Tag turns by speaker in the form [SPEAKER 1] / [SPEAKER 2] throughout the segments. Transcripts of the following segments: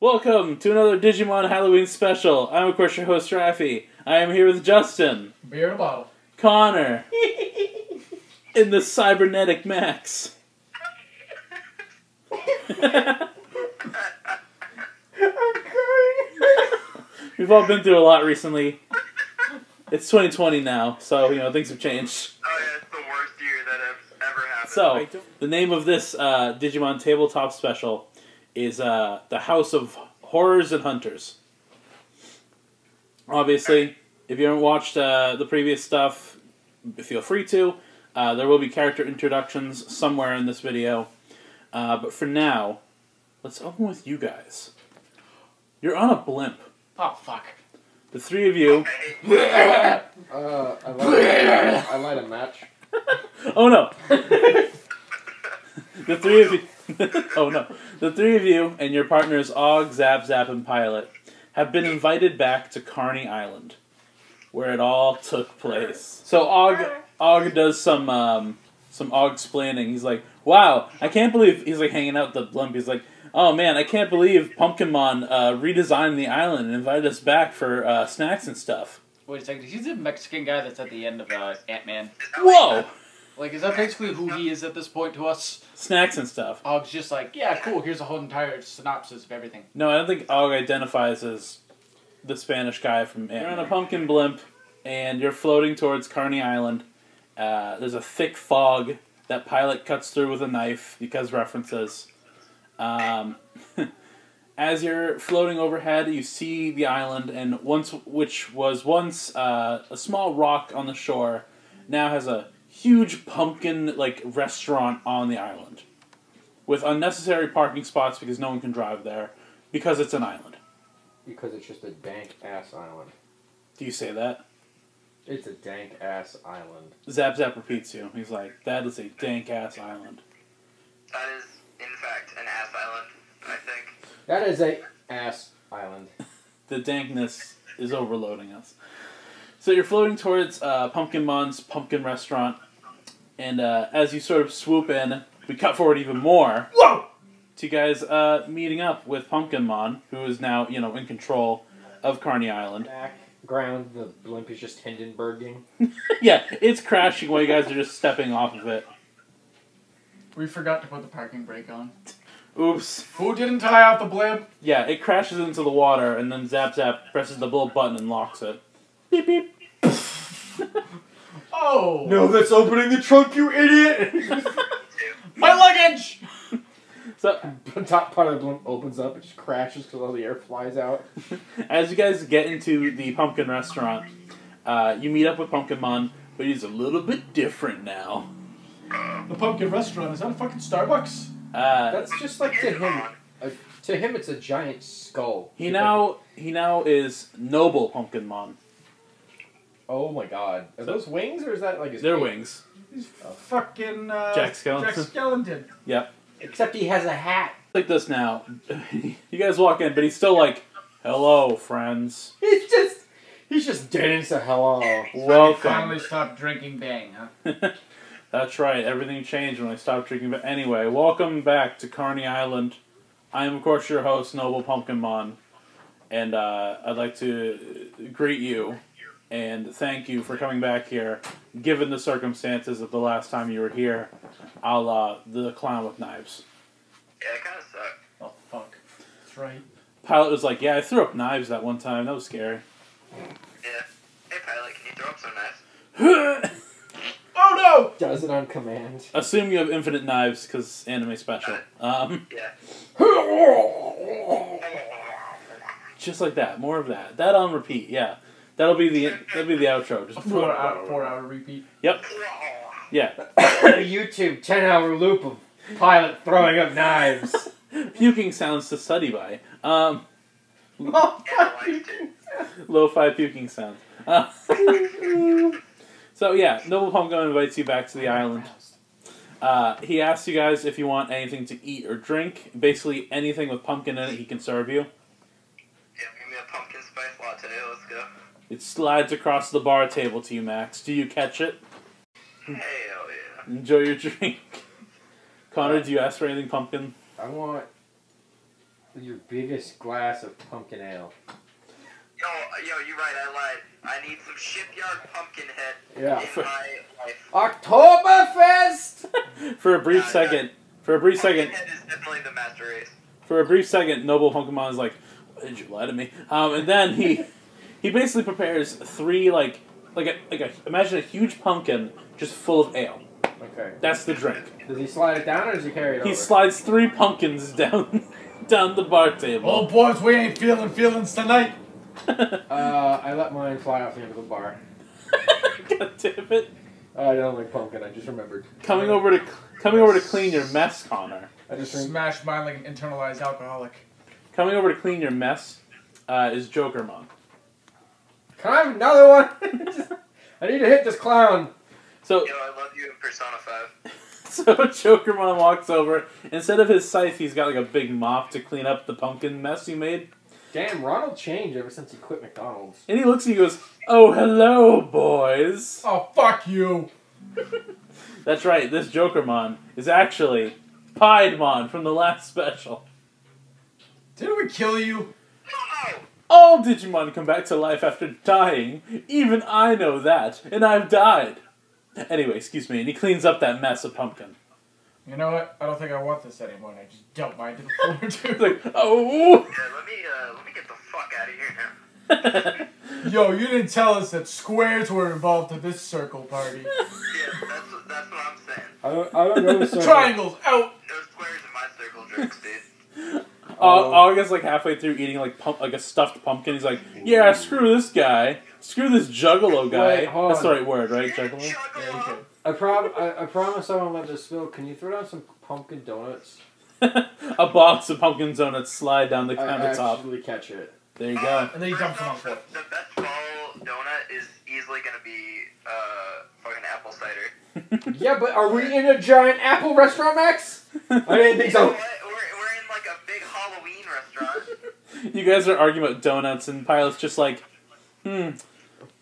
[SPEAKER 1] Welcome to another Digimon Halloween special. I'm, of course, your host, Rafi. I am here with Justin,
[SPEAKER 2] Beer in a bottle.
[SPEAKER 1] Connor, and the cybernetic Max. We've all been through a lot recently. It's 2020 now, so, you know, things have changed.
[SPEAKER 3] Oh yeah, it's the worst year that has ever happened.
[SPEAKER 1] So, the name of this uh, Digimon tabletop special is uh, The House of Horrors and Hunters. Obviously, if you haven't watched uh, the previous stuff, feel free to. Uh, there will be character introductions somewhere in this video. Uh, but for now, let's open with you guys. You're on a blimp.
[SPEAKER 2] Oh fuck.
[SPEAKER 1] The three of you.
[SPEAKER 4] Uh, I light, I light a match.
[SPEAKER 1] Oh no! the three of you. oh no! The three of you and your partners Og, Zap, Zap, and Pilot have been invited back to Carney Island, where it all took place. So Og, Og does some um, some Og explaining. He's like, "Wow, I can't believe." He's like hanging out with the blimp. He's like, "Oh man, I can't believe Pumpkinmon uh, redesigned the island and invited us back for uh, snacks and stuff."
[SPEAKER 2] Wait a second. He's the Mexican guy that's at the end of uh, Ant Man.
[SPEAKER 1] Whoa!
[SPEAKER 2] Like, is that basically who he is at this point to us?
[SPEAKER 1] Snacks and stuff.
[SPEAKER 2] Og's just like, yeah, cool. Here's a whole entire synopsis of everything.
[SPEAKER 1] No, I don't think Og identifies as the Spanish guy from Ant. You're on a pumpkin blimp, and you're floating towards Carney Island. Uh, there's a thick fog that Pilot cuts through with a knife because references. Um, as you're floating overhead, you see the island, and once which was once uh, a small rock on the shore, now has a huge pumpkin like restaurant on the island with unnecessary parking spots because no one can drive there because it's an island.
[SPEAKER 4] Because it's just a dank ass island.
[SPEAKER 1] Do you say that?
[SPEAKER 4] It's a dank ass island.
[SPEAKER 1] Zap Zap repeats you. He's like, that is a dank ass island.
[SPEAKER 3] That is, in fact, an ass island. I think.
[SPEAKER 4] That is a ass island.
[SPEAKER 1] The dankness is overloading us. So you're floating towards uh, Pumpkin Mon's pumpkin restaurant, and uh, as you sort of swoop in, we cut forward even more. Whoa! To you guys uh, meeting up with Pumpkin Mon, who is now, you know, in control of Carney Island.
[SPEAKER 4] Back ground, the blimp is just Hindenburging.
[SPEAKER 1] yeah, it's crashing while you guys are just stepping off of it.
[SPEAKER 2] We forgot to put the parking brake on.
[SPEAKER 1] Oops.
[SPEAKER 2] Who didn't tie out the blimp?
[SPEAKER 1] Yeah, it crashes into the water, and then Zap Zap presses the little button and locks it. Beep beep.
[SPEAKER 2] Oh!
[SPEAKER 4] that's opening the trunk, you idiot!
[SPEAKER 2] My luggage!
[SPEAKER 1] So
[SPEAKER 4] the top part of the blimp opens up, it just crashes because all the air flies out.
[SPEAKER 1] As you guys get into the pumpkin restaurant, uh, you meet up with Pumpkinmon, but he's a little bit different now.
[SPEAKER 2] The pumpkin restaurant. Is that a fucking Starbucks?
[SPEAKER 1] Uh,
[SPEAKER 4] That's just like to him. Uh, to him, it's a giant skull.
[SPEAKER 1] he now he now is noble Pumpkinmon.
[SPEAKER 4] Oh my god. Are those wings or is that like his.
[SPEAKER 1] Their
[SPEAKER 4] feet?
[SPEAKER 1] wings.
[SPEAKER 2] He's fucking uh,
[SPEAKER 1] Jack Skellington.
[SPEAKER 2] Jack Skellington.
[SPEAKER 4] Except he has a hat.
[SPEAKER 1] Like this now. you guys walk in, but he's still like, "Hello, friends.
[SPEAKER 4] He's just. He's just dead into hello.
[SPEAKER 1] Welcome."
[SPEAKER 2] stopped drinking Bang, huh?
[SPEAKER 1] That's right. Everything changed when I stopped drinking. But anyway, welcome back to Carney Island. I am, of course, your host, Noble Pumpkinmon, and uh, I'd like to greet you and thank you for coming back here, given the circumstances of the last time you were here, a la the clown with knives.
[SPEAKER 3] Yeah, it kind of sucked.
[SPEAKER 2] Oh, fuck. That's right.
[SPEAKER 1] Pilot was like, "Yeah, I threw up knives that one time. That was scary."
[SPEAKER 3] Yeah. Hey, pilot, can you throw up some knives?
[SPEAKER 2] Oh
[SPEAKER 4] Does it on command.
[SPEAKER 1] Assume you have infinite knives because anime special. Um,
[SPEAKER 3] Yeah.
[SPEAKER 1] just like that, more of that. That on repeat. Yeah, that'll be the that'll be the outro.
[SPEAKER 2] no!
[SPEAKER 1] Just
[SPEAKER 2] A four hour, four hour repeat.
[SPEAKER 1] Yep. Yeah.
[SPEAKER 4] a YouTube 10 hour loop of pilot throwing up knives.
[SPEAKER 1] puking sounds to study by. Um,
[SPEAKER 3] Yeah, I liked it.
[SPEAKER 1] lo-fi puking sounds. Uh, so yeah, Noble Pumpkin invites you back to the island. Uh, he asks you guys if you want anything to eat or drink. Basically, anything with pumpkin in it, he can serve you.
[SPEAKER 3] Yeah, give me a pumpkin spice latte. Let's go.
[SPEAKER 1] It slides across the bar table to you, Max. Do you catch it?
[SPEAKER 3] Hell yeah.
[SPEAKER 1] Enjoy your drink. Connor, do you ask for anything pumpkin?
[SPEAKER 4] I want your biggest glass of pumpkin ale.
[SPEAKER 3] Yo, yo, you're right. I lied. I need some shipyard pumpkin head
[SPEAKER 4] Yeah.
[SPEAKER 3] in my life.
[SPEAKER 4] Oktoberfest!
[SPEAKER 1] For a brief second, for a brief
[SPEAKER 3] Pumpkin
[SPEAKER 1] second,
[SPEAKER 3] head is definitely the master race.
[SPEAKER 1] for a brief second, Noble Hunkamon is like, "Why "Did you lie to me?" Um, and then he he basically prepares three like like a, like a imagine a huge pumpkin just full of ale.
[SPEAKER 4] Okay.
[SPEAKER 1] That's the drink.
[SPEAKER 4] Does he slide it down or does he carry it
[SPEAKER 1] He
[SPEAKER 4] over?
[SPEAKER 1] slides three pumpkins down down the bar table.
[SPEAKER 5] Oh, boys, we ain't feeling feelings tonight.
[SPEAKER 4] uh, I let mine fly off the end of the bar. Uh,
[SPEAKER 1] God damn it!
[SPEAKER 4] I don't like pumpkin, I just remembered.
[SPEAKER 1] Coming over to coming over to clean your mess, Connor.
[SPEAKER 4] I just rem-
[SPEAKER 5] Smash mine like an internalized alcoholic.
[SPEAKER 1] Coming over to clean your mess uh, is Jokermon.
[SPEAKER 4] Can I have another one? I need to hit this clown.
[SPEAKER 1] So
[SPEAKER 3] Yo, I love you in Persona 5.
[SPEAKER 1] So Jokermon walks over. Instead of his scythe, he's got like a big mop to clean up the pumpkin mess you made.
[SPEAKER 4] Damn, Ronald changed ever since he quit McDonald's.
[SPEAKER 1] And he looks at you and goes, Oh, hello, boys.
[SPEAKER 5] Oh, fuck you.
[SPEAKER 1] That's right, this Jokermon is actually Piedmon from the last special.
[SPEAKER 5] Did we kill you?
[SPEAKER 3] No, no!
[SPEAKER 1] All Digimon come back to life after dying. Even I know that, and I've died. Anyway, excuse me, and he cleans up that mess of pumpkin.
[SPEAKER 5] You know what? I don't think I want this anymore. and I just dumped mine to the floor,
[SPEAKER 1] He's like, Oh!
[SPEAKER 3] Yeah, let me, uh, let me get the fuck out of here now.
[SPEAKER 5] dude. Yo, you didn't tell us that squares were involved at this circle party.
[SPEAKER 3] Yeah, that's, what- that's what I'm saying.
[SPEAKER 4] I don't, I don't know so
[SPEAKER 5] Triangles out.
[SPEAKER 3] No squares in my circle jerks, dude.
[SPEAKER 4] Oh.
[SPEAKER 1] Au- August like halfway through eating like pump like a stuffed pumpkin. He's like, yeah, screw this guy, screw this juggalo guy.
[SPEAKER 4] Wait, hold
[SPEAKER 1] That's the
[SPEAKER 4] on.
[SPEAKER 1] right word, right?
[SPEAKER 3] You're a
[SPEAKER 1] Juggalo.
[SPEAKER 5] Yeah, you
[SPEAKER 3] juggalo.
[SPEAKER 5] can.
[SPEAKER 4] I, prob- I, I promise I won't let this spill. Can you throw down some pumpkin donuts?
[SPEAKER 1] a box of pumpkin donuts slide down the
[SPEAKER 4] I
[SPEAKER 1] countertop.
[SPEAKER 4] actually catch it.
[SPEAKER 1] There you go.
[SPEAKER 5] And then you
[SPEAKER 3] First
[SPEAKER 5] dumped it on the
[SPEAKER 3] off,
[SPEAKER 5] floor.
[SPEAKER 3] the, the best fall donut is easily gonna be uh, fucking apple cider.
[SPEAKER 4] Yeah, but are we in a giant apple restaurant, Max? I didn't think
[SPEAKER 3] You know
[SPEAKER 4] so.
[SPEAKER 3] what? We're, we're in like a big Halloween restaurant.
[SPEAKER 1] You guys are arguing about donuts, and Pilot's just like, hmm.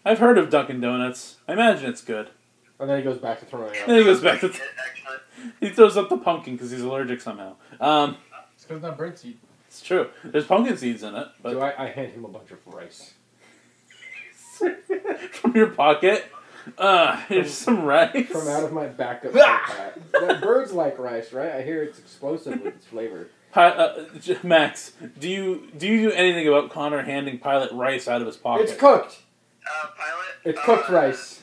[SPEAKER 1] I've heard of Dunkin' Donuts. I imagine it's good.
[SPEAKER 4] And then he goes back to throwing it.
[SPEAKER 1] Then he goes back to
[SPEAKER 3] Yeah, actually.
[SPEAKER 1] he throws up the pumpkin because he's allergic somehow. Um,
[SPEAKER 5] It's because not bird seed.
[SPEAKER 1] it's true. There's pumpkin seeds in it,
[SPEAKER 4] So
[SPEAKER 1] but
[SPEAKER 4] I, I hand him a bunch of rice.
[SPEAKER 1] from your pocket, uh, here's some rice.
[SPEAKER 4] From out of my backup
[SPEAKER 1] Ah!
[SPEAKER 4] backpack. That birds like rice, right? I hear it's explosive with its flavor.
[SPEAKER 1] Pi- uh, J- Max, do you do you do anything about Connor handing Pilot rice out of his pocket?
[SPEAKER 4] It's cooked.
[SPEAKER 3] Uh, pilot.
[SPEAKER 4] It's
[SPEAKER 3] uh,
[SPEAKER 4] cooked rice.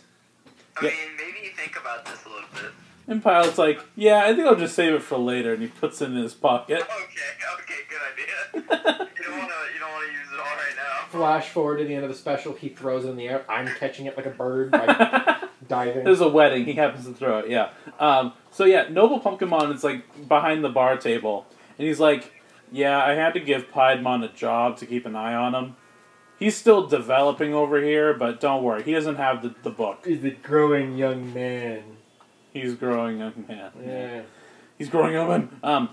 [SPEAKER 3] I
[SPEAKER 1] Yeah.
[SPEAKER 3] mean, maybe you think about this a little bit.
[SPEAKER 1] and Pilot's like, "Yeah, I think I'll just save it for later," and he puts it in his pocket.
[SPEAKER 3] Okay, okay, good idea.
[SPEAKER 1] That's
[SPEAKER 3] You don't wanna, you don't wanna use it all right now.
[SPEAKER 4] Flash forward to the end of the special. He throws it in the air. I'm catching it like a bird by diving.
[SPEAKER 1] There's a wedding. He happens to throw it. Yeah. Um, so yeah, Noble Pumpkinmon is like behind the bar table, and he's like, "Yeah, I had to give Piedmon a job to keep an eye on him. He's still developing over here, but don't worry, he doesn't have the, the book.
[SPEAKER 4] He's a growing young man.
[SPEAKER 1] He's growing up, man.
[SPEAKER 4] Yeah.
[SPEAKER 1] He's growing up. man. Um,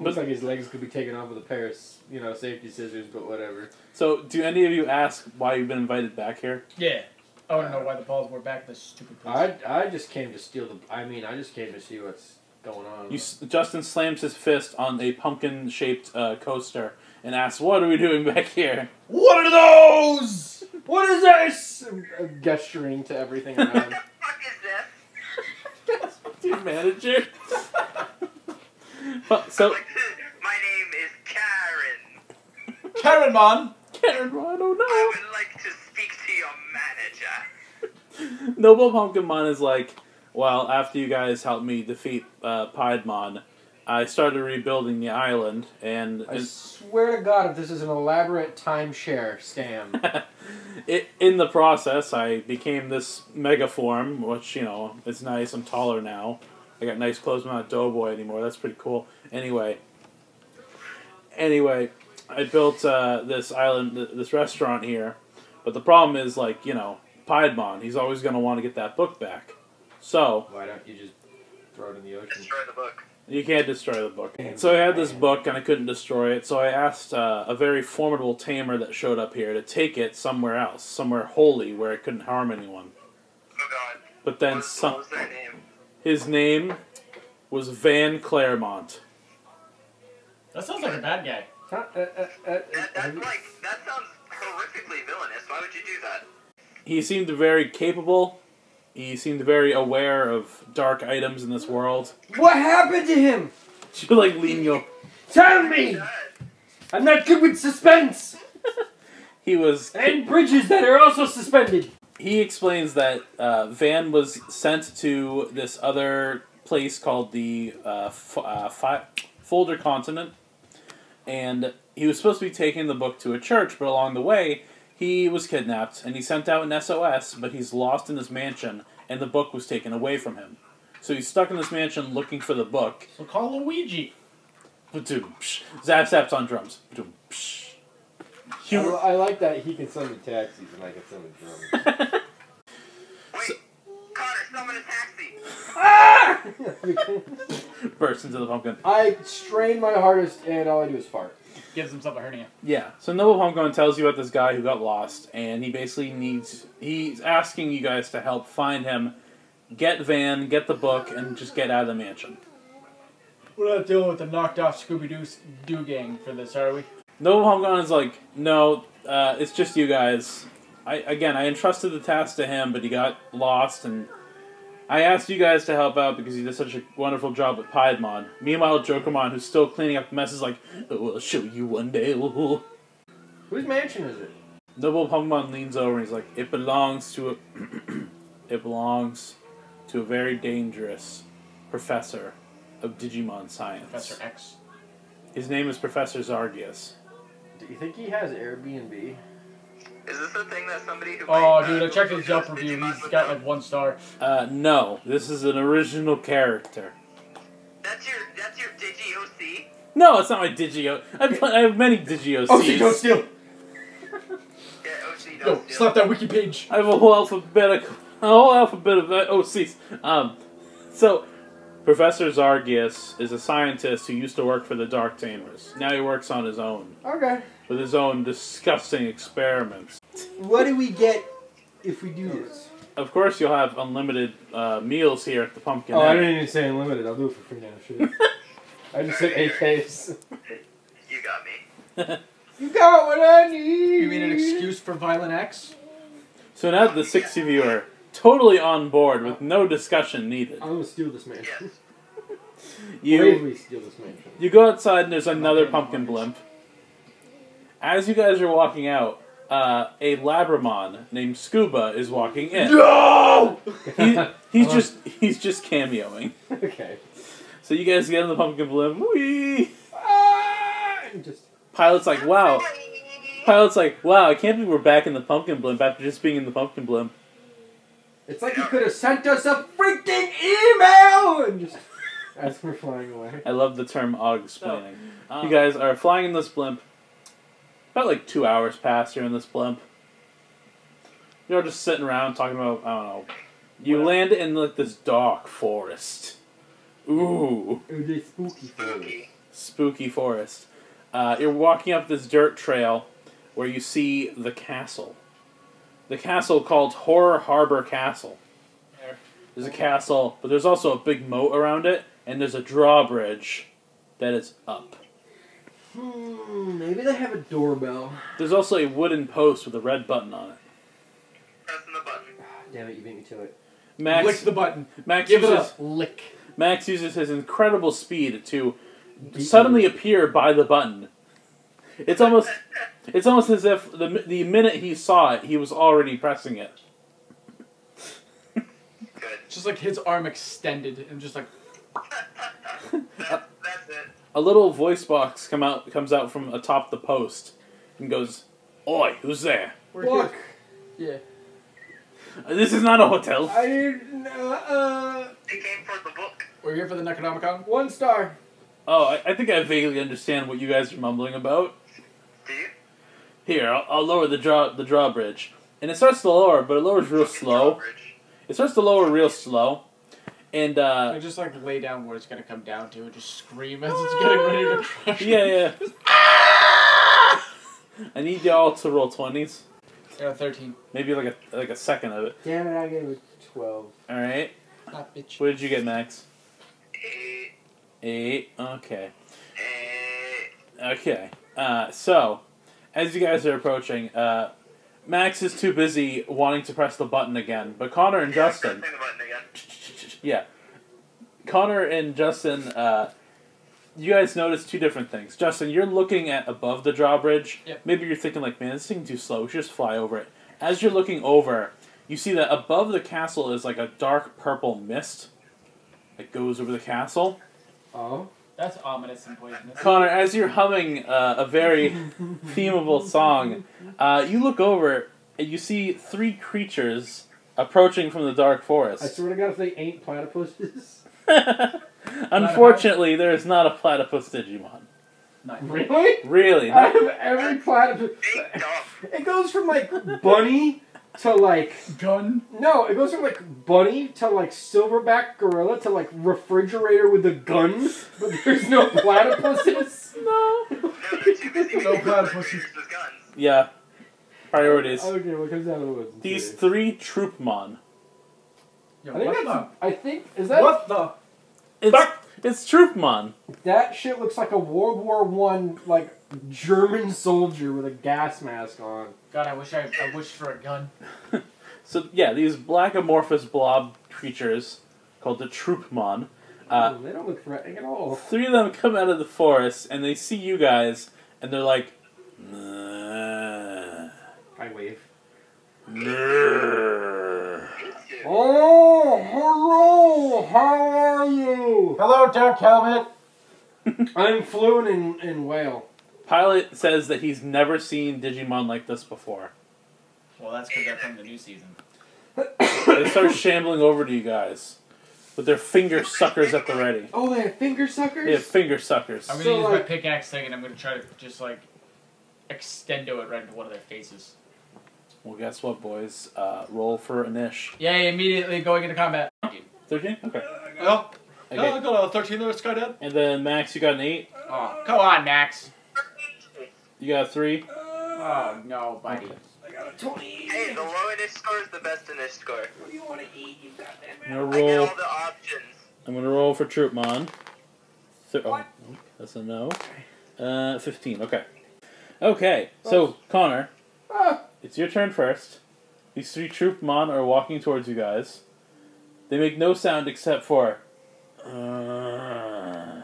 [SPEAKER 4] Looks like his legs could be taken off with a pair of, s- you know, safety scissors, but whatever.
[SPEAKER 1] So, do any of you ask why you've been invited back here?
[SPEAKER 5] Yeah. I don't know why the balls were back in this stupid place.
[SPEAKER 4] I, I just came to steal the. I mean, I just came to see what's going on.
[SPEAKER 1] You, s- Justin slams his fist on a pumpkin-shaped uh, coaster and asks, "What are we doing back here?"
[SPEAKER 5] What are those?
[SPEAKER 4] What is this? I'm- I'm gesturing to everything around.
[SPEAKER 3] What the fuck is this?
[SPEAKER 1] Dude, manager. But- so,
[SPEAKER 3] Like, My name is Karen.
[SPEAKER 5] Karen Mon.
[SPEAKER 1] Karen, I don't
[SPEAKER 3] I
[SPEAKER 1] know.
[SPEAKER 3] would like to speak to your manager.
[SPEAKER 1] Noble Pumpkinmon is like, "Well, after you guys helped me defeat uh, Piedmon, I started rebuilding the island, and
[SPEAKER 4] I
[SPEAKER 1] and-
[SPEAKER 4] swear to God, if this is an elaborate timeshare scam.
[SPEAKER 1] it, in the process, I became this mega form, which you know is nice. I'm taller now. I got nice clothes. I'm not a doughboy anymore. That's pretty cool. Anyway, anyway, I built uh, this island, th- this restaurant here. But the problem is, like you know, Piedmon. He's always gonna want to get that book back. So
[SPEAKER 4] Why don't you just throw it in the ocean?
[SPEAKER 3] Destroy the book.
[SPEAKER 1] you can't destroy the book. So I had this book and I couldn't destroy it. So I asked uh, a very formidable tamer that showed up here to take it somewhere else, somewhere holy where it couldn't harm anyone.
[SPEAKER 3] Oh God.
[SPEAKER 1] But then
[SPEAKER 3] What-
[SPEAKER 1] some,
[SPEAKER 3] What was their name?
[SPEAKER 1] his name was Van Claremont.
[SPEAKER 5] That sounds like a bad guy.
[SPEAKER 4] Huh? Uh, uh, uh, uh,
[SPEAKER 3] That,
[SPEAKER 4] have
[SPEAKER 3] that's
[SPEAKER 4] you-
[SPEAKER 3] like that sounds horrifically villainous. Why would you do that?
[SPEAKER 1] He seemed very capable. He seemed very aware of dark items in this world.
[SPEAKER 4] what happened to him?
[SPEAKER 1] like Lino,
[SPEAKER 4] Tell me!
[SPEAKER 3] That-
[SPEAKER 4] I'm not good with suspense!
[SPEAKER 1] he was.
[SPEAKER 4] And bridges that are also suspended!
[SPEAKER 1] He explains that uh, Van was sent to this other place called the uh, f- uh, fi- Folder Continent, and he was supposed to be taking the book to a church, but along the way, he was kidnapped and he sent out an SOS, but he's lost in this mansion, and the book was taken away from him. So he's stuck in this mansion looking for the book.
[SPEAKER 2] So call Luigi.
[SPEAKER 1] Ba-doom, psh. Zap zaps on drums. Ba-doom, psh.
[SPEAKER 4] I,
[SPEAKER 1] Hum-
[SPEAKER 4] I like that he can summon taxis and I can summon drums.
[SPEAKER 3] Wait, Connor, summon a taxi.
[SPEAKER 1] bursts into the pumpkin.
[SPEAKER 4] I strain my hardest and all I do is fart.
[SPEAKER 2] Gives himself a hernia.
[SPEAKER 1] Yeah. So Noble Pumpkin tells you about this guy who got lost, and he basically needs. He's asking you guys to help find him, get Van, get the book, and just get out of the mansion.
[SPEAKER 5] We're not dealing with the knocked off
[SPEAKER 2] Scooby Doo Doo gang for this, are we?
[SPEAKER 1] Noble Pumpkin is like, no, uh, it's just you guys. I again, I entrusted the task to him, but he got lost, and I asked you guys to help out because you did such a wonderful job at Piedmon. Meanwhile, Jokermon, who's still cleaning up the mess, is like, oh, I'll show you one day.
[SPEAKER 4] Whose mansion is it?
[SPEAKER 1] Noble Pokemon leans over and he's like, "It belongs to a, it belongs to a very dangerous professor of Digimon science.
[SPEAKER 2] Professor X.
[SPEAKER 1] His name is Professor Zargius.
[SPEAKER 4] Do you think he has Airbnb?
[SPEAKER 3] Is this the thing that somebody who?
[SPEAKER 2] Oh,
[SPEAKER 3] played,
[SPEAKER 2] dude,
[SPEAKER 3] uh,
[SPEAKER 2] I checked his
[SPEAKER 3] Digimon
[SPEAKER 2] Yelp review.
[SPEAKER 3] Digimon
[SPEAKER 2] He's
[SPEAKER 3] would
[SPEAKER 2] got
[SPEAKER 3] know?
[SPEAKER 2] like one star.
[SPEAKER 1] Uh, no, this is an original character.
[SPEAKER 3] That's your that's your digi OC.
[SPEAKER 1] No, it's not my Digio. I, pl- I have many Digios.
[SPEAKER 4] Oh,
[SPEAKER 5] steal.
[SPEAKER 3] Yeah, OC.
[SPEAKER 5] Yo,
[SPEAKER 3] Don't
[SPEAKER 5] slap that wiki page.
[SPEAKER 1] I have a whole alphabetical, a whole alphabet of uh, OCs. Um, so Professor Zargius is a scientist who used to work for the Dark Tamers. Now he works on his own.
[SPEAKER 4] Okay.
[SPEAKER 1] with his own disgusting experiments.
[SPEAKER 4] What do we get if we do this?
[SPEAKER 1] Of course, you'll have unlimited uh, meals here at the Pumpkin.
[SPEAKER 4] Oh, I
[SPEAKER 1] Inn.
[SPEAKER 4] didn't even say unlimited. I'll do it for free now. Shit. I just said AKs.
[SPEAKER 3] You got me.
[SPEAKER 4] You got what I need.
[SPEAKER 2] You mean an excuse for violent acts?
[SPEAKER 1] so now the six of you are totally on board with no discussion needed.
[SPEAKER 4] I'm gonna steal this mansion.
[SPEAKER 3] Yes.
[SPEAKER 1] You
[SPEAKER 4] Bravely steal this mansion.
[SPEAKER 1] you go outside and there's another pumpkin blimp. As you guys are walking out, uh, a Labramon named Scuba is walking in.
[SPEAKER 5] No!
[SPEAKER 1] He,
[SPEAKER 4] Uh-huh.
[SPEAKER 1] he's just he's just cameoing.
[SPEAKER 4] Okay.
[SPEAKER 1] So you guys get in the pumpkin blimp. Whee!
[SPEAKER 4] Ah, and just
[SPEAKER 1] Pilot's like, wow. Pilot's like, wow. I can't believe we're back in the pumpkin blimp after just being in the pumpkin blimp.
[SPEAKER 4] It's like he could have sent us a freaking email and just as we're flying away.
[SPEAKER 1] I love the term Aug's planning. You guys are flying in this blimp. About like two hours pass here in this blimp. You're all just sitting around talking about I don't know. You land in like this dark forest. Ooh,
[SPEAKER 4] It would be spooky for us.
[SPEAKER 3] Spooky.
[SPEAKER 1] spooky forest. Uh, you're walking up this dirt trail where you see the castle. The castle called Horror Harbor Castle. There's a castle, but there's also a big moat around it, and there's a drawbridge that is up.
[SPEAKER 4] Hmm, maybe they have a doorbell.
[SPEAKER 1] There's also a wooden post with a red button on it.
[SPEAKER 3] Pressing the button.
[SPEAKER 4] Damn it, you beat me to it.
[SPEAKER 1] Max
[SPEAKER 5] Lick the button.
[SPEAKER 1] Max
[SPEAKER 5] Give it
[SPEAKER 1] uses
[SPEAKER 5] up. Lick.
[SPEAKER 1] Max uses his incredible speed to
[SPEAKER 4] Beat
[SPEAKER 1] suddenly
[SPEAKER 4] me.
[SPEAKER 1] appear by the button. It's almost it's almost as if the mi- the minute he saw it, he was already pressing it.
[SPEAKER 3] Good.
[SPEAKER 5] Just like his arm extended and just like
[SPEAKER 3] That, that's it.
[SPEAKER 1] A little voice box come out comes out from atop the post and goes, "Oi, who's there?
[SPEAKER 5] we're
[SPEAKER 4] Look,
[SPEAKER 5] here.
[SPEAKER 1] This is not a hotel."
[SPEAKER 4] I didn't. Uh, uh,
[SPEAKER 3] They came for the book.
[SPEAKER 5] We're here for the Necronomicon.
[SPEAKER 4] one star.
[SPEAKER 1] Oh, I, I think I vaguely understand what you guys are mumbling about.
[SPEAKER 3] Do you?
[SPEAKER 1] Here, I'll, I'll lower the draw the drawbridge, and it starts to lower, but it lowers real slow.
[SPEAKER 3] Coverage.
[SPEAKER 1] It starts to lower real slow, and
[SPEAKER 2] I
[SPEAKER 1] uh,
[SPEAKER 2] just like lay down where it's gonna come down to and just scream as it's getting ready to crush.
[SPEAKER 1] yeah, yeah. I need y'all to roll twenties,
[SPEAKER 2] Yeah, thirteen.
[SPEAKER 1] maybe like a like a second of it.
[SPEAKER 4] Damn it, I gave it twelve.
[SPEAKER 1] All right,
[SPEAKER 2] Stop, bitch.
[SPEAKER 1] what did you get, Max?
[SPEAKER 3] Eh,
[SPEAKER 1] Eight. Okay,
[SPEAKER 3] eh,
[SPEAKER 1] okay. Uh, so, as you guys are approaching, uh, Max is too busy wanting to press the button again, but Connor and
[SPEAKER 3] Yeah,
[SPEAKER 1] Justin,
[SPEAKER 3] pressing the button again.
[SPEAKER 1] yeah, Connor and Justin, uh, you guys notice two different things. Justin, you're looking at above the drawbridge.
[SPEAKER 2] Yep.
[SPEAKER 1] Maybe you're thinking like, man, this thing too slow. We should just fly over it. As you're looking over, you see that above the castle is like a dark purple mist that goes over the castle.
[SPEAKER 4] Oh.
[SPEAKER 2] That's ominous and poisonous.
[SPEAKER 1] Connor, as you're humming uh, a very themable song, uh, you look over and you see three creatures approaching from the dark
[SPEAKER 4] I
[SPEAKER 1] forest.
[SPEAKER 4] swear to God, if they ain't platypuses.
[SPEAKER 1] Unfortunately, there is not a platypus Digimon.
[SPEAKER 2] Nice.
[SPEAKER 4] Really?
[SPEAKER 1] Really?
[SPEAKER 4] I
[SPEAKER 1] not-
[SPEAKER 4] have every platypus.
[SPEAKER 3] Big dumb.
[SPEAKER 4] It goes from like bunny to like
[SPEAKER 5] Gun.
[SPEAKER 4] no, it goes from like bunny to like silverback gorilla to like refrigerator with a gun, but there's no platypuses.
[SPEAKER 1] No.
[SPEAKER 3] No, they're too busy
[SPEAKER 5] No
[SPEAKER 3] making
[SPEAKER 5] platypuses.
[SPEAKER 3] refrigerators with guns.
[SPEAKER 1] Yeah. Priorities.
[SPEAKER 4] Okay, what comes out of the woods? is
[SPEAKER 1] These
[SPEAKER 4] serious.
[SPEAKER 1] three Troopmon.
[SPEAKER 5] Yo,
[SPEAKER 4] I think
[SPEAKER 5] what
[SPEAKER 4] that's.
[SPEAKER 5] the?
[SPEAKER 4] I think is that
[SPEAKER 5] What the?
[SPEAKER 1] It's, it's Troopmon.
[SPEAKER 4] that shit looks like a World War One like German soldier with a gas mask on.
[SPEAKER 2] God, I wish I, I wished for a gun.
[SPEAKER 1] So, yeah, these black amorphous blob creatures called the Troopmon. Uh,
[SPEAKER 4] Oh, they don't look threatening at all.
[SPEAKER 1] three of them come out of the forest and they see you guys and they're like "Nah,
[SPEAKER 4] I wave.
[SPEAKER 1] nah."
[SPEAKER 3] Dude,
[SPEAKER 4] Oh, hello! How are you?
[SPEAKER 5] Hello, Dark Helmet.
[SPEAKER 4] I'm fluent in, in Whale.
[SPEAKER 1] pilot says that he's never seen digimon like this before
[SPEAKER 2] Well, that's because they're from the new season.
[SPEAKER 1] they start shambling over to you guys with their finger suckers at the ready
[SPEAKER 4] Oh, they have finger suckers?
[SPEAKER 1] they have finger suckers
[SPEAKER 2] I'm gonna
[SPEAKER 4] So,
[SPEAKER 2] use my
[SPEAKER 4] like-
[SPEAKER 2] pickaxe thing, and I'm gonna try to just like extendo it right into one of their faces.
[SPEAKER 1] well guess what boys uh, roll for anish
[SPEAKER 2] Yay! Immediately going into combat.
[SPEAKER 1] 13 okay
[SPEAKER 2] Oh,
[SPEAKER 6] Well, no, I
[SPEAKER 1] okay
[SPEAKER 6] got a 13 there, Skydad.
[SPEAKER 1] and then max you got an 8
[SPEAKER 2] Oh, come on, Max.
[SPEAKER 1] you got a 3
[SPEAKER 2] Oh no, buddy.
[SPEAKER 3] Hey, the low init score is the best init score.
[SPEAKER 1] i'm gonna
[SPEAKER 3] I get
[SPEAKER 1] roll
[SPEAKER 3] all the options.
[SPEAKER 1] i'm gonna roll for troopmon Thir- oh, that's a no uh, 15 okay okay so connor
[SPEAKER 4] Ah,
[SPEAKER 1] It's your turn first. These three troop mon are walking towards you guys. They make no sound except for. Uh,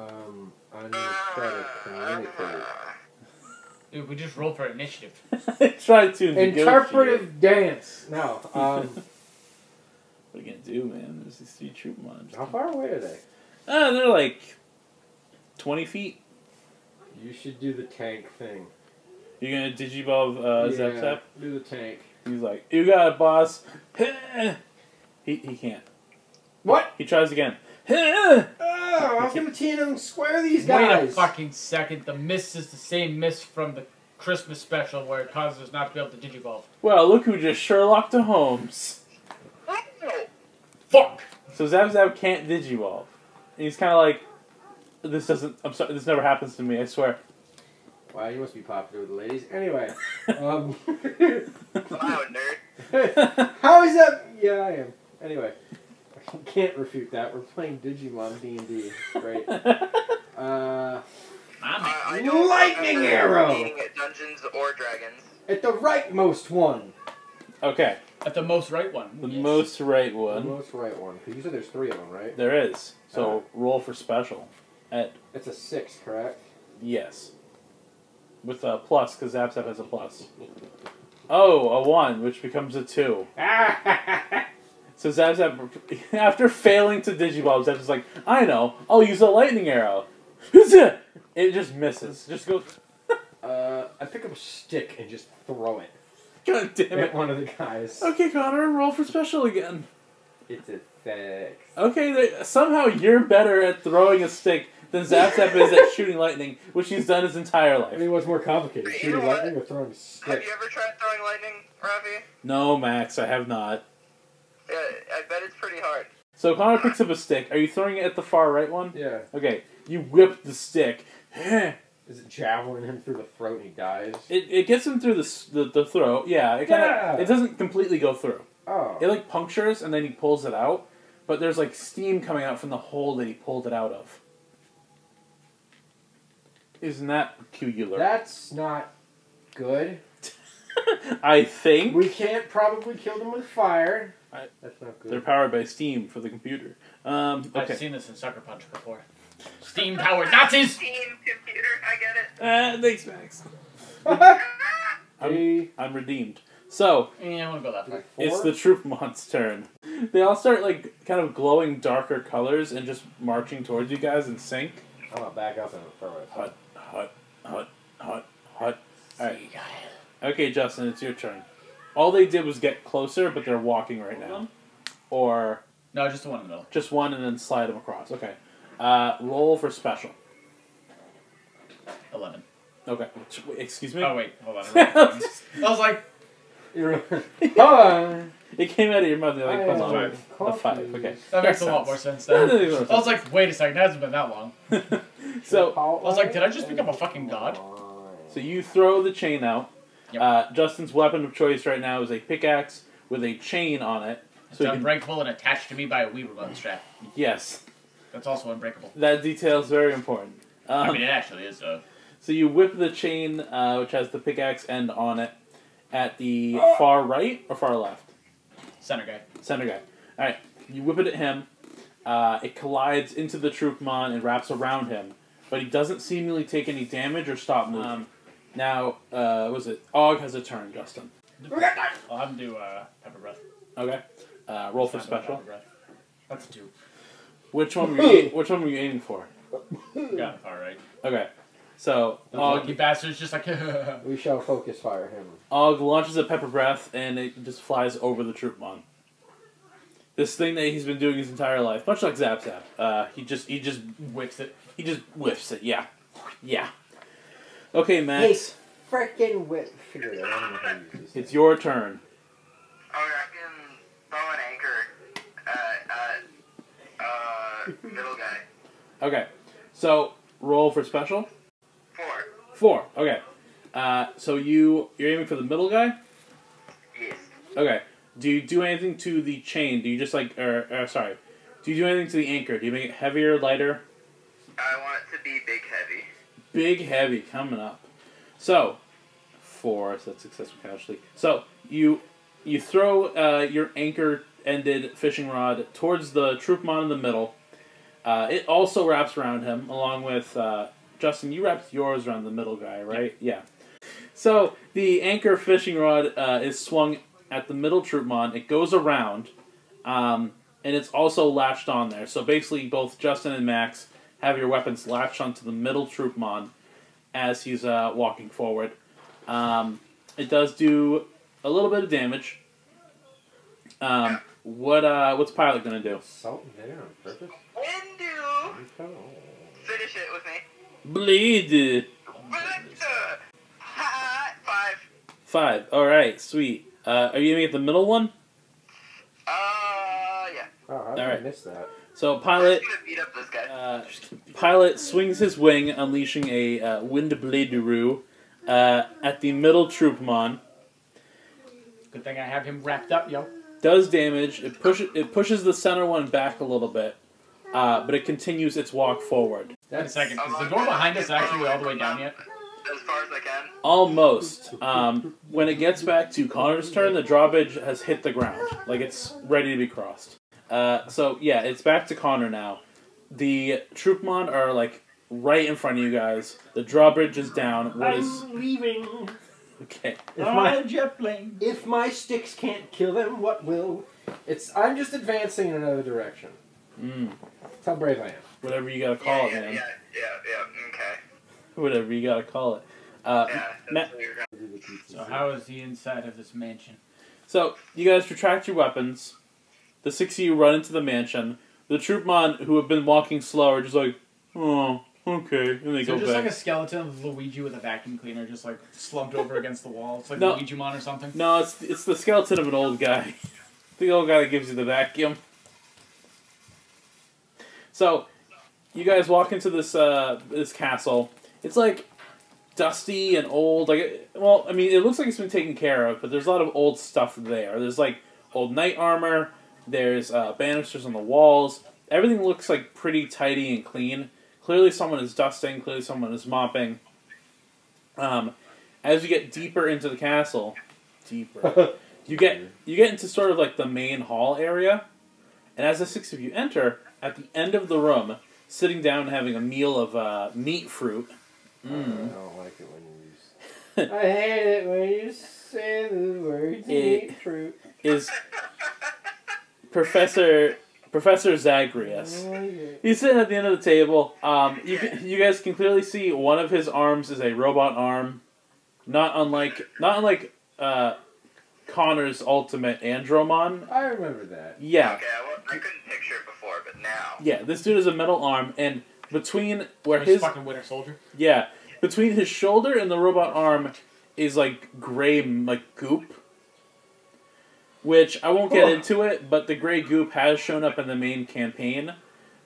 [SPEAKER 4] um, I need to try to communicate.
[SPEAKER 3] Ah.
[SPEAKER 2] Dude, we just rolled for initiative.
[SPEAKER 1] try to negotiate.
[SPEAKER 4] Interpretive dance. No. Um,
[SPEAKER 1] What are you gonna do, man? There's these three troop mon.
[SPEAKER 4] how far away are they?
[SPEAKER 1] Ah, they're like twenty feet.
[SPEAKER 4] You should do the tank thing.
[SPEAKER 1] You're gonna digivolve uh, Zap
[SPEAKER 4] Yeah,
[SPEAKER 1] Zap.
[SPEAKER 4] Do the tank.
[SPEAKER 1] He's like, "You got it, boss." he he can't.
[SPEAKER 4] What?
[SPEAKER 1] He tries again.
[SPEAKER 4] Oh, I was gonna tee them square these
[SPEAKER 2] Wait a
[SPEAKER 4] guys.
[SPEAKER 2] fucking second. The mist is the same mist from the Christmas special where it causes us not to be able to digivolve.
[SPEAKER 1] well, look who just Sherlock to Holmes.
[SPEAKER 2] Fuck.
[SPEAKER 1] So Zab Zab can't digivolve. And he's kind of like, this doesn't, I'm sorry, this never happens to me, I swear.
[SPEAKER 4] Wow, you must be popular with the ladies. Anyway, um,
[SPEAKER 3] Wow, nerd.
[SPEAKER 4] how is that? Yeah, I am. Anyway, I can't refute that. We're playing Digimon D and D, right? Uh,
[SPEAKER 2] I'm
[SPEAKER 3] I, I don't
[SPEAKER 4] Lightning
[SPEAKER 3] remember
[SPEAKER 4] arrow!
[SPEAKER 3] Being at Dungeons or Dragons.
[SPEAKER 4] at the rightmost one.
[SPEAKER 1] okay,
[SPEAKER 2] at the most right one.
[SPEAKER 1] the
[SPEAKER 2] Yes.
[SPEAKER 1] most right
[SPEAKER 4] The
[SPEAKER 1] one.
[SPEAKER 4] most right one. 'Cause You said there's three of them, right?
[SPEAKER 1] There is. So
[SPEAKER 4] Uh-huh.
[SPEAKER 1] roll for special. At
[SPEAKER 4] It's a six, correct?
[SPEAKER 1] yes. With a plus, because Zab Zab has a plus. Oh, a one, which becomes a two. So Zab Zab, after failing to digivolve, Zab is like, I know, I'll use a lightning arrow. it just misses. Just goes,
[SPEAKER 4] uh, I pick up a stick and just throw it
[SPEAKER 1] God damn
[SPEAKER 4] at
[SPEAKER 1] it.
[SPEAKER 4] one of the guys.
[SPEAKER 1] Okay, Connor, roll for special again.
[SPEAKER 4] It's a six.
[SPEAKER 1] Okay, they, somehow you're better at throwing a stick than Zap Zap is at shooting lightning, which he's done his entire
[SPEAKER 4] I
[SPEAKER 1] life.
[SPEAKER 4] mean, what's more complicated,
[SPEAKER 3] You
[SPEAKER 4] shooting
[SPEAKER 3] know what?
[SPEAKER 4] lightning or throwing a
[SPEAKER 3] Have
[SPEAKER 4] stick?
[SPEAKER 3] you ever tried throwing lightning, Ravi?
[SPEAKER 1] No, Max, I have not.
[SPEAKER 3] Yeah, I bet it's pretty hard.
[SPEAKER 1] So Connor picks up a stick. Are you throwing it at the far right one?
[SPEAKER 4] Yeah.
[SPEAKER 1] Okay, you whip the stick. it,
[SPEAKER 4] Is it javelin him through the throat and he dies?
[SPEAKER 1] it gets him through the, s- the, the throat. Yeah, it kind of
[SPEAKER 4] Yeah.
[SPEAKER 1] it doesn't completely go through.
[SPEAKER 4] oh.
[SPEAKER 1] It like punctures and then he pulls it out, but there's like steam coming out from the hole that he pulled it out of. is not peculiar.
[SPEAKER 4] That's not good.
[SPEAKER 1] I think
[SPEAKER 4] We can't probably kill them with fire.
[SPEAKER 1] I-
[SPEAKER 4] That's not
[SPEAKER 1] they're
[SPEAKER 4] good.
[SPEAKER 1] powered by steam for the computer. Um,
[SPEAKER 2] I've
[SPEAKER 1] okay.
[SPEAKER 2] seen this in Sucker Punch before. Steam powered Nazis!
[SPEAKER 3] Team computer, I get it.
[SPEAKER 1] Uh, thanks, Max. I'm,
[SPEAKER 4] Three,
[SPEAKER 1] I'm redeemed. So
[SPEAKER 2] Yeah, I won't go that far.
[SPEAKER 1] it's
[SPEAKER 4] four?
[SPEAKER 1] the troop mon's turn. They all start like kind of glowing darker colors and just marching towards you guys in sync.
[SPEAKER 4] I'm gonna back up and throw it.
[SPEAKER 1] Hut, hut, hut, hut, hut. All right. Okay, Justin, it's your turn. All they did was get closer, but they're walking right now, or
[SPEAKER 2] No, just the one in the middle.
[SPEAKER 1] just one and then slide them across. Okay. Uh, roll for special.
[SPEAKER 2] 11.
[SPEAKER 1] Okay. Wait, Excuse me.
[SPEAKER 2] Oh, wait, hold on. I wrote it
[SPEAKER 6] I was like,
[SPEAKER 4] You're Hi.
[SPEAKER 1] it came out of your mouth. You're like, hold
[SPEAKER 4] I
[SPEAKER 1] on.
[SPEAKER 4] am
[SPEAKER 6] five.
[SPEAKER 1] A five,
[SPEAKER 4] confused.
[SPEAKER 1] okay.
[SPEAKER 2] that makes a lot more sense now. I was like, wait a second, that hasn't been that long.
[SPEAKER 1] so,
[SPEAKER 4] How
[SPEAKER 2] I was like, did I just
[SPEAKER 4] am
[SPEAKER 2] become a fucking god?
[SPEAKER 4] I?
[SPEAKER 1] so you throw the chain out.
[SPEAKER 2] Yep.
[SPEAKER 1] Uh, Justin's weapon of choice right now is a pickaxe with a chain on it.
[SPEAKER 2] It's
[SPEAKER 1] So you can-
[SPEAKER 2] unbreakable and attached to me by a Wii remote strap.
[SPEAKER 1] yes,
[SPEAKER 2] That's also unbreakable.
[SPEAKER 1] that detail is very important. Um,
[SPEAKER 2] I mean, it actually is, though.
[SPEAKER 1] So you whip the chain, uh, which has the pickaxe end on it, at the far right or far left?
[SPEAKER 2] Center guy.
[SPEAKER 1] Center guy. Alright, you whip it at him. Uh, it collides into the Troopmon and wraps around him, but he doesn't seemingly take any damage or stop moving.
[SPEAKER 2] Um,
[SPEAKER 1] now, uh, what was it? Og has a turn, Justin.
[SPEAKER 2] I'll have him do uh, pepper breath.
[SPEAKER 1] Okay. Uh, roll for
[SPEAKER 2] Not doing
[SPEAKER 1] special.
[SPEAKER 2] pepper breath. That's a two.
[SPEAKER 1] Which one were you, which one were you aiming for?
[SPEAKER 2] Got it far right.
[SPEAKER 1] Okay. So,
[SPEAKER 2] Oh,
[SPEAKER 1] Og,
[SPEAKER 2] you bastards! Just like
[SPEAKER 4] We shall focus fire him.
[SPEAKER 1] Og launches a pepper breath and it just flies over the Troopmon. This thing that he's been doing his entire life, much like Zap Zap, uh, he just he just
[SPEAKER 2] whips it.
[SPEAKER 1] he just whiffs it. Yeah, yeah. Okay, Max,
[SPEAKER 4] Yes. Freaking whip. Figure it out. I don't know how to use this.
[SPEAKER 1] it's your turn.
[SPEAKER 3] Alright, Oh, I can throw an anchor at, at uh, middle guy.
[SPEAKER 1] Okay, so roll for special
[SPEAKER 3] Four.
[SPEAKER 1] four. Okay, uh, so you you're aiming for the middle guy.
[SPEAKER 3] Yes.
[SPEAKER 1] Okay, do you do anything to the chain? Do you just like or, or sorry, do you do anything to the anchor? Do you make it heavier, lighter?
[SPEAKER 3] I want it to be big heavy.
[SPEAKER 1] Big heavy coming up. So, four. So that's successful casualty. So you you throw uh, your anchor ended fishing rod towards the troopmon in the middle. Uh, it also wraps around him, along with uh, Justin. You wrapped yours around the middle guy, right? Yeah. So the anchor fishing rod uh, is swung at the middle troopmon. It goes around, um, and it's also latched on there. So basically, both Justin and Max have your weapons latched onto the middle troopmon as he's uh, walking forward. Um, it does do a little bit of damage. Um, what uh, what's Pilot gonna do?
[SPEAKER 4] Salt and vinegar on purpose?
[SPEAKER 3] Windu!
[SPEAKER 4] You don't know.
[SPEAKER 3] Finish it with me.
[SPEAKER 1] Bleed
[SPEAKER 3] Windu! Ha! Five.
[SPEAKER 1] five. All right, sweet. Uh, are you aiming at the middle one?
[SPEAKER 3] Uh, yeah.
[SPEAKER 4] Oh, how did I
[SPEAKER 1] Alright.
[SPEAKER 4] miss that?
[SPEAKER 1] So
[SPEAKER 3] I'm
[SPEAKER 1] Pilot
[SPEAKER 3] just gonna beat up this guy.
[SPEAKER 1] uh, Pilot swings his wing, unleashing a uh, wind blade uh, at the middle troopmon.
[SPEAKER 2] Good thing I have him wrapped up, yo.
[SPEAKER 1] does damage. It pushes it pushes the center one back a little bit, uh, but it continues its walk forward.
[SPEAKER 2] Wait a second.
[SPEAKER 3] I'm
[SPEAKER 2] Is the
[SPEAKER 3] not
[SPEAKER 2] door
[SPEAKER 3] gonna
[SPEAKER 2] behind us
[SPEAKER 3] get
[SPEAKER 2] actually
[SPEAKER 3] away
[SPEAKER 2] all the way
[SPEAKER 3] from
[SPEAKER 2] down
[SPEAKER 3] them
[SPEAKER 2] yet?
[SPEAKER 3] As far as I can.
[SPEAKER 1] Almost. Um, when it gets back to Connor's turn, the drawbridge has hit the ground, like it's ready to be crossed. Uh, so yeah, it's back to Connor now. The troopmon are like right in front of you guys. The drawbridge is down. What is
[SPEAKER 6] leaving
[SPEAKER 1] okay?
[SPEAKER 4] If
[SPEAKER 2] Oh,
[SPEAKER 4] my,
[SPEAKER 6] jet plane.
[SPEAKER 4] if my sticks can't kill them, what will? It's. I'm just advancing in another direction.
[SPEAKER 1] Mm,
[SPEAKER 4] That's how brave I am.
[SPEAKER 1] whatever you gotta call it,
[SPEAKER 3] yeah, yeah,
[SPEAKER 1] man.
[SPEAKER 3] yeah, yeah, yeah, okay.
[SPEAKER 1] Whatever you gotta call it. Uh,
[SPEAKER 3] Yeah, that's
[SPEAKER 1] Ma-
[SPEAKER 3] what you're gonna-
[SPEAKER 2] So how is the inside of this mansion?
[SPEAKER 1] So you guys retract your weapons. The six of you run into the mansion. The troopmon who have been walking slow are just like, oh, okay, and they
[SPEAKER 2] So
[SPEAKER 1] go
[SPEAKER 2] just
[SPEAKER 1] back.
[SPEAKER 2] like a skeleton of Luigi with a vacuum cleaner, just like slumped over against the wall. It's like
[SPEAKER 1] No.
[SPEAKER 2] Luigi Mon or something.
[SPEAKER 1] no, it's it's the skeleton of an old guy, the old guy that gives you the vacuum. So, you guys walk into this uh, this castle. It's like dusty and old. Like, well, I mean, it looks like it's been taken care of, but there's a lot of old stuff there. There's like old knight armor. There's uh, banisters on the walls. Everything looks like pretty tidy and clean. Clearly, someone is dusting. Clearly, someone is mopping. Um, as you get deeper into the castle, deeper, you get you get into sort of like the main hall area, and as the six of you enter, at the end of the room, sitting down having a meal of uh, meat fruit. Mm.
[SPEAKER 4] I don't like it when you use. I hate it when you say the words
[SPEAKER 1] It-
[SPEAKER 4] meat fruit.
[SPEAKER 1] is Professor Professor Zagreus. He's sitting at the end of the table. Um, you, can- you guys can clearly see one of his arms is a robot arm, not unlike not unlike uh, Connor's ultimate Andromon.
[SPEAKER 4] I remember that.
[SPEAKER 1] Yeah,
[SPEAKER 3] Okay, well, I couldn't picture it before, but now.
[SPEAKER 1] yeah. This dude is a metal arm, and between where
[SPEAKER 2] He's
[SPEAKER 1] his
[SPEAKER 2] fucking Winter Soldier.
[SPEAKER 1] yeah between his shoulder and the robot arm is like gray like goop which i won't get into it but the gray goop has shown up in the main campaign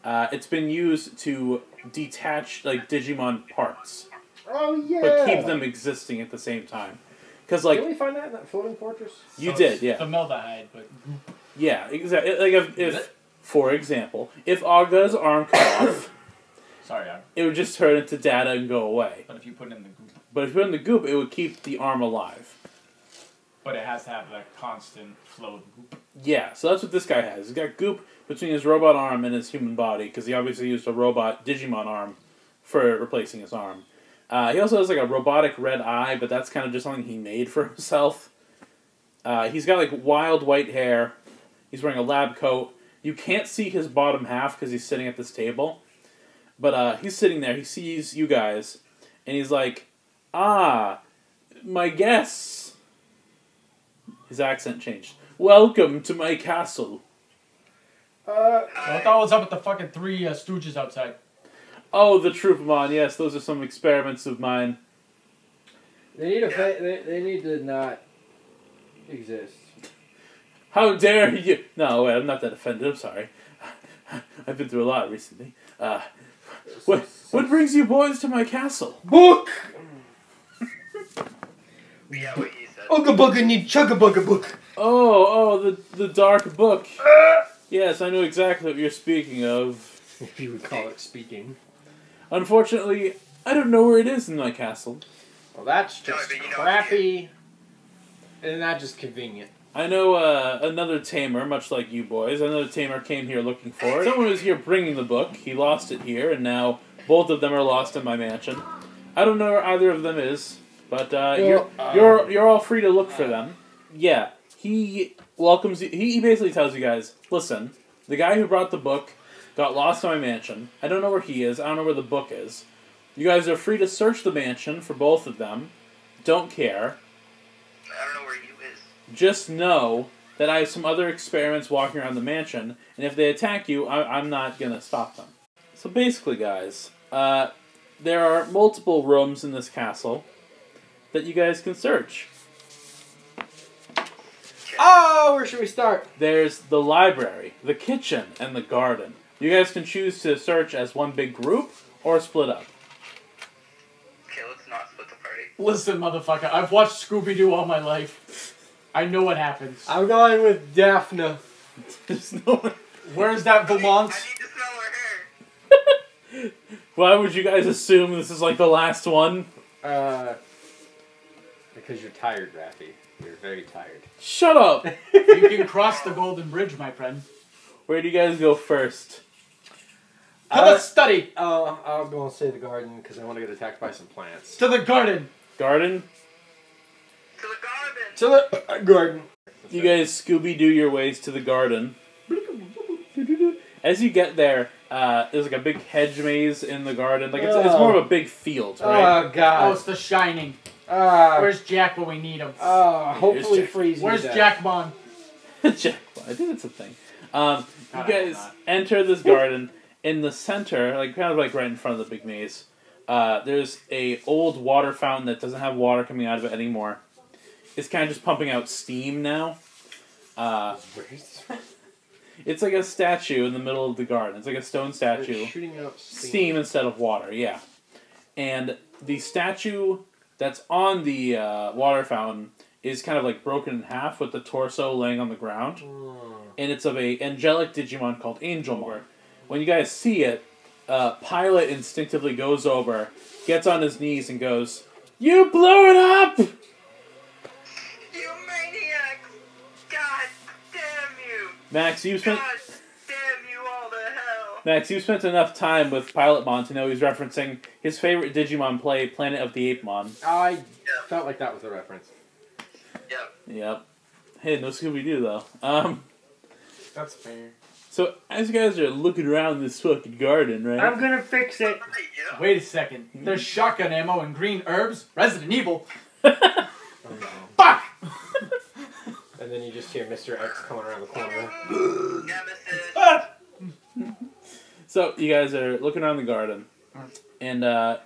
[SPEAKER 1] uh, it's been used to detach like digimon parts
[SPEAKER 4] Oh yeah.
[SPEAKER 1] but keep them existing at the same time because like
[SPEAKER 4] Did we find that in that floating fortress?
[SPEAKER 1] you
[SPEAKER 2] So
[SPEAKER 1] did
[SPEAKER 2] it's
[SPEAKER 1] yeah
[SPEAKER 2] Formaldehyde, but
[SPEAKER 1] yeah exactly like if, if for example if aga's arm cut off
[SPEAKER 2] sorry, Adam.
[SPEAKER 1] it would just turn into data and go away
[SPEAKER 2] But if you put it in the group,
[SPEAKER 1] but if you put in the goop it would keep the arm alive
[SPEAKER 2] but it has to have that constant flow of goop.
[SPEAKER 1] Yeah, so that's what this guy has. He's got goop between his robot arm and his human body because he obviously used a robot Digimon arm for replacing his arm. Uh, he also has like a robotic red eye, but that's kind of just something he made for himself. Uh, he's got like wild white hair. He's wearing a lab coat. You can't see his bottom half because he's sitting at this table, but uh, he's sitting there. He sees you guys, and he's like, "Ah, my guests." His accent changed. Welcome to my castle.
[SPEAKER 4] Uh,
[SPEAKER 2] Well, I thought it was up with the fucking three uh, Stooges outside.
[SPEAKER 1] Oh, the Troopamon. Yes, those are some experiments of mine.
[SPEAKER 4] they need a. Fa- they, they need to not exist.
[SPEAKER 1] How dare you? No, wait, I'm not that offended. I'm sorry. I've been through a lot recently. Uh, what, what brings you boys to my castle?
[SPEAKER 6] Book!
[SPEAKER 3] Yeah, what he said.
[SPEAKER 6] Ooga booga need chugga booga book.
[SPEAKER 1] Oh, oh, the, the dark book. Yes, I know exactly what you're speaking of.
[SPEAKER 6] If you would call it speaking.
[SPEAKER 1] Unfortunately, I don't know where it is in my castle.
[SPEAKER 4] Well, that's
[SPEAKER 3] No,
[SPEAKER 4] just
[SPEAKER 3] but you know-
[SPEAKER 4] crappy, and not just convenient.
[SPEAKER 1] I know uh, another tamer, much like you boys, another tamer came here looking for it. Someone was here bringing the book. He lost it here, and now both of them are lost in my mansion. I don't know where either of them is, but uh, you're,
[SPEAKER 4] Well,
[SPEAKER 1] you're you're all free to look for them. Yeah, he welcomes you. He he basically tells you guys, listen, the guy who brought the book got lost in my mansion. I don't know where he is. I don't know where the book is. You guys are free to search the mansion for both of them. Don't care
[SPEAKER 3] I don't know where you is.
[SPEAKER 1] just know that I have some other experiments walking around the mansion, and if they attack you, I- I'm not gonna stop them. So basically, guys, uh, there are multiple rooms in this castle that you guys can search.
[SPEAKER 4] Oh, where should we start?
[SPEAKER 1] There's the library, the kitchen, and the garden. You guys can choose to search as one big group or split up.
[SPEAKER 3] Okay, let's not split the party.
[SPEAKER 2] Listen, motherfucker, I've watched Scooby Doo all my life. I know what happens.
[SPEAKER 4] I'm going with Daphne.
[SPEAKER 1] There's no.
[SPEAKER 6] Where's that
[SPEAKER 3] I
[SPEAKER 6] Vermont?
[SPEAKER 3] need to smell her hair.
[SPEAKER 1] Why would you guys assume this is like the last one?
[SPEAKER 4] Uh, because you're tired, Raffy. You're very tired.
[SPEAKER 1] Shut up.
[SPEAKER 2] you can cross the Golden Bridge, my friend.
[SPEAKER 1] Where do you guys go first?
[SPEAKER 6] Have
[SPEAKER 4] Uh,
[SPEAKER 6] a study
[SPEAKER 4] Oh, I'll go and say the garden because I want to get attacked by some plants.
[SPEAKER 6] to the garden.
[SPEAKER 1] Garden.
[SPEAKER 3] To the garden.
[SPEAKER 4] To the uh, garden.
[SPEAKER 1] You guys Scooby Doo your ways to the garden. As you get there, uh, there's like a big hedge maze in the garden. Like it's, it's more of a big field, right?
[SPEAKER 4] Oh
[SPEAKER 2] Oh,
[SPEAKER 4] God.
[SPEAKER 2] it's The Shining.
[SPEAKER 4] Uh,
[SPEAKER 2] Where's Jack when we need him?
[SPEAKER 5] Oh,
[SPEAKER 4] uh, hopefully
[SPEAKER 1] Jack.
[SPEAKER 4] freeze me
[SPEAKER 2] Where's
[SPEAKER 4] to death.
[SPEAKER 2] Jack Mon?
[SPEAKER 1] Jack- I think it's a thing. Um, you
[SPEAKER 2] No,
[SPEAKER 1] guys
[SPEAKER 2] it's not.
[SPEAKER 1] enter this garden. In the center, like kind of like right in front of the big maze, uh, there's a old water fountain that doesn't have water coming out of it anymore. It's kind of just pumping out steam now. Uh,
[SPEAKER 4] Where's
[SPEAKER 1] it's like a statue in the middle of the garden. It's like a stone statue.
[SPEAKER 4] They're Shooting out steam.
[SPEAKER 1] steam instead of water, yeah. And the statue that's on the uh, water fountain is kind of like broken in half with the torso laying on the ground,
[SPEAKER 4] Mm.
[SPEAKER 1] and it's of a angelic Digimon called Angelmon. When you guys see it, uh, Pilot instinctively goes over, gets on his knees, and goes, "You blew it up!"
[SPEAKER 3] You maniac! God damn you!
[SPEAKER 1] Max, you spent
[SPEAKER 3] God damn you all to hell!
[SPEAKER 1] Max, you spent enough time with Pilot Mon to know he's referencing his favorite Digimon play, Planet of the Ape Mon.
[SPEAKER 4] I
[SPEAKER 3] Yeah.
[SPEAKER 4] felt like that was a reference.
[SPEAKER 3] Yep.
[SPEAKER 1] Yep. Hey, no Scooby Doo though. Um.
[SPEAKER 5] That's fair.
[SPEAKER 1] So as you guys are looking around this fucking garden, right?
[SPEAKER 6] I'm gonna fix it.
[SPEAKER 3] Yeah.
[SPEAKER 6] Wait a second.
[SPEAKER 5] Mm-hmm.
[SPEAKER 6] There's shotgun ammo and green herbs. Resident Evil.
[SPEAKER 5] Fuck!
[SPEAKER 4] And then you just hear Mr. X coming around the corner.
[SPEAKER 3] Mm-hmm. Nemesis.
[SPEAKER 1] So you guys are looking around the garden,
[SPEAKER 6] Mm.
[SPEAKER 1] and uh,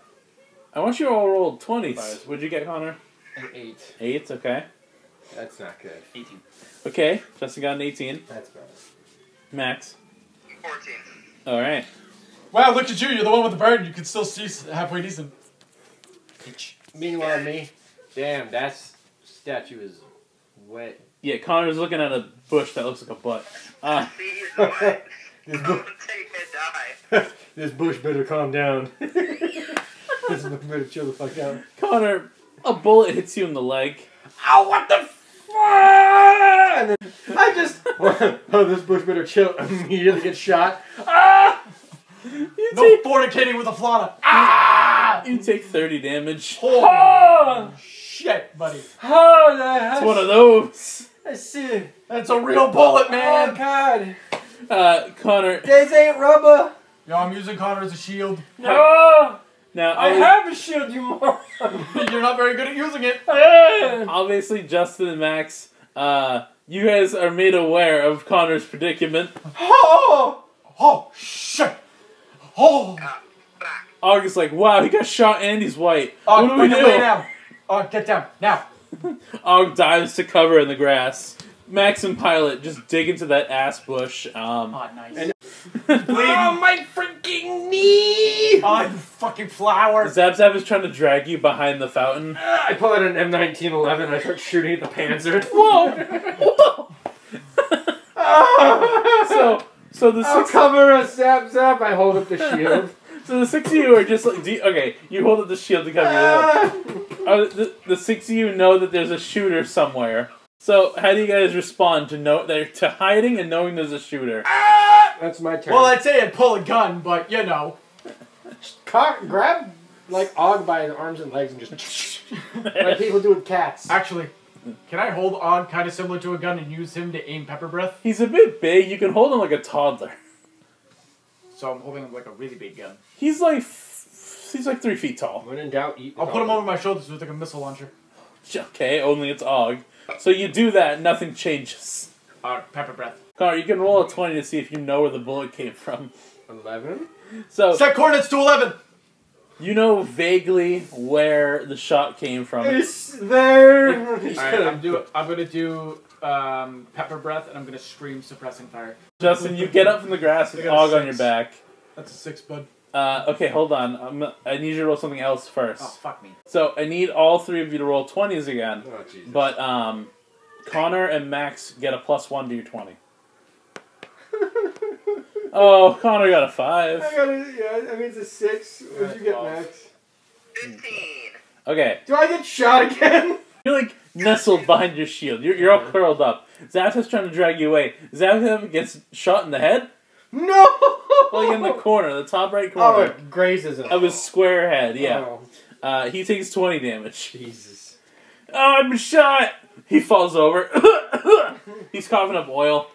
[SPEAKER 1] I want you all to roll twenties. What'd you get, Connor?
[SPEAKER 4] An eight.
[SPEAKER 1] Eights. Okay.
[SPEAKER 4] That's not good.
[SPEAKER 6] 18.
[SPEAKER 1] Okay. Justin got an eighteen.
[SPEAKER 4] That's bad.
[SPEAKER 1] Max.
[SPEAKER 3] 14.
[SPEAKER 1] All right.
[SPEAKER 5] Wow, look at you. You're the one with the bird. You can still see s- halfway decent.
[SPEAKER 4] Meanwhile, me. Damn, that s- statue is wet.
[SPEAKER 1] Yeah, Connor's looking at a bush that looks like a butt. Uh,
[SPEAKER 3] See, you know what?
[SPEAKER 4] This,
[SPEAKER 3] I'm gonna take a die.
[SPEAKER 4] this bush better calm down. this bush better chill the fuck out.
[SPEAKER 1] Connor, a bullet hits you in the leg.
[SPEAKER 5] Ah,
[SPEAKER 4] Oh, what the fuck! And then I just. oh, this bush better chill. Immediately get shot. Ah!
[SPEAKER 1] You
[SPEAKER 5] No
[SPEAKER 1] take
[SPEAKER 5] fornicating with a flotta. Ah,
[SPEAKER 1] you take thirty damage.
[SPEAKER 5] Holy shit, buddy.
[SPEAKER 4] Oh, the hell?
[SPEAKER 1] It's one of those.
[SPEAKER 4] I see.
[SPEAKER 5] That's a real bullet,
[SPEAKER 4] Oh,
[SPEAKER 5] man.
[SPEAKER 4] God.
[SPEAKER 1] Uh, Connor.
[SPEAKER 4] This ain't rubber.
[SPEAKER 5] Yo, I'm using Connor as a shield.
[SPEAKER 4] No!
[SPEAKER 1] Now,
[SPEAKER 4] I
[SPEAKER 5] Oh.
[SPEAKER 1] ob-
[SPEAKER 4] have a shield, you moron.
[SPEAKER 5] You're not very good at using it.
[SPEAKER 1] obviously Justin and Max. Uh, you guys are made aware of Connor's predicament.
[SPEAKER 5] Oh, oh shit. Oh,
[SPEAKER 3] Ah, fuck.
[SPEAKER 1] August like, wow, he got shot and he's white.
[SPEAKER 5] oh
[SPEAKER 1] what do we
[SPEAKER 5] fucking lay
[SPEAKER 1] do?
[SPEAKER 5] down. Oh, get down now.
[SPEAKER 1] Og dives to cover in the grass. Max and Pilot just dig into that ass bush. Um,
[SPEAKER 6] Oh, nice.
[SPEAKER 4] And-
[SPEAKER 5] Bleeding.
[SPEAKER 4] my freaking knee!
[SPEAKER 5] Oh, you fucking flower.
[SPEAKER 1] Zab Zab is trying to drag you behind the fountain.
[SPEAKER 4] Ah, I pull out an M1911 and I start shooting at the Panzer.
[SPEAKER 1] Whoa!
[SPEAKER 4] Ah!
[SPEAKER 1] so, so the
[SPEAKER 4] I'll
[SPEAKER 1] six,
[SPEAKER 4] cover a zap zap. I hold up the shield.
[SPEAKER 1] so the six of you are just like, do you- okay, you hold up the shield to cover your head.
[SPEAKER 4] Ah!
[SPEAKER 1] Uh, the, the six of you know that there's a shooter somewhere. So how do you guys respond to know that to hiding and knowing there's a shooter?
[SPEAKER 4] That's my turn.
[SPEAKER 5] Well, I'd say I'd pull a gun, but you know.
[SPEAKER 4] Cock, grab like Og by the arms and legs and just like people do with cats.
[SPEAKER 5] Actually, can I hold on kind of similar to a gun and use him to aim pepper breath?
[SPEAKER 1] He's a bit big. You can hold him like a toddler.
[SPEAKER 5] So I'm holding him like a really big gun.
[SPEAKER 1] He's like f- he's like three feet tall.
[SPEAKER 4] When in doubt, eat. the
[SPEAKER 5] I'll put him
[SPEAKER 4] dog.
[SPEAKER 5] over my shoulders with like a missile launcher.
[SPEAKER 1] Okay, only it's Og. So you do that, nothing changes.
[SPEAKER 5] Uh, pepper breath.
[SPEAKER 1] Connor, you can roll a twenty to see if you know where the bullet came from.
[SPEAKER 4] Eleven.
[SPEAKER 1] So
[SPEAKER 5] Set coordinates to 11.
[SPEAKER 1] you know vaguely where the shot came from.
[SPEAKER 4] It's there.
[SPEAKER 6] Alright, I'm, do, I'm gonna do um, pepper breath and I'm gonna scream suppressing fire.
[SPEAKER 1] Justin, you get up from the grass with
[SPEAKER 5] I got a
[SPEAKER 1] Og on your
[SPEAKER 5] six.
[SPEAKER 1] back.
[SPEAKER 5] That's a six, bud.
[SPEAKER 1] Uh, okay, hold on. I'm, I need you to roll something else first.
[SPEAKER 6] Oh, fuck me.
[SPEAKER 1] So I need all three of you to roll twenties again.
[SPEAKER 4] Oh, Jesus.
[SPEAKER 1] But um, Connor and Max get a plus one to your twenty. oh, Connor got a
[SPEAKER 4] I
[SPEAKER 1] five.
[SPEAKER 4] got a, yeah, I mean it's a six. What'd you get,
[SPEAKER 5] Twelve.
[SPEAKER 4] Max?
[SPEAKER 3] 15.
[SPEAKER 1] Okay,
[SPEAKER 4] Do I get shot again?
[SPEAKER 1] you're like nestled behind your shield. You're, you're all curled up. Zap's trying to drag you away. Zap gets shot in the head,
[SPEAKER 4] No.
[SPEAKER 1] like in the corner, the top right
[SPEAKER 4] Oh,
[SPEAKER 1] corner
[SPEAKER 4] it grazes him.
[SPEAKER 1] of his square head. Yeah,
[SPEAKER 4] Oh,
[SPEAKER 1] uh, he takes twenty damage.
[SPEAKER 4] Jesus.
[SPEAKER 1] Oh, I'm shot. He falls over. He's coughing up oil.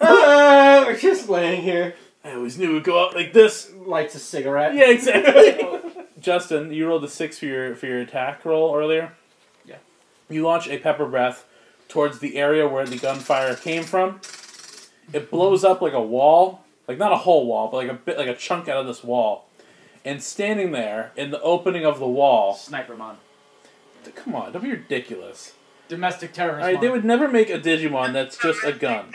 [SPEAKER 4] Ah, we're just laying here.
[SPEAKER 1] I always knew it would go out like this.
[SPEAKER 4] Lights a cigarette.
[SPEAKER 1] Yeah, exactly. Justin, you rolled a six for your for your attack roll earlier.
[SPEAKER 6] Yeah.
[SPEAKER 1] You launch a pepper breath towards the area where the gunfire came from. It blows up like a wall, like not a whole wall, but like a bit like a chunk out of this wall. And standing there in the opening of the wall,
[SPEAKER 6] Sniper Mon.
[SPEAKER 1] come on, don't be ridiculous.
[SPEAKER 5] Domestic terrorist.
[SPEAKER 1] All right, they
[SPEAKER 5] mon.
[SPEAKER 1] would never make a Digimon that's just a gun.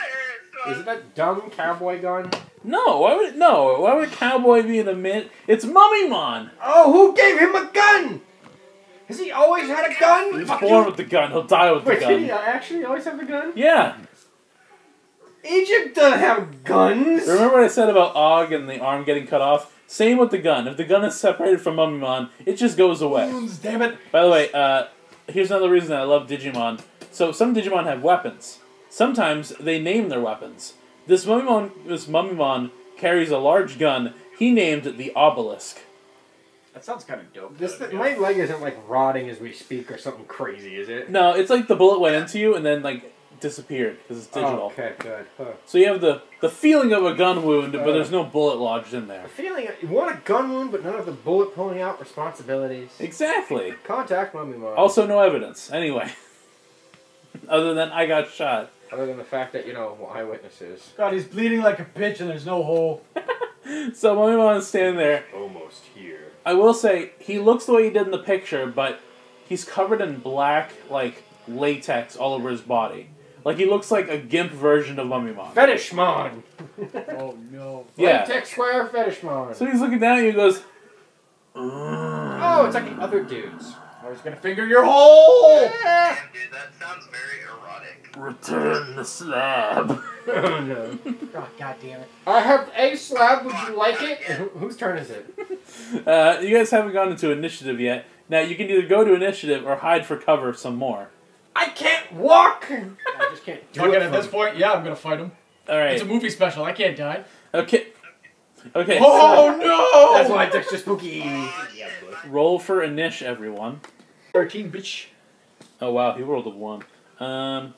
[SPEAKER 4] Is it that dumb cowboy gun?
[SPEAKER 1] No, why would no? Why would a cowboy be in a mint? It's Mummymon.
[SPEAKER 4] Oh, who gave him a gun? Has he always had a gun?
[SPEAKER 1] He's
[SPEAKER 4] Fuck
[SPEAKER 1] born
[SPEAKER 4] you.
[SPEAKER 1] with the gun. He'll die with the
[SPEAKER 4] Wait, did he
[SPEAKER 1] gun.
[SPEAKER 4] actually always have a gun?
[SPEAKER 1] Yeah.
[SPEAKER 4] Egypt doesn't have guns.
[SPEAKER 1] Remember what I said about Og and the arm getting cut off? Same with the gun. If the gun is separated from Mummymon, it just goes away.
[SPEAKER 5] Balloons, damn it.
[SPEAKER 1] By the way, uh, here's another reason that I love Digimon. So some Digimon have weapons. Sometimes they name their weapons. This Mummymon, this Mummymon carries a large gun. He named it the Obelisk.
[SPEAKER 6] That sounds kind of dope.
[SPEAKER 4] This
[SPEAKER 6] though,
[SPEAKER 4] th-
[SPEAKER 6] yeah.
[SPEAKER 4] my leg isn't like rotting as we speak or something crazy, is it?
[SPEAKER 1] No, it's like the bullet went into you and then like disappeared because it's digital.
[SPEAKER 4] okay, good. Huh.
[SPEAKER 1] So you have the the feeling of a gun wound, but there's no bullet lodged in there.
[SPEAKER 4] A feeling you want a gun wound, but none of the bullet pulling out responsibilities.
[SPEAKER 1] Exactly.
[SPEAKER 4] Contact mommy mom.
[SPEAKER 1] Also, no evidence. Anyway, other than I got shot.
[SPEAKER 4] other than the fact that you know eyewitnesses.
[SPEAKER 5] God, he's bleeding like a bitch and there's no hole.
[SPEAKER 1] So Mummymon is standing there.
[SPEAKER 4] Almost here.
[SPEAKER 1] I will say he looks the way he did in the picture, but he's covered in black like latex all over his body. Like he looks like a gimp version of Mummymon.
[SPEAKER 4] Fetishmon.
[SPEAKER 5] Oh no.
[SPEAKER 1] Yeah.
[SPEAKER 4] Latex square fetishmon.
[SPEAKER 1] So he's looking down at you and goes,
[SPEAKER 4] oh, it's like the other dudes.
[SPEAKER 6] I was gonna finger your hole.
[SPEAKER 3] Damn, dude, that sounds very erotic.
[SPEAKER 1] "Return the slab."
[SPEAKER 4] Oh no.
[SPEAKER 6] Oh, God damn it.
[SPEAKER 4] I have a slab. Would you like it? Who- Whose turn is it?
[SPEAKER 1] Uh, you guys haven't gone into initiative yet. Now you can either go to initiative or hide for cover some more.
[SPEAKER 4] I can't walk. I just can't do
[SPEAKER 5] Fucking
[SPEAKER 4] it.
[SPEAKER 5] at this point, yeah, I'm gonna fight him.
[SPEAKER 1] All
[SPEAKER 5] It's a
[SPEAKER 1] right.
[SPEAKER 5] movie special. I can't die.
[SPEAKER 1] Okay. Okay.
[SPEAKER 5] Oh
[SPEAKER 4] That's why Dexter spooky.
[SPEAKER 3] Aw, shit, my-
[SPEAKER 1] Roll for initish, everyone.
[SPEAKER 5] Thirteen, bitch.
[SPEAKER 1] Oh wow, he rolled a one. Um.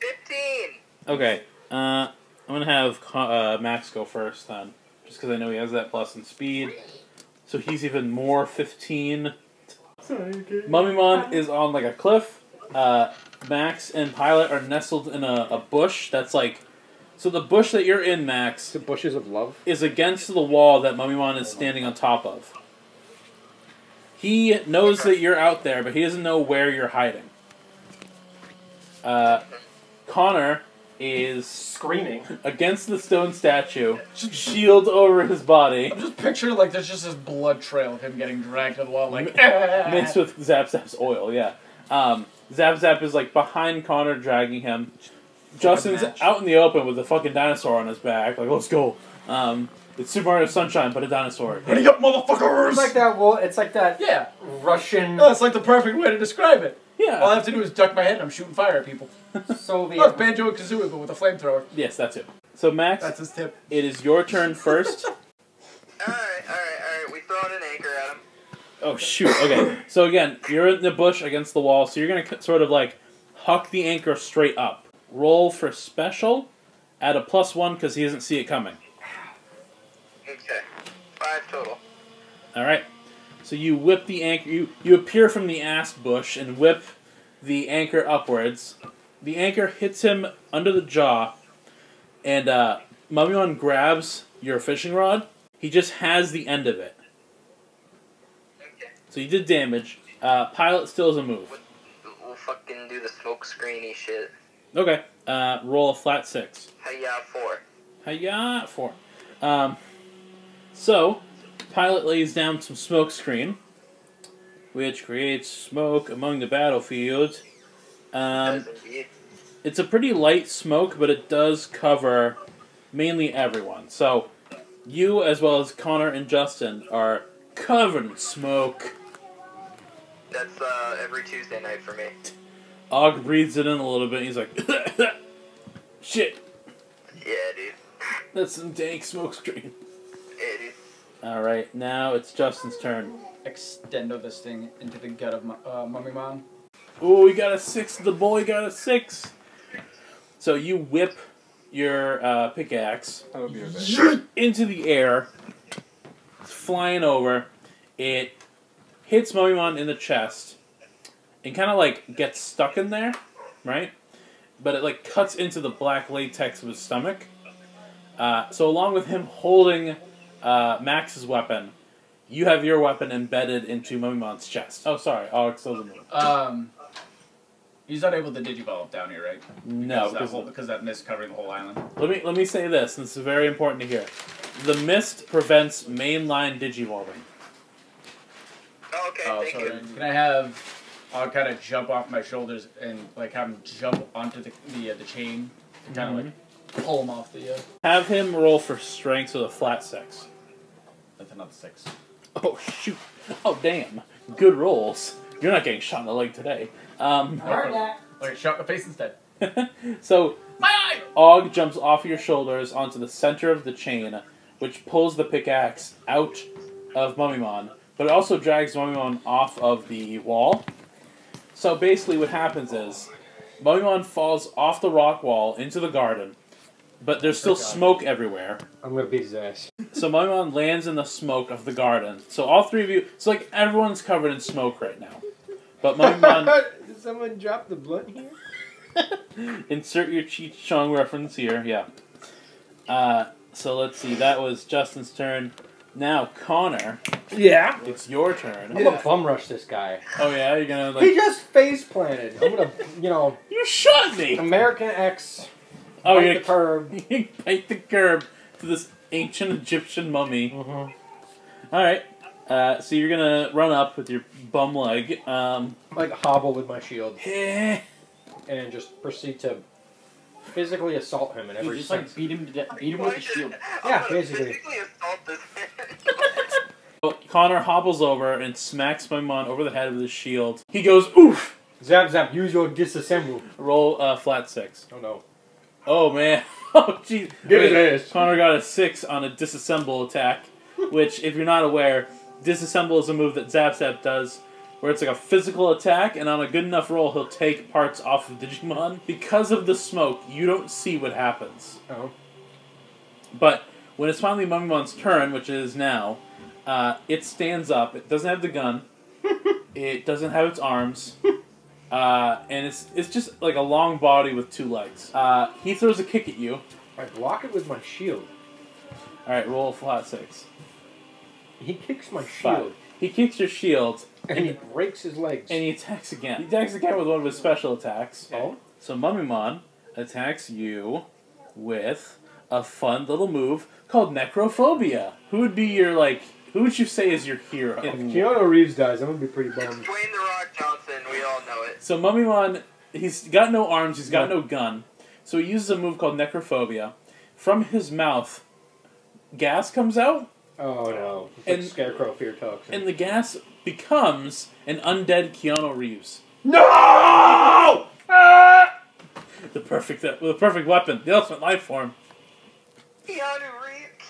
[SPEAKER 3] Fifteen.
[SPEAKER 1] Okay. Uh, I'm gonna have Co- uh, Max go first then, just because I know he has that plus in speed. So he's even more 15. Mummy Mon is on like a cliff. Uh, Max and Pilot are nestled in a, a bush that's like. So the bush that you're in, Max,
[SPEAKER 4] The bushes of love.
[SPEAKER 1] is against the wall that Mummymon is standing on top of. He knows that you're out there, but he doesn't know where you're hiding. Uh, Connor is
[SPEAKER 4] Screaming.
[SPEAKER 1] against the stone statue, shield over his body,
[SPEAKER 5] I'm just picturing like there's just this blood trail of him getting dragged to the wall, like
[SPEAKER 1] mixed with Zap Zap's oil. Yeah, um, Zap Zap is like behind Connor, dragging him. Justin's
[SPEAKER 6] match.
[SPEAKER 1] out in the open with a fucking dinosaur on his back. Like, let's go. Um, it's Super Mario Sunshine, but a dinosaur.
[SPEAKER 5] Ready up,
[SPEAKER 4] It's like
[SPEAKER 5] motherfuckers!
[SPEAKER 4] that. Well, it's like that
[SPEAKER 5] Yeah,
[SPEAKER 4] Russian
[SPEAKER 5] no, that's like the perfect way to describe it.
[SPEAKER 1] Yeah.
[SPEAKER 5] All I have to do is duck my head and I'm shooting fire at people. Oh, it's
[SPEAKER 4] Soviet.
[SPEAKER 5] Banjo and Kazooie, but with a flamethrower.
[SPEAKER 1] yes, that's it. So Max,
[SPEAKER 5] That's his tip.
[SPEAKER 1] It is your turn first.
[SPEAKER 3] All right, all right, all right. We throwing an anchor at him.
[SPEAKER 1] oh shoot. Okay. So again, you're in the bush against the wall, so you're gonna c- sort of like huck the anchor straight up. Roll for special, at a plus one because he doesn't see it coming.
[SPEAKER 3] Okay. Five total.
[SPEAKER 1] All right. So you whip the anchor. You you appear from the ass bush and whip the anchor upwards. The anchor hits him under the jaw, and uh, Mumyon grabs your fishing rod. He just has the end of it.
[SPEAKER 3] Okay.
[SPEAKER 1] So you did damage. Uh, pilot still has a move.
[SPEAKER 3] We'll fucking do the smoke screeny shit.
[SPEAKER 1] Okay. Uh, roll a flat six.
[SPEAKER 3] Hiya, four.
[SPEAKER 1] Hiya, four. Um, so, pilot lays down some smoke screen, which creates smoke among the battlefield. Um,
[SPEAKER 3] Does indeed.
[SPEAKER 1] it's a pretty light smoke, but it does cover mainly everyone. So, you as well as Connor and Justin are covered in smoke.
[SPEAKER 3] That's uh, every Tuesday night for me.
[SPEAKER 1] Og breathes it in a little bit. And he's like, "Shit,
[SPEAKER 3] Yeah, dude.
[SPEAKER 1] that's some dank smoke screen."
[SPEAKER 3] Yeah, dude.
[SPEAKER 1] All right, now it's Justin's turn.
[SPEAKER 6] Extendo this thing into the gut of my, uh, Mummy Mom.
[SPEAKER 1] Oh, we got a six. The boy got a six. So you whip your uh, pickaxe
[SPEAKER 6] That would be a
[SPEAKER 1] into the air, it's flying over. It hits Momimon in the chest and kind of like gets stuck in there, right? But it like cuts into the black latex of his stomach. Uh, so, along with him holding uh, Max's weapon, you have your weapon embedded into Momimon's chest. Oh, sorry. Oh, it still doesn't move.
[SPEAKER 6] Um, he's not able to digiball down here, right?
[SPEAKER 1] No,
[SPEAKER 6] because that,
[SPEAKER 1] because Oh,
[SPEAKER 6] whole, because that mist covering the whole island.
[SPEAKER 1] Let me let me say this, and this is very important to hear. The mist prevents mainline digivolving.
[SPEAKER 3] Oh, okay,
[SPEAKER 6] Oh,
[SPEAKER 3] thank
[SPEAKER 6] so
[SPEAKER 3] you.
[SPEAKER 6] then can I have? I'll kind of jump off my shoulders and like have him jump onto the the, uh, the chain to kind of like
[SPEAKER 2] pull him off the. Uh,
[SPEAKER 1] Have him roll for strength with a flat six.
[SPEAKER 2] that's another six.
[SPEAKER 1] Oh shoot! Oh damn! Good rolls. You're not getting shot in the leg today. Um,
[SPEAKER 2] Heard that. Like shot in the face instead.
[SPEAKER 1] so
[SPEAKER 2] My eye.
[SPEAKER 1] Og jumps off your shoulders onto the center of the chain, which pulls the pickaxe out of Mummymon, but it also drags Mummymon off of the wall. So basically, what happens is Mummymon falls off the rock wall into the garden, but there's still
[SPEAKER 2] Oh, God.
[SPEAKER 1] smoke everywhere.
[SPEAKER 4] I'm gonna beat his ass.
[SPEAKER 1] So Mummymon lands in the smoke of the garden. So all three of you, so like everyone's covered in smoke right now. But Mummymon,
[SPEAKER 4] Did someone drop the blunt here?
[SPEAKER 1] insert your Cheech Chong reference here. Yeah. Uh, so let's see. That was Justin's turn. Now Connor,
[SPEAKER 4] Yeah.
[SPEAKER 1] it's your turn.
[SPEAKER 4] I'm gonna bum rush this guy.
[SPEAKER 1] Oh yeah, you're gonna
[SPEAKER 4] He
[SPEAKER 1] like
[SPEAKER 4] just face planted. I'm gonna, you know,
[SPEAKER 1] you shot me.
[SPEAKER 4] American X.
[SPEAKER 1] Oh,
[SPEAKER 4] bite the
[SPEAKER 1] you're
[SPEAKER 4] curb.
[SPEAKER 1] gonna you bite the curb to this ancient Egyptian mummy.
[SPEAKER 4] Mhm.
[SPEAKER 1] All right. Uh, so you're gonna run up with your bum leg. Um,
[SPEAKER 4] Like hobble with my shield
[SPEAKER 1] eh.
[SPEAKER 4] and just proceed to physically assault him in
[SPEAKER 6] You
[SPEAKER 4] every
[SPEAKER 6] just
[SPEAKER 4] sense.
[SPEAKER 6] like beat him to death. Beat him with a shield.
[SPEAKER 3] I'm
[SPEAKER 4] Yeah,
[SPEAKER 3] gonna
[SPEAKER 4] basically.
[SPEAKER 3] physically assault this man.
[SPEAKER 1] So Connor hobbles over and smacks Maimon over the head with his shield. He goes oof.
[SPEAKER 4] Zap zap, use your disassemble.
[SPEAKER 1] Roll uh, flat six.
[SPEAKER 4] Oh no.
[SPEAKER 1] Oh man. Oh jeez.
[SPEAKER 4] Get
[SPEAKER 1] Wait.
[SPEAKER 4] his ass.
[SPEAKER 1] Connor got a six on a disassemble attack, which, if you're not aware, disassemble is a move that Zap Zap does, where it's like a physical attack, and on a good enough roll, he'll take parts off of Digimon. Because of the smoke, you don't see what happens.
[SPEAKER 4] Oh.
[SPEAKER 1] But when it's finally Mummimon's turn, which it is now, uh, it stands up. It doesn't have the gun. it doesn't have its arms. Uh, and it's it's just like a long body with two legs. Uh, he throws a kick at you.
[SPEAKER 4] I block it with my shield.
[SPEAKER 1] All right, roll a flat six.
[SPEAKER 4] He kicks my
[SPEAKER 1] Five.
[SPEAKER 4] shield
[SPEAKER 1] He kicks your shield
[SPEAKER 4] and he breaks his legs.
[SPEAKER 1] and he attacks again. He attacks again with one of his special attacks.
[SPEAKER 4] oh.
[SPEAKER 1] So Mummymon attacks you with a fun little move called Necrophobia. Who would be your like? Who would you say is your hero?
[SPEAKER 4] If Keanu Reeves dies, I'm gonna be pretty
[SPEAKER 3] It's
[SPEAKER 4] bummed.
[SPEAKER 3] Dwayne the Rock Johnson. We all know it.
[SPEAKER 1] So Mummymon, he's got no arms. He's got no gun. So he uses a move called Necrophobia. From his mouth, gas comes out,
[SPEAKER 4] Oh no. It's
[SPEAKER 1] And-
[SPEAKER 4] like Scarecrow fear talks.
[SPEAKER 1] and the gas becomes an undead Keanu Reeves.
[SPEAKER 4] No! Ah!
[SPEAKER 1] The perfect, uh, the perfect weapon, the ultimate life form.
[SPEAKER 3] Keanu Reeves.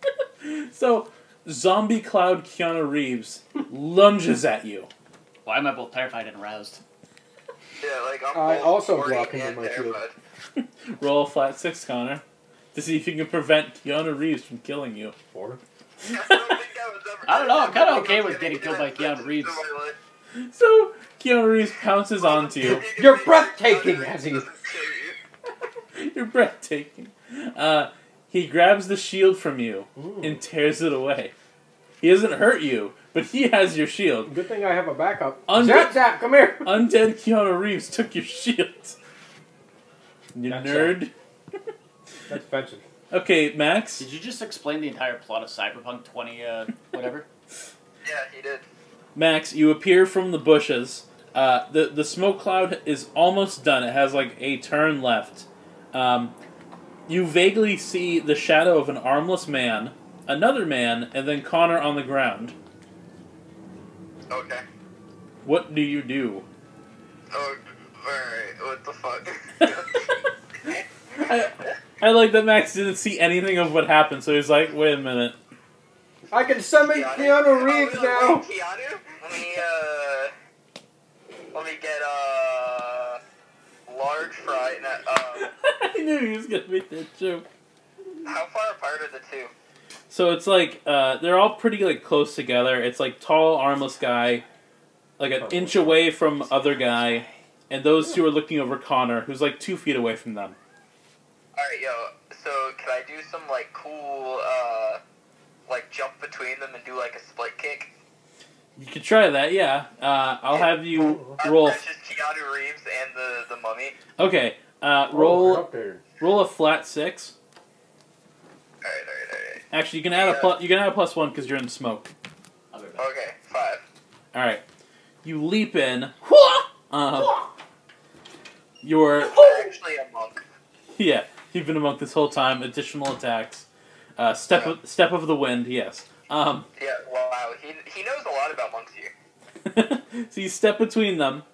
[SPEAKER 3] Keanu.
[SPEAKER 1] So, zombie cloud Keanu Reeves lunges at you.
[SPEAKER 6] Why am I both terrified and aroused?
[SPEAKER 3] Yeah, like I'm
[SPEAKER 4] I
[SPEAKER 3] both
[SPEAKER 4] also
[SPEAKER 3] horny
[SPEAKER 4] block him
[SPEAKER 3] and
[SPEAKER 4] with my shield.
[SPEAKER 3] terrified.
[SPEAKER 1] Roll a flat six, Connor, to see if you can prevent Keanu Reeves from killing you.
[SPEAKER 4] Four.
[SPEAKER 3] I don't think I was ever-
[SPEAKER 6] I don't know, I'm kinda
[SPEAKER 3] I don't
[SPEAKER 6] okay
[SPEAKER 3] think
[SPEAKER 6] with
[SPEAKER 3] I've
[SPEAKER 6] getting
[SPEAKER 3] ever
[SPEAKER 6] killed by
[SPEAKER 3] done that
[SPEAKER 6] Keanu Reeves.
[SPEAKER 3] in my life.
[SPEAKER 1] So, Keanu Reeves pounces onto you.
[SPEAKER 4] You're breathtaking, has he?
[SPEAKER 1] You're breathtaking. Uh, he grabs the shield from you
[SPEAKER 4] Ooh.
[SPEAKER 1] and tears it away. He doesn't hurt you, but he has your shield.
[SPEAKER 4] Good thing I have a backup.
[SPEAKER 1] Unde-
[SPEAKER 4] zap zap, come here!
[SPEAKER 1] Undead Keanu Reeves took your shield. You
[SPEAKER 4] That's
[SPEAKER 1] nerd.
[SPEAKER 4] That's offensive.
[SPEAKER 1] Okay, Max.
[SPEAKER 6] Did you just explain the entire plot of Cyberpunk 20 uh, whatever?
[SPEAKER 3] Yeah, he did.
[SPEAKER 1] Max, you appear from the bushes. Uh, the the smoke cloud is almost done. It has like a turn left. Um, you vaguely see the shadow of an armless man, another man, and then Connor on the ground.
[SPEAKER 3] Okay.
[SPEAKER 1] What do you do?
[SPEAKER 3] Oh, alright. What the fuck?
[SPEAKER 1] I, I like that Max didn't see anything of what happened, so he's like, "Wait a minute."
[SPEAKER 4] I can summon Keanu Reeves
[SPEAKER 3] Oh,
[SPEAKER 4] now!
[SPEAKER 3] wait, Keanu? Let me, uh, let me get, uh, large fry. No, uh,
[SPEAKER 1] I knew he was gonna make that joke.
[SPEAKER 3] how far apart are the two?
[SPEAKER 1] So it's like uh, they're all pretty like close together. It's like tall, armless guy, like an inch away from other guy, and those two are looking over Connor, who's like two feet away from them.
[SPEAKER 3] Alright, yo, so can I do some, like, cool, uh, like, jump between them and do, like, a split kick?
[SPEAKER 1] You could try that, yeah. Uh, I'll have you
[SPEAKER 3] Uh,
[SPEAKER 1] roll.
[SPEAKER 3] That's just Keanu Reeves and the, the mummy.
[SPEAKER 1] Okay, uh,
[SPEAKER 4] Oh,
[SPEAKER 1] roll
[SPEAKER 4] up there.
[SPEAKER 1] roll a flat six.
[SPEAKER 3] Alright, alright,
[SPEAKER 1] Actually, you can add a plus. You can add a plus one because you're in smoke.
[SPEAKER 6] I'll be right back.
[SPEAKER 3] alright. Okay, five.
[SPEAKER 1] All right, you leap in. Uh, your
[SPEAKER 3] Actually, a monk.
[SPEAKER 1] yeah, You've been a monk this whole time. Additional attacks. Uh, step of, step of the wind. Yes. Um,
[SPEAKER 3] Yeah, wow. He, he knows a lot about monks here.
[SPEAKER 1] so you step between them,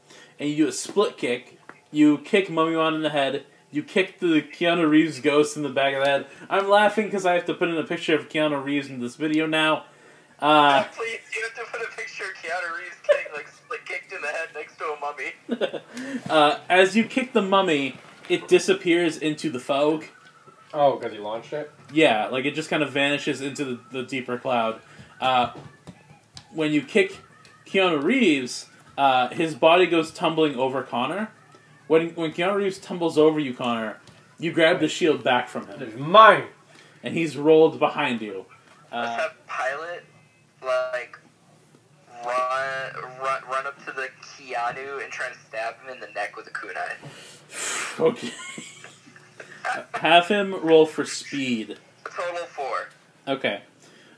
[SPEAKER 1] and you do a split kick. You kick Mummywan in the head. You kick the Keanu Reeves ghost in the back of the head. I'm laughing because I have to put in a picture of Keanu Reeves in this video now. Uh,
[SPEAKER 3] Please, you have to put a picture of Keanu Reeves getting like, like kicked in the head next to a mummy.
[SPEAKER 1] uh, as you kick the mummy, it disappears into the fog.
[SPEAKER 4] Oh, because he launched it?
[SPEAKER 1] Yeah, like it just kind of vanishes into the, the deeper cloud. Uh, when you kick Keanu Reeves, uh, his body goes tumbling over Connor. When, when Keanu Reeves tumbles over you, Connor, you grab the shield back from him,
[SPEAKER 4] It's mine!
[SPEAKER 1] and he's rolled behind you.
[SPEAKER 3] Let's
[SPEAKER 1] Uh,
[SPEAKER 3] have Pilot like run, run run up to the Keanu and try to stab him in the neck with a kunai.
[SPEAKER 1] okay. have him roll for speed.
[SPEAKER 3] Total four.
[SPEAKER 1] Okay.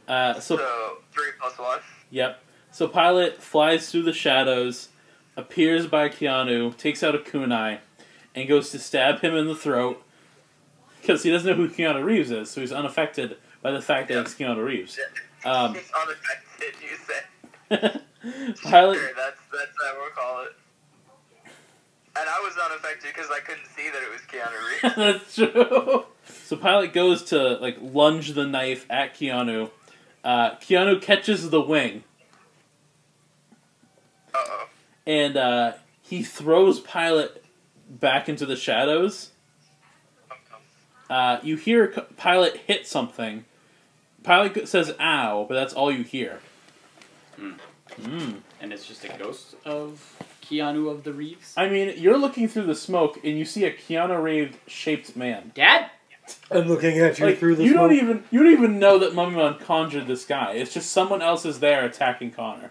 [SPEAKER 1] Uh,
[SPEAKER 3] So,
[SPEAKER 1] so,
[SPEAKER 3] three plus one.
[SPEAKER 1] yep. So, Pilot flies through the shadows, appears by Keanu, takes out a kunai, and goes to stab him in the throat because he doesn't know who Keanu Reeves is, so he's unaffected by the fact that it's Keanu Reeves. Um,
[SPEAKER 3] He's unaffected. You said.
[SPEAKER 1] Pilot,
[SPEAKER 3] Sure, that's that's how we'll call it. And I was unaffected because I couldn't see that it was Keanu Reeves.
[SPEAKER 1] that's true. So Pilot goes to like lunge the knife at Keanu. Uh, Keanu catches the wing
[SPEAKER 3] Uh oh.
[SPEAKER 1] and uh, he throws Pilot back into the shadows. Uh, you hear C- Pilot hit something. Pilot go- says "ow," but that's all you hear.
[SPEAKER 7] Hmm.
[SPEAKER 1] Mm.
[SPEAKER 7] And it's just a ghost of Keanu of the Reeves.
[SPEAKER 1] I mean, you're looking through the smoke and you see a Keanu Reeves shaped man.
[SPEAKER 7] Dad?
[SPEAKER 5] I'm looking at
[SPEAKER 1] Like, you don't even you don't even know that Mummymon conjured this guy. It's just someone else is there attacking Connor.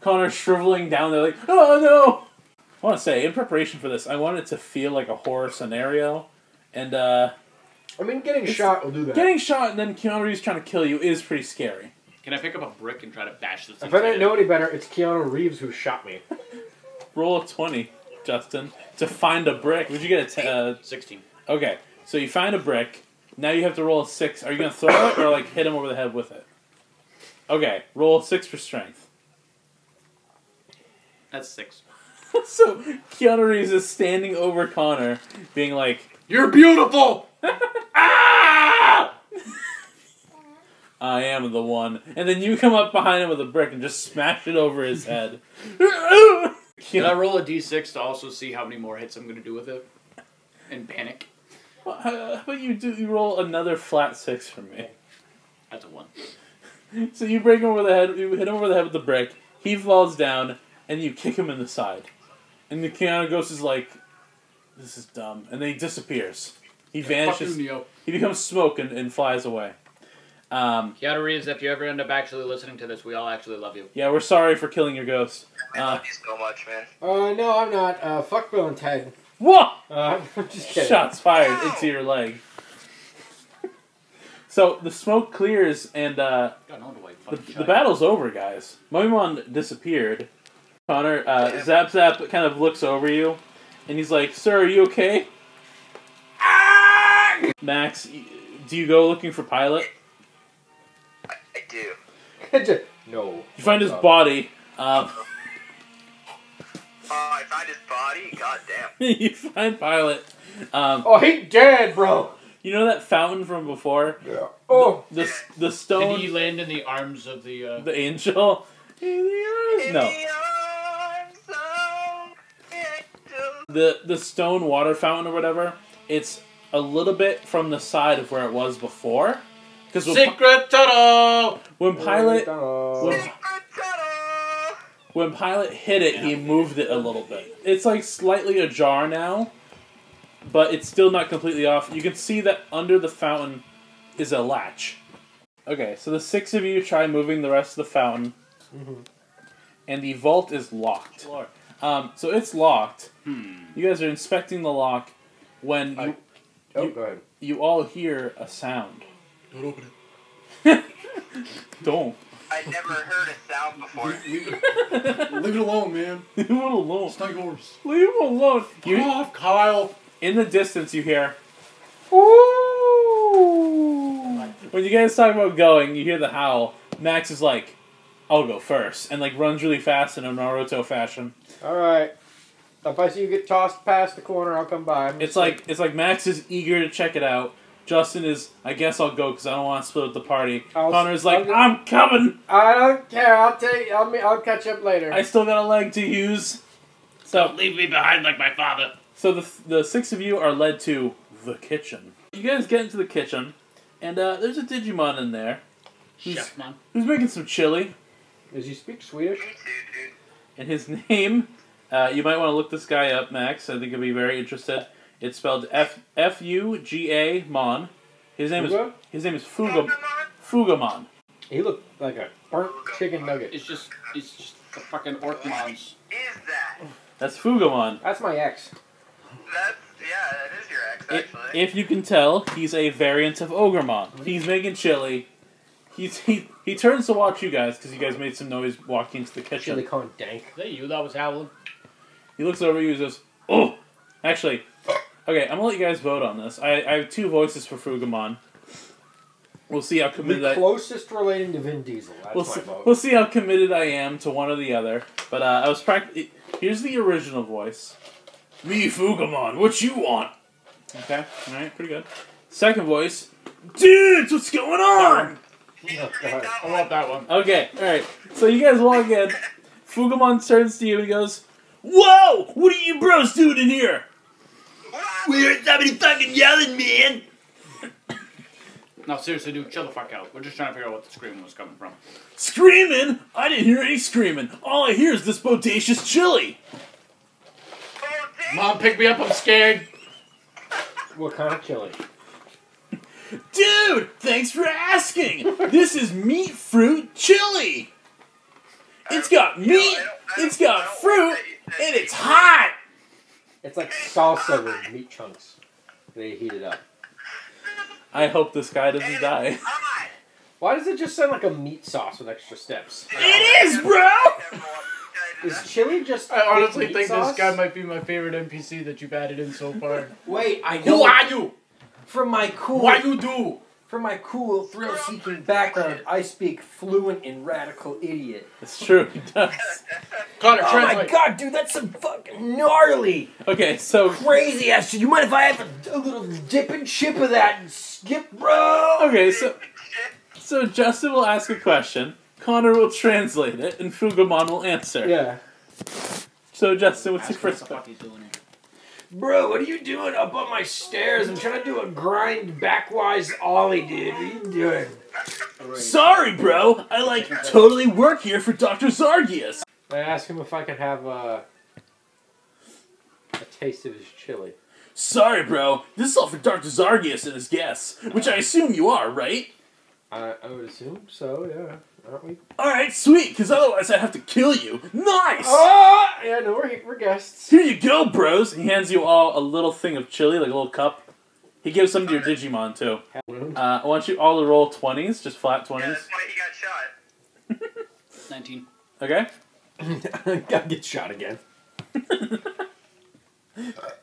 [SPEAKER 1] Connor shriveling down there like, oh no. I want to say in preparation for this, I wanted to feel like a horror scenario, and uh,
[SPEAKER 4] I mean, getting
[SPEAKER 1] It's-
[SPEAKER 4] shot will do that.
[SPEAKER 1] getting shot and then Keanu Reeves trying to kill you is pretty scary.
[SPEAKER 7] Can I pick up a brick and try to bash this?
[SPEAKER 4] if I
[SPEAKER 7] inside
[SPEAKER 4] didn't
[SPEAKER 7] it?
[SPEAKER 4] know any better, it's Keanu Reeves who shot me.
[SPEAKER 1] Roll a 20, Justin, to find a brick. Would you get a t- uh,
[SPEAKER 7] 16.
[SPEAKER 1] Okay, so you find a brick. Now you have to roll a 6. Are you going to throw it or, like, hit him over the head with it? Okay, roll a 6 for strength.
[SPEAKER 7] That's 6.
[SPEAKER 1] so Keanu Reeves is standing over Connor, being like,
[SPEAKER 6] You're beautiful!
[SPEAKER 1] Ah! I am the one. And then you come up behind him with a brick and just smash it over his head.
[SPEAKER 7] Can I roll a d6 to also see how many more hits I'm going to do with it? And panic.
[SPEAKER 1] Well, How how about uh, you do you roll another flat six for me?
[SPEAKER 7] That's a 1.
[SPEAKER 1] So you break him over the head, you hit him over the head with the brick, he falls down, and you kick him in the side. And the Keanu Ghost is like, this is dumb. And then he disappears. He
[SPEAKER 6] Fuck
[SPEAKER 1] vanishes.
[SPEAKER 6] you, Neo.
[SPEAKER 1] He becomes smoke and, and flies away. Um,
[SPEAKER 7] Keanu Reeves, if you ever end up actually listening to this, we all actually love you.
[SPEAKER 1] yeah, we're sorry for killing your ghost.
[SPEAKER 3] I
[SPEAKER 1] Uh.
[SPEAKER 3] love you so much, man.
[SPEAKER 4] Uh, no, I'm not. Uh, fuck Bill and Ted.
[SPEAKER 1] Whoa!
[SPEAKER 4] Uh, I'm just kidding.
[SPEAKER 1] Shots fired into your leg. So the smoke clears and uh,
[SPEAKER 7] God, no wonder why you
[SPEAKER 1] the,
[SPEAKER 7] fucking
[SPEAKER 1] the
[SPEAKER 7] shot.
[SPEAKER 1] battle's over, guys. Moimon disappeared. Connor, uh, Zap Zap kind of looks over you, and he's like, Sir, are you okay?
[SPEAKER 3] Ah!
[SPEAKER 1] Max, y- do you go looking for Pilot?
[SPEAKER 3] I do.
[SPEAKER 4] Just- no.
[SPEAKER 1] You find his
[SPEAKER 4] Uh,
[SPEAKER 1] body. Um,
[SPEAKER 3] Oh, I find his body. God damn.
[SPEAKER 1] you find Pilot. Um,
[SPEAKER 4] Oh, he dead, bro.
[SPEAKER 1] you know that fountain from before?
[SPEAKER 4] Yeah. Oh,
[SPEAKER 1] The, s- the
[SPEAKER 2] Did he
[SPEAKER 1] stone,
[SPEAKER 2] land in the arms of the? Uh,
[SPEAKER 1] the angel?
[SPEAKER 3] In
[SPEAKER 1] No.
[SPEAKER 3] the arms of angels.
[SPEAKER 1] the the stone water fountain or whatever, it's a little bit from the side of where it was before. Because when, Pi-
[SPEAKER 7] Secret tunnel!
[SPEAKER 1] when pilot
[SPEAKER 4] Oh,
[SPEAKER 1] when,
[SPEAKER 3] Secret tunnel.
[SPEAKER 1] when pilot hit it, he moved it a little bit. It's like slightly ajar now, but it's still not completely off. You can see that under the fountain is a latch. Okay, so the six of you try moving the rest of the fountain, and the vault is locked. Um, so it's locked. You guys are inspecting the lock when you,
[SPEAKER 4] oh, go ahead.
[SPEAKER 1] you all hear a sound.
[SPEAKER 6] Don't open it.
[SPEAKER 1] Don't.
[SPEAKER 3] I never heard a sound before.
[SPEAKER 6] Leave it alone, man.
[SPEAKER 1] Leave him alone.
[SPEAKER 6] It's not yours.
[SPEAKER 1] Leave him alone.
[SPEAKER 6] Get
[SPEAKER 1] You,
[SPEAKER 6] off, Kyle.
[SPEAKER 1] in the distance, you hear. When you guys talk about going, you hear the howl. Max is like, I'll go first, and like runs really fast in a Naruto fashion.
[SPEAKER 4] All right. If I see you get tossed past the corner, I'll come by. I'm
[SPEAKER 1] It's
[SPEAKER 4] just
[SPEAKER 1] like it's like Max is eager to check it out. Justin is, I guess I'll go because I don't want to split up the party.
[SPEAKER 4] I'll-
[SPEAKER 1] Connor's like,
[SPEAKER 4] I'll-
[SPEAKER 1] I'm coming.
[SPEAKER 4] I don't care. I'll take. I'll. me- I'll catch up later.
[SPEAKER 1] I still got a leg to use. So
[SPEAKER 7] Leave me behind like my father.
[SPEAKER 1] So the, the six of you are led to the kitchen. You guys get into the kitchen, and uh, there's a Digimon in there He's-
[SPEAKER 7] Chef man.
[SPEAKER 1] who's making some chili,
[SPEAKER 4] Does he speak Swedish?
[SPEAKER 3] Me too, dude.
[SPEAKER 1] and his name, uh, you might want to look this guy up, Max. I think you'll be very interested. It's spelled F F U G A Mon. His name is
[SPEAKER 4] Fuga?
[SPEAKER 1] his name is Fuga Fugamon.
[SPEAKER 4] He looked like a burnt chicken nugget.
[SPEAKER 7] It's just, it's just the fucking orc mons.
[SPEAKER 3] Is that?
[SPEAKER 1] That's Fugamon.
[SPEAKER 4] That's my ex.
[SPEAKER 3] That's yeah. That is your ex,
[SPEAKER 1] I-
[SPEAKER 3] actually.
[SPEAKER 1] If you can tell, he's a variant of Ogremon. He's making chili. He's, he he turns to watch you guys because you guys made some noise walking into the kitchen.
[SPEAKER 4] Chili con dank.
[SPEAKER 2] Is that you that was howling?
[SPEAKER 1] He looks over at you and says, Oh! Actually, okay, I'm gonna let you guys vote on this. I, I have two voices for Fugamon. We'll see how
[SPEAKER 4] The
[SPEAKER 1] committed I
[SPEAKER 4] closest relating to Vin Diesel. That's
[SPEAKER 1] we'll
[SPEAKER 4] my
[SPEAKER 1] see,
[SPEAKER 4] vote.
[SPEAKER 1] we'll see how committed I am to one or the other. But uh, I was practically here's the original voice. Me Fugamon, what you want? Okay, alright, pretty good. Second voice, dudes, what's going on?
[SPEAKER 4] God.
[SPEAKER 3] That
[SPEAKER 6] I
[SPEAKER 3] one.
[SPEAKER 6] want that one.
[SPEAKER 1] Okay, alright. So you guys walk in. Fugamon turns to you and goes, Whoa! What are you bros doing in here?
[SPEAKER 3] What?
[SPEAKER 7] heard somebody fucking yelling, man. No, seriously, dude, chill the fuck out. We're just trying to figure out what the screaming was coming from.
[SPEAKER 1] Screaming? I didn't hear any screaming. All I hear is this bodacious chili.
[SPEAKER 3] Oh, dang.
[SPEAKER 7] Mom, pick me up. I'm scared.
[SPEAKER 4] What kind of chili?
[SPEAKER 1] Dude, thanks for asking. this is meat fruit chili. It's got
[SPEAKER 3] No, I
[SPEAKER 1] meat,
[SPEAKER 3] don't- I don't-
[SPEAKER 1] it's got
[SPEAKER 3] I don't
[SPEAKER 1] fruit,
[SPEAKER 3] like that you said
[SPEAKER 1] and it's hot.
[SPEAKER 4] It's like salsa with meat chunks. They heat it up.
[SPEAKER 1] I hope this guy
[SPEAKER 3] and
[SPEAKER 1] doesn't
[SPEAKER 3] it's
[SPEAKER 1] die.
[SPEAKER 3] hot.
[SPEAKER 4] Why does it just sound like a meat sauce with extra steps?
[SPEAKER 1] It is, bro!
[SPEAKER 4] Is chili just?
[SPEAKER 6] I honestly
[SPEAKER 4] meat
[SPEAKER 6] think
[SPEAKER 4] sauce?
[SPEAKER 6] this guy might be my favorite NPC that you've added in so far.
[SPEAKER 4] Wait, I know.
[SPEAKER 6] Who are you?
[SPEAKER 4] From my cool.
[SPEAKER 6] What you do?
[SPEAKER 4] From my cool thrill-seeking background, I speak fluent and radical idiot.
[SPEAKER 1] It's true, he does.
[SPEAKER 6] Connor,
[SPEAKER 4] Oh my
[SPEAKER 6] translate.
[SPEAKER 4] god, dude, that's some fucking gnarly,
[SPEAKER 1] Okay, so.
[SPEAKER 4] crazy ass shit. You mind if I have a, a little dip and chip of that and skip, bro?
[SPEAKER 1] Okay, so. So Justin will ask a question, Connor will translate it, and Fugamon will answer.
[SPEAKER 4] Yeah.
[SPEAKER 1] So, Justin, what's your
[SPEAKER 7] Ask what
[SPEAKER 1] first question?
[SPEAKER 7] the fuck he's doing here.
[SPEAKER 4] Bro, what are you doing up on my stairs? I'm trying to do a grind backwise ollie, dude. What are you doing?
[SPEAKER 1] Sorry, bro. I like totally work here for Dr. Zargius.
[SPEAKER 4] I asked him if I could have a, a taste of his chili.
[SPEAKER 1] Sorry, bro. This is all for Dr. Zargius and his guests, which I assume you are, right?
[SPEAKER 4] I, I would assume so, yeah. Aren't we?
[SPEAKER 1] Alright, sweet, because otherwise I'd have to kill you. Nice!
[SPEAKER 4] Oh, yeah, no, we're, we're guests.
[SPEAKER 1] Here you go, bros. He hands you all a little thing of chili, like a little cup. He gives some to your Digimon, too. Uh, I want you all to roll 20s, just flat
[SPEAKER 3] Yeah,
[SPEAKER 1] 20s.
[SPEAKER 3] that's why he got shot.
[SPEAKER 7] 19.
[SPEAKER 1] Okay?
[SPEAKER 4] gotta get shot again.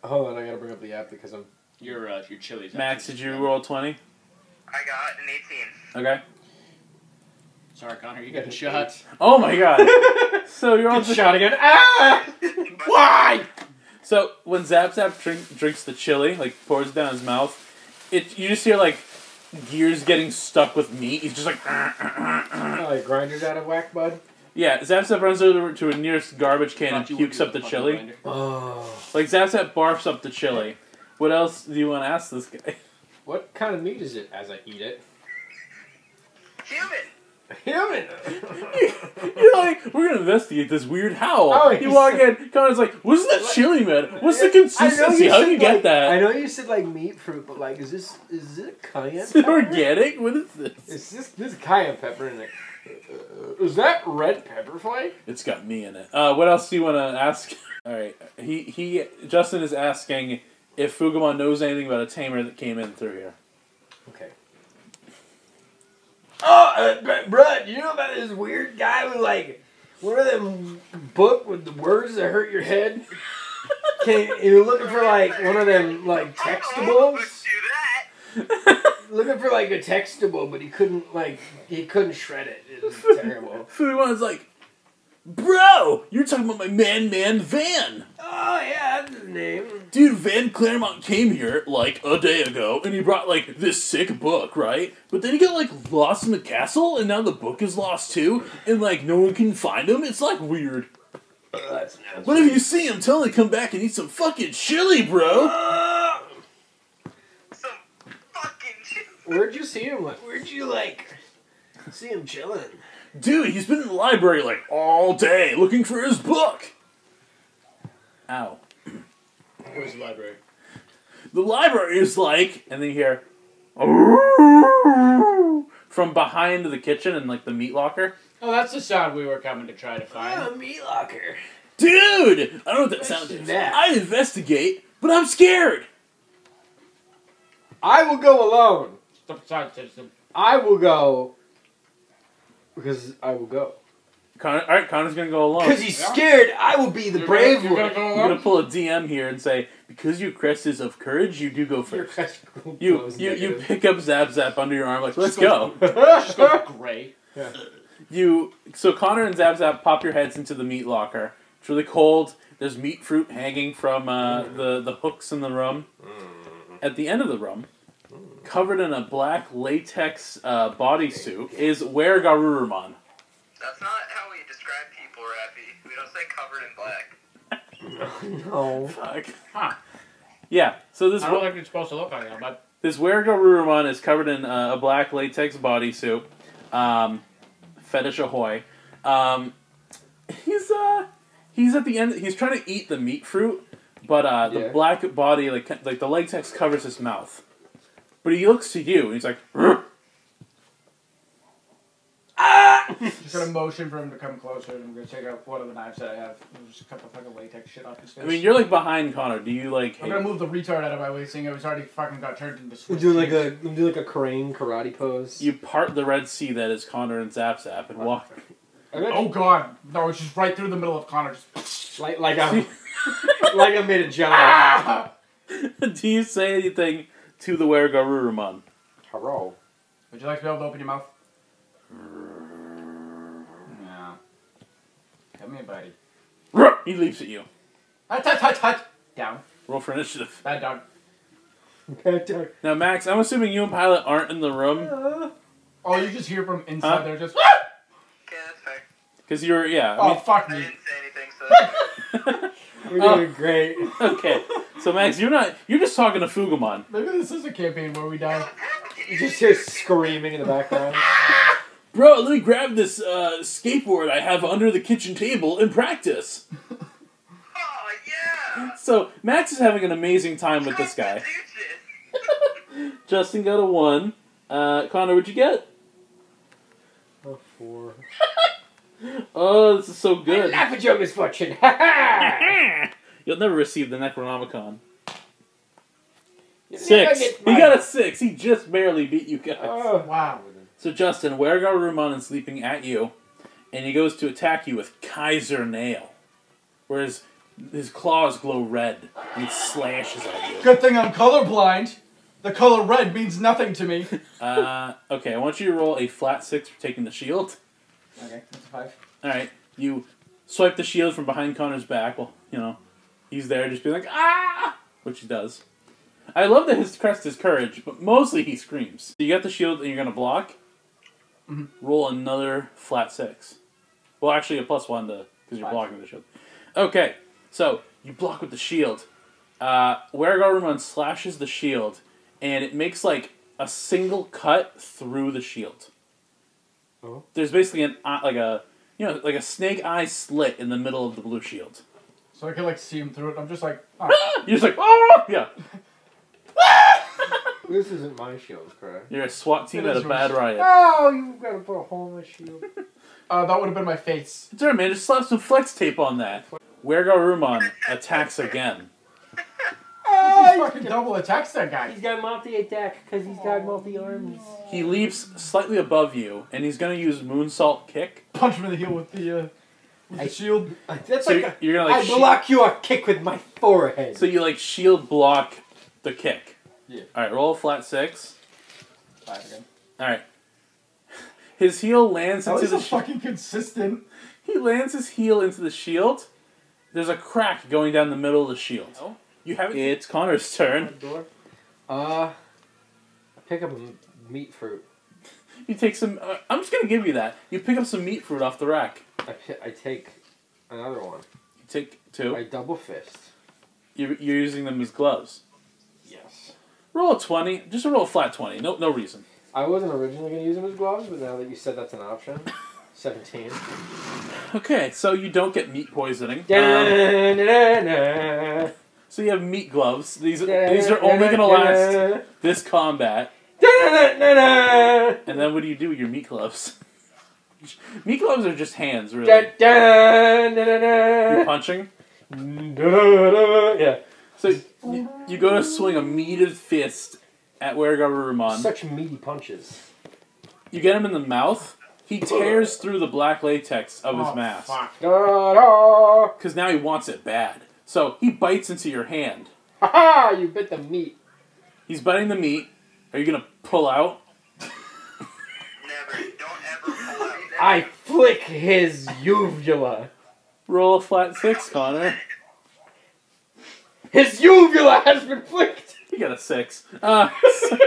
[SPEAKER 4] Hold on, I gotta bring up the app because I'm.
[SPEAKER 7] Your, uh, your chili's.
[SPEAKER 1] Max,
[SPEAKER 7] actually-
[SPEAKER 1] did you roll 20?
[SPEAKER 3] I got an 18.
[SPEAKER 1] Okay.
[SPEAKER 7] Sorry, Connor, you got a shot.
[SPEAKER 1] Oh my god. so you're all.
[SPEAKER 4] Get shot again. Ah!
[SPEAKER 7] Why?
[SPEAKER 1] So when Zap Zap drink, drinks the chili, like pours it down his mouth, it you just hear like gears getting stuck with meat. He's just like,
[SPEAKER 4] Oh, your grinder's out of whack, bud.
[SPEAKER 1] yeah. Zap Zap runs over to a nearest garbage can and
[SPEAKER 7] Thought you wouldn't
[SPEAKER 1] pukes
[SPEAKER 7] do
[SPEAKER 1] up the
[SPEAKER 7] fucking
[SPEAKER 1] chili.
[SPEAKER 7] grinder.
[SPEAKER 4] Oh.
[SPEAKER 1] Like Zap Zap barfs up the chili. What else do you want to ask this guy?
[SPEAKER 4] What kind of meat is it as I eat it?
[SPEAKER 3] Human.
[SPEAKER 4] Human!
[SPEAKER 1] You're like, we're gonna investigate this weird howl.
[SPEAKER 4] Oh,
[SPEAKER 1] you
[SPEAKER 4] he's-
[SPEAKER 1] walk in, Connor's like, what's that chili, man? What's the
[SPEAKER 4] I know you
[SPEAKER 1] consistency? How do
[SPEAKER 4] said,
[SPEAKER 1] you get
[SPEAKER 4] like-
[SPEAKER 1] that?
[SPEAKER 4] I know you said like meat fruit, but like, is this is it cayenne?
[SPEAKER 1] Is it
[SPEAKER 4] pepper?
[SPEAKER 1] organic? What is this?
[SPEAKER 4] Is this this is cayenne pepper in it? Uh, is that red pepper flake?
[SPEAKER 1] It's got me in it. Uh, what else do you want to ask? All right, he he. Justin is asking if Fugamon knows anything about a tamer that came in through here.
[SPEAKER 4] Okay. Oh, uh, br- bruh, you know about this weird guy with like one of them book with the words that hurt your head? Can, you're looking for like one of them like
[SPEAKER 3] I don't know how the
[SPEAKER 4] textables?
[SPEAKER 3] fuck you do that.
[SPEAKER 4] looking for like a textable, but he couldn't like he couldn't shred it. It was terrible.
[SPEAKER 1] Food one's like, bro, you're talking about my man, man, Van.
[SPEAKER 4] Oh yeah, that's his name.
[SPEAKER 1] Dude, Van Claremont came here like a day ago, and he brought like this sick book, right? But then he got like lost in the castle, and now the book is lost too, and like no one can find him. It's like weird.
[SPEAKER 4] Oh, that's nasty.
[SPEAKER 1] But if you see him, tell him to come back and eat some fucking chili, bro.
[SPEAKER 4] Ah!
[SPEAKER 3] Some fucking shit.
[SPEAKER 4] Where'd you see him? Like, where'd you like see him chilling?
[SPEAKER 1] Dude, he's been in the library like all day looking for his book. Ow.
[SPEAKER 4] Where's the library?
[SPEAKER 1] The library is like, and then you hear from behind the kitchen and like the meat locker.
[SPEAKER 2] Oh, that's the sound we were coming to try to find.
[SPEAKER 4] Oh, meat locker.
[SPEAKER 1] Dude, I don't know what that sound is.
[SPEAKER 4] That.
[SPEAKER 1] I investigate, but I'm scared.
[SPEAKER 4] I will go alone.
[SPEAKER 2] The sound system.
[SPEAKER 4] I will go because I will go.
[SPEAKER 1] Connor, all right, Connor's gonna go alone.
[SPEAKER 4] Because he's scared, I will be the
[SPEAKER 2] You're gonna-
[SPEAKER 4] brave
[SPEAKER 2] you're gonna
[SPEAKER 4] one.
[SPEAKER 2] go
[SPEAKER 1] I'm
[SPEAKER 2] along?
[SPEAKER 1] gonna pull a DM here and say because your crest is of courage, you do go
[SPEAKER 4] Your
[SPEAKER 1] first.
[SPEAKER 4] crest
[SPEAKER 1] You
[SPEAKER 4] goes
[SPEAKER 1] you, you
[SPEAKER 4] negative.
[SPEAKER 1] pick up Zap Zap under your arm like let's go.
[SPEAKER 2] Just go gray.
[SPEAKER 1] You so Connor and Zap Zap pop your heads into the meat locker. It's really cold. There's meat fruit hanging from uh,
[SPEAKER 4] Mm.
[SPEAKER 1] the the hooks in the room. At the end of the room, covered in a black latex uh, bodysuit, is where Garurumon.
[SPEAKER 3] That's not how we describe people, Rappy. We don't say covered in black.
[SPEAKER 4] no.
[SPEAKER 1] Fuck.
[SPEAKER 2] Huh.
[SPEAKER 1] Yeah. So this
[SPEAKER 2] I don't think it's supposed to look like that, but
[SPEAKER 1] This Wergarurumon is covered in uh, a black latex bodysuit. Um, fetish ahoy. Um, he's uh, he's at the end. He's trying to eat the meat fruit, but uh, the
[SPEAKER 4] Yeah.
[SPEAKER 1] black body, like like the latex, covers his mouth. But he looks to you and he's like, "Rrr."
[SPEAKER 6] Just gonna motion for him to come closer, and I'm gonna take out one of the knives that I have. And just cut the fucking latex shit off his face.
[SPEAKER 1] I mean, you're like behind Connor. Do you like?
[SPEAKER 6] I'm gonna move the retard out of my way, seeing I was already fucking got turned into.
[SPEAKER 4] I'm
[SPEAKER 6] Swiss
[SPEAKER 4] doing like
[SPEAKER 6] cheese.
[SPEAKER 4] a I'm doing like a crane karate pose.
[SPEAKER 1] you part the Red Sea that is Connor and Zap Zap and walk.
[SPEAKER 4] I'm gonna-
[SPEAKER 6] Oh god, no! It's just right through the middle of Connor. Just
[SPEAKER 4] like like I'm like I made a giant.
[SPEAKER 2] Ah!
[SPEAKER 1] Do you say anything to the Wergarurumon?
[SPEAKER 4] Hello.
[SPEAKER 6] Would you like to be able to open your mouth? No. Come here, buddy.
[SPEAKER 1] Rrr! He leaps at you.
[SPEAKER 6] Hut, hut, hut, hut. Down.
[SPEAKER 1] Roll for initiative.
[SPEAKER 6] Bad dog.
[SPEAKER 1] Now, Max, I'm assuming you and Pilot aren't in the room
[SPEAKER 6] Oh, you just hear from inside
[SPEAKER 1] Huh?
[SPEAKER 6] there, just.
[SPEAKER 3] Okay, that's fair.
[SPEAKER 1] because you're, yeah.
[SPEAKER 6] Oh, fuck
[SPEAKER 3] I
[SPEAKER 6] me.
[SPEAKER 3] didn't say anything, so that's fair.
[SPEAKER 4] We're
[SPEAKER 1] Oh.
[SPEAKER 2] Ah.
[SPEAKER 4] doing great.
[SPEAKER 1] I mean, okay. So, Max, you're not. You're just talking to Fugamon.
[SPEAKER 6] Maybe this is a campaign where we die.
[SPEAKER 4] You just hear screaming in the background.
[SPEAKER 1] Bro, let me grab this uh, skateboard I have under the kitchen table and practice.
[SPEAKER 3] Oh, yeah!
[SPEAKER 1] So, Max is having an amazing time with this guy. Justin got a one. Uh, Connor, what'd you get?
[SPEAKER 4] Oh, four.
[SPEAKER 1] Oh, this is so good.
[SPEAKER 4] Laugh at your misfortune. Ha ha!
[SPEAKER 1] You'll never receive the Necronomicon.
[SPEAKER 4] You never
[SPEAKER 1] Six.
[SPEAKER 4] get
[SPEAKER 1] He
[SPEAKER 4] my-
[SPEAKER 1] got a six. He just barely beat you guys.
[SPEAKER 4] Oh.
[SPEAKER 6] Wow.
[SPEAKER 1] So Justin, Wergar Rumon is leaping at you, and he goes to attack you with Kaiser Nail, where his, his claws glow red and he slashes at you.
[SPEAKER 6] Good thing I'm colorblind. The color red means nothing to me.
[SPEAKER 1] Uh, okay, I want you to roll a flat six for taking the shield.
[SPEAKER 6] Okay, that's a five.
[SPEAKER 1] All right, you swipe the shield from behind Connor's back. Well, you know, he's there, just be like ah, which he does. I love that his crest is courage, but mostly he screams. You got the shield, and you're gonna block.
[SPEAKER 6] Mhm.
[SPEAKER 1] Roll another flat six. Well, actually, a plus one to because you're
[SPEAKER 6] Five.
[SPEAKER 1] blocking the shield. Okay, so you block with the shield. Uh, Wergarumon slashes the shield, and it makes like a single cut through the shield.
[SPEAKER 4] Oh.
[SPEAKER 1] There's basically an eye- like a you know like a snake eye slit in the middle of the blue shield.
[SPEAKER 6] So I can like see him through it. I'm just like, oh,
[SPEAKER 1] You're just like oh yeah.
[SPEAKER 4] This isn't my shield, correct?
[SPEAKER 1] You're a SWAT team
[SPEAKER 6] It
[SPEAKER 1] at a
[SPEAKER 6] is
[SPEAKER 1] bad
[SPEAKER 6] yours.
[SPEAKER 1] riot.
[SPEAKER 4] Oh, you've got to put a hole in my shield.
[SPEAKER 6] uh, that would have been my face.
[SPEAKER 1] Sure, man, just slap some flex tape on that. Wergarumon attacks again.
[SPEAKER 6] He's fucking double attacks that guy.
[SPEAKER 4] He's got multi attack because he's got multi arms.
[SPEAKER 1] He leaps slightly above you, and he's gonna use moonsault kick.
[SPEAKER 6] Punch him in the heel with the uh, with
[SPEAKER 4] I-
[SPEAKER 6] the shield.
[SPEAKER 4] That's
[SPEAKER 1] So
[SPEAKER 4] like
[SPEAKER 1] you're,
[SPEAKER 4] a,
[SPEAKER 1] you're gonna like
[SPEAKER 4] I
[SPEAKER 1] shi-
[SPEAKER 4] block you a kick with my forehead.
[SPEAKER 1] so you like shield block the kick.
[SPEAKER 5] Yeah.
[SPEAKER 1] All right, roll a flat six.
[SPEAKER 5] Five again.
[SPEAKER 1] All right. His heel lands
[SPEAKER 5] That
[SPEAKER 1] into
[SPEAKER 5] was
[SPEAKER 1] the
[SPEAKER 5] so
[SPEAKER 1] shi-
[SPEAKER 5] fucking consistent.
[SPEAKER 1] he lands his heel into the shield. There's a crack going down the middle of the shield. You have it's Connor's turn.
[SPEAKER 4] Uh, pick up a m- meat fruit.
[SPEAKER 1] You take some. Uh, I'm just gonna give you that. You pick up some meat fruit off the rack.
[SPEAKER 4] I, pi- I take another one.
[SPEAKER 1] You take two.
[SPEAKER 4] I double fist.
[SPEAKER 1] You're, you're using them as gloves.
[SPEAKER 4] Yes.
[SPEAKER 1] Roll a twenty. Just a roll a flat twenty. No no reason.
[SPEAKER 4] I wasn't originally going to use them as gloves, but now that you said that's an option, 17.
[SPEAKER 1] Okay, so you don't get meat poisoning. Um,
[SPEAKER 4] Da-na-na-na.
[SPEAKER 1] so you have meat gloves. These these are only gonna last this combat.
[SPEAKER 4] Da-na-na-na-na.
[SPEAKER 1] And then what do you do with your meat gloves? meat gloves are just hands, really. You're
[SPEAKER 4] Da-da-na-na-na.
[SPEAKER 1] punching.
[SPEAKER 4] Da-da-da-da. Yeah.
[SPEAKER 1] So you, you go to swing a meated fist at Weregarver Ramon.
[SPEAKER 4] Such meaty punches.
[SPEAKER 1] You get him in the mouth. He tears through the black latex of his mask.
[SPEAKER 6] Fuck.
[SPEAKER 4] Da-da.
[SPEAKER 1] Because now he wants it bad. So he bites into your hand.
[SPEAKER 4] Ha-ha! You bit the meat.
[SPEAKER 1] He's biting the meat. Are you going to pull out?
[SPEAKER 3] Never. Don't ever pull out.
[SPEAKER 4] I flick his uvula.
[SPEAKER 1] Roll a flat six, Connor.
[SPEAKER 4] His uvula has been flicked.
[SPEAKER 1] You got a six. Uh, so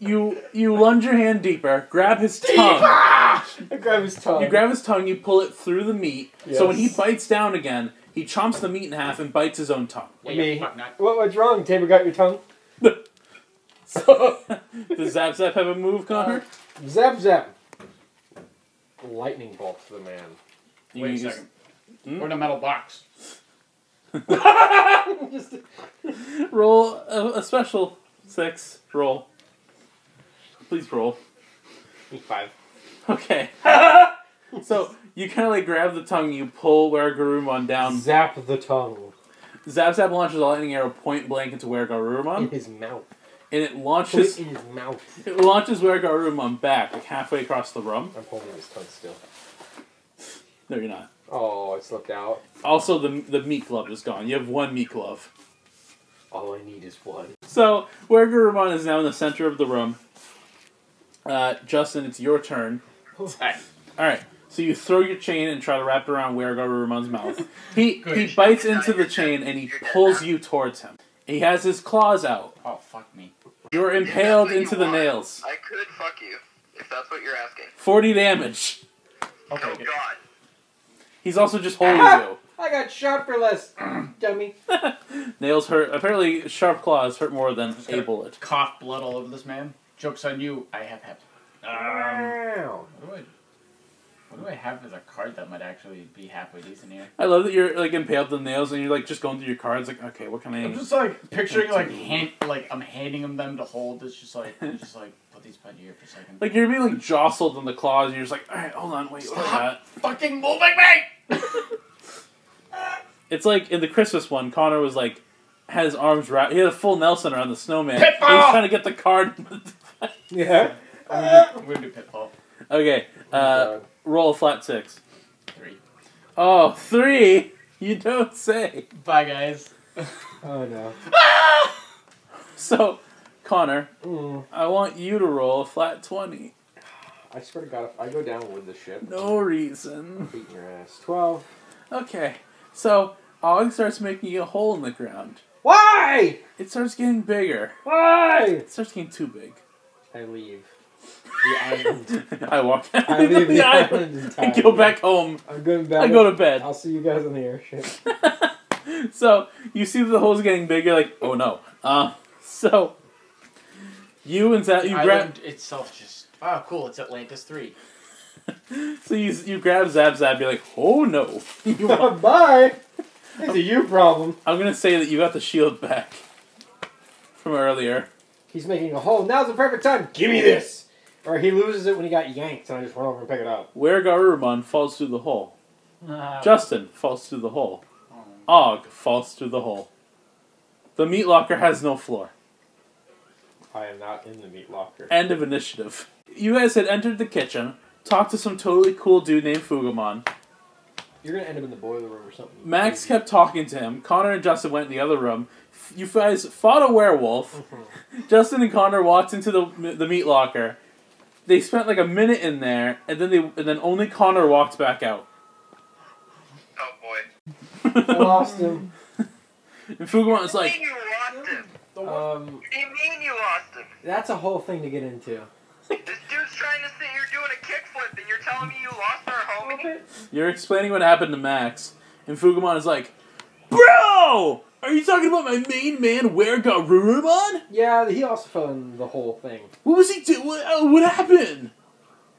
[SPEAKER 1] you you lunge your hand deeper, grab his tongue.
[SPEAKER 4] Ah! I grab his tongue.
[SPEAKER 1] You grab his tongue, you pull it through the meat. So when he
[SPEAKER 4] Yes.
[SPEAKER 1] bites down again, he chomps the meat in half and bites his own tongue.
[SPEAKER 7] Yeah,
[SPEAKER 4] Me.
[SPEAKER 7] fuck not.
[SPEAKER 4] What, what's wrong? Tabor got your tongue?
[SPEAKER 1] So, does Zap Zap have a move, Connor?
[SPEAKER 4] Zap zap. Lightning bolt to the man.
[SPEAKER 1] You
[SPEAKER 7] Wait a
[SPEAKER 1] can use-
[SPEAKER 7] second. We're in a metal box.
[SPEAKER 4] Just
[SPEAKER 1] Roll a, a special six. Roll. Please roll.
[SPEAKER 4] five.
[SPEAKER 1] Okay. so you kind of like grab the tongue, you pull where Garurumon down.
[SPEAKER 4] Zap the tongue
[SPEAKER 1] Zap Zap launches a lightning arrow point blank into where Garurumon,
[SPEAKER 4] in his mouth.
[SPEAKER 1] and it
[SPEAKER 4] Put it
[SPEAKER 1] launches
[SPEAKER 4] in his mouth.
[SPEAKER 1] it launches where Garurumon back, like halfway across the room.
[SPEAKER 4] I'm holding his tongue still.
[SPEAKER 1] No, you're not.
[SPEAKER 4] Oh, it slipped out.
[SPEAKER 1] Also, the the meat glove is gone. You have one meat glove.
[SPEAKER 4] All I need is one.
[SPEAKER 1] So where Garurumon is now in the center of the room. Uh, Justin, it's your turn.
[SPEAKER 7] Hey,
[SPEAKER 1] All right. So you throw your chain and try to wrap it around where Garurumon's mouth. He he bites into the chain and he pulls you towards him. He has his claws out.
[SPEAKER 7] oh fuck me.
[SPEAKER 1] You're impaled into the nails.
[SPEAKER 3] I could fuck you if that's what you're asking.
[SPEAKER 1] Forty damage.
[SPEAKER 3] oh
[SPEAKER 7] Okay.
[SPEAKER 3] God.
[SPEAKER 1] He's also just holding you.
[SPEAKER 4] I got shot for less, dummy.
[SPEAKER 1] Nails hurt. Apparently, sharp claws hurt more than a bullet.
[SPEAKER 7] Cough blood all over this man. Joke's on you. I have had. Um,
[SPEAKER 4] Wow.
[SPEAKER 7] what do I? What do I have as a card that might actually be halfway decent here?
[SPEAKER 1] I love that you're like impaled to the nails and you're like just going through your cards. Like, okay, what can I?
[SPEAKER 7] I'm just like picturing like hand like I'm handing him them to hold. It's just like just like put these by your ear for a second.
[SPEAKER 1] Like you're being like jostled in the claws. And you're just like, all right, hold on, wait, what is that?
[SPEAKER 7] fucking moving me.
[SPEAKER 1] It's like in the Christmas one, Connor was like, had his arms wrapped. He had a full Nelson around the snowman. He
[SPEAKER 7] Pitfall!
[SPEAKER 1] was trying to get the card.
[SPEAKER 4] Yeah.
[SPEAKER 7] We're gonna do pitfall
[SPEAKER 1] okay,
[SPEAKER 7] Oh
[SPEAKER 1] uh, roll a flat six.
[SPEAKER 7] three.
[SPEAKER 1] Oh, three. You don't say.
[SPEAKER 7] Bye guys.
[SPEAKER 4] oh no.
[SPEAKER 1] So, Connor,
[SPEAKER 4] Mm.
[SPEAKER 1] I want you to roll a flat twenty.
[SPEAKER 4] I swear to God, if I go down with this ship,
[SPEAKER 1] No reason.
[SPEAKER 4] beating your ass. Twelve.
[SPEAKER 1] Okay, so Og starts making a hole in the ground.
[SPEAKER 4] Why?
[SPEAKER 1] It starts getting bigger.
[SPEAKER 4] Why?
[SPEAKER 1] It starts getting too big.
[SPEAKER 4] I leave the island.
[SPEAKER 1] I walk out
[SPEAKER 4] I leave
[SPEAKER 1] the
[SPEAKER 4] the
[SPEAKER 1] island
[SPEAKER 4] island.
[SPEAKER 1] and go back home.
[SPEAKER 4] I'm going back.
[SPEAKER 1] I go to bed.
[SPEAKER 4] I'll see you guys on the airship.
[SPEAKER 1] So you see the hole's getting bigger, like, oh no. Uh, so you and Zap, you grab,
[SPEAKER 7] Island itself just ah cool. It's Atlantis three.
[SPEAKER 1] so you, you grab Zap Zap. You're like, oh no. You-
[SPEAKER 4] Bye. It's a you problem.
[SPEAKER 1] I'm gonna say that you got the shield back from earlier.
[SPEAKER 4] He's making a hole. Now's the perfect time. Give me this. Or he loses it when he got yanked, and I just run over and pick it up.
[SPEAKER 1] Where Garurumon falls through the hole. Justin falls through the hole. Og falls through the hole. The meat locker has no floor.
[SPEAKER 4] I am not in the meat locker.
[SPEAKER 1] End of initiative. You guys had entered the kitchen, talked to some totally cool dude named Fugamon,
[SPEAKER 4] You're gonna end up in the boiler room or something.
[SPEAKER 1] Max kept talking to him. Connor and Justin went in the other room. F- You guys fought a werewolf. Justin and Connor walked into the the meat locker. They spent like a minute in there, and then they and then only Connor walked back out.
[SPEAKER 3] Oh boy.
[SPEAKER 4] I lost him.
[SPEAKER 1] And Fugamon is
[SPEAKER 3] you
[SPEAKER 1] like,
[SPEAKER 3] mean you lost him?
[SPEAKER 4] Um,
[SPEAKER 3] What do you mean you lost him?
[SPEAKER 4] that's a whole thing to get into.
[SPEAKER 3] This dude's trying to sit here doing a kickflip, and you're telling me you lost our homie?
[SPEAKER 1] "You're explaining what happened to Max," and Fugamon is like, "Bro, are you talking about my main man, Where Garurumon?
[SPEAKER 4] Yeah, he also fell in the whole thing.
[SPEAKER 1] What was he do? What, oh, what happened?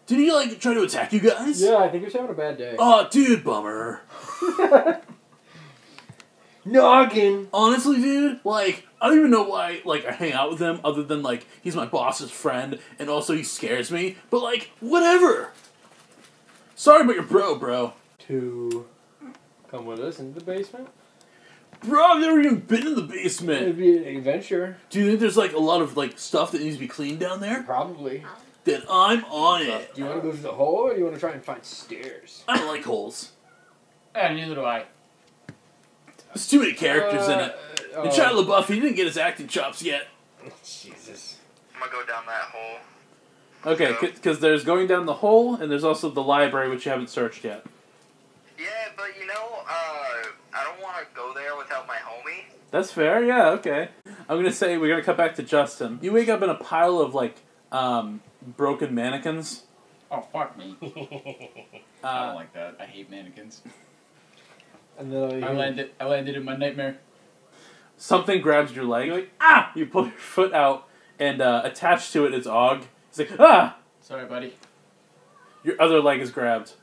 [SPEAKER 1] Did he like try to attack you guys?
[SPEAKER 4] Yeah, I think he was having a bad day.
[SPEAKER 1] Oh, dude, bummer.
[SPEAKER 4] Noggin.
[SPEAKER 1] Honestly, dude, like I don't even know why like I hang out with him other than like he's my boss's friend and also he scares me. But like whatever. Sorry about your bro, bro.
[SPEAKER 4] To come with us into the basement.
[SPEAKER 1] Bro, I've never even been in the
[SPEAKER 4] It'd
[SPEAKER 1] basement.
[SPEAKER 4] be an adventure,
[SPEAKER 1] Do you think there's like a lot of like stuff that needs to be cleaned down there?
[SPEAKER 4] probably.
[SPEAKER 1] Then I'm on it.
[SPEAKER 4] Do you want to go to the hole, or do you want to try and find stairs?
[SPEAKER 1] I don't like holes.
[SPEAKER 2] Yeah, neither do I.
[SPEAKER 1] There's too many characters in it.
[SPEAKER 4] Uh,
[SPEAKER 1] And Shia LaBeouf, he didn't get his acting chops yet.
[SPEAKER 4] Jesus.
[SPEAKER 3] I'm gonna go down that hole.
[SPEAKER 1] Okay, because there's going down the hole, and there's also the library, which you haven't searched yet.
[SPEAKER 3] Yeah, but you know, uh, I don't want to go there without my homie.
[SPEAKER 1] That's fair. Yeah. Okay. I'm gonna say we're gonna cut back to Justin. You wake up in a pile of like um, broken mannequins.
[SPEAKER 7] Oh fuck me! I don't
[SPEAKER 1] Uh,
[SPEAKER 7] like that. I hate mannequins.
[SPEAKER 4] And then
[SPEAKER 7] I landed. I landed in my nightmare.
[SPEAKER 1] something grabs your leg. You're like ah! You pull your foot out, and uh, attached to it is Og. He's like ah!
[SPEAKER 7] Sorry, buddy.
[SPEAKER 1] Your other leg is grabbed.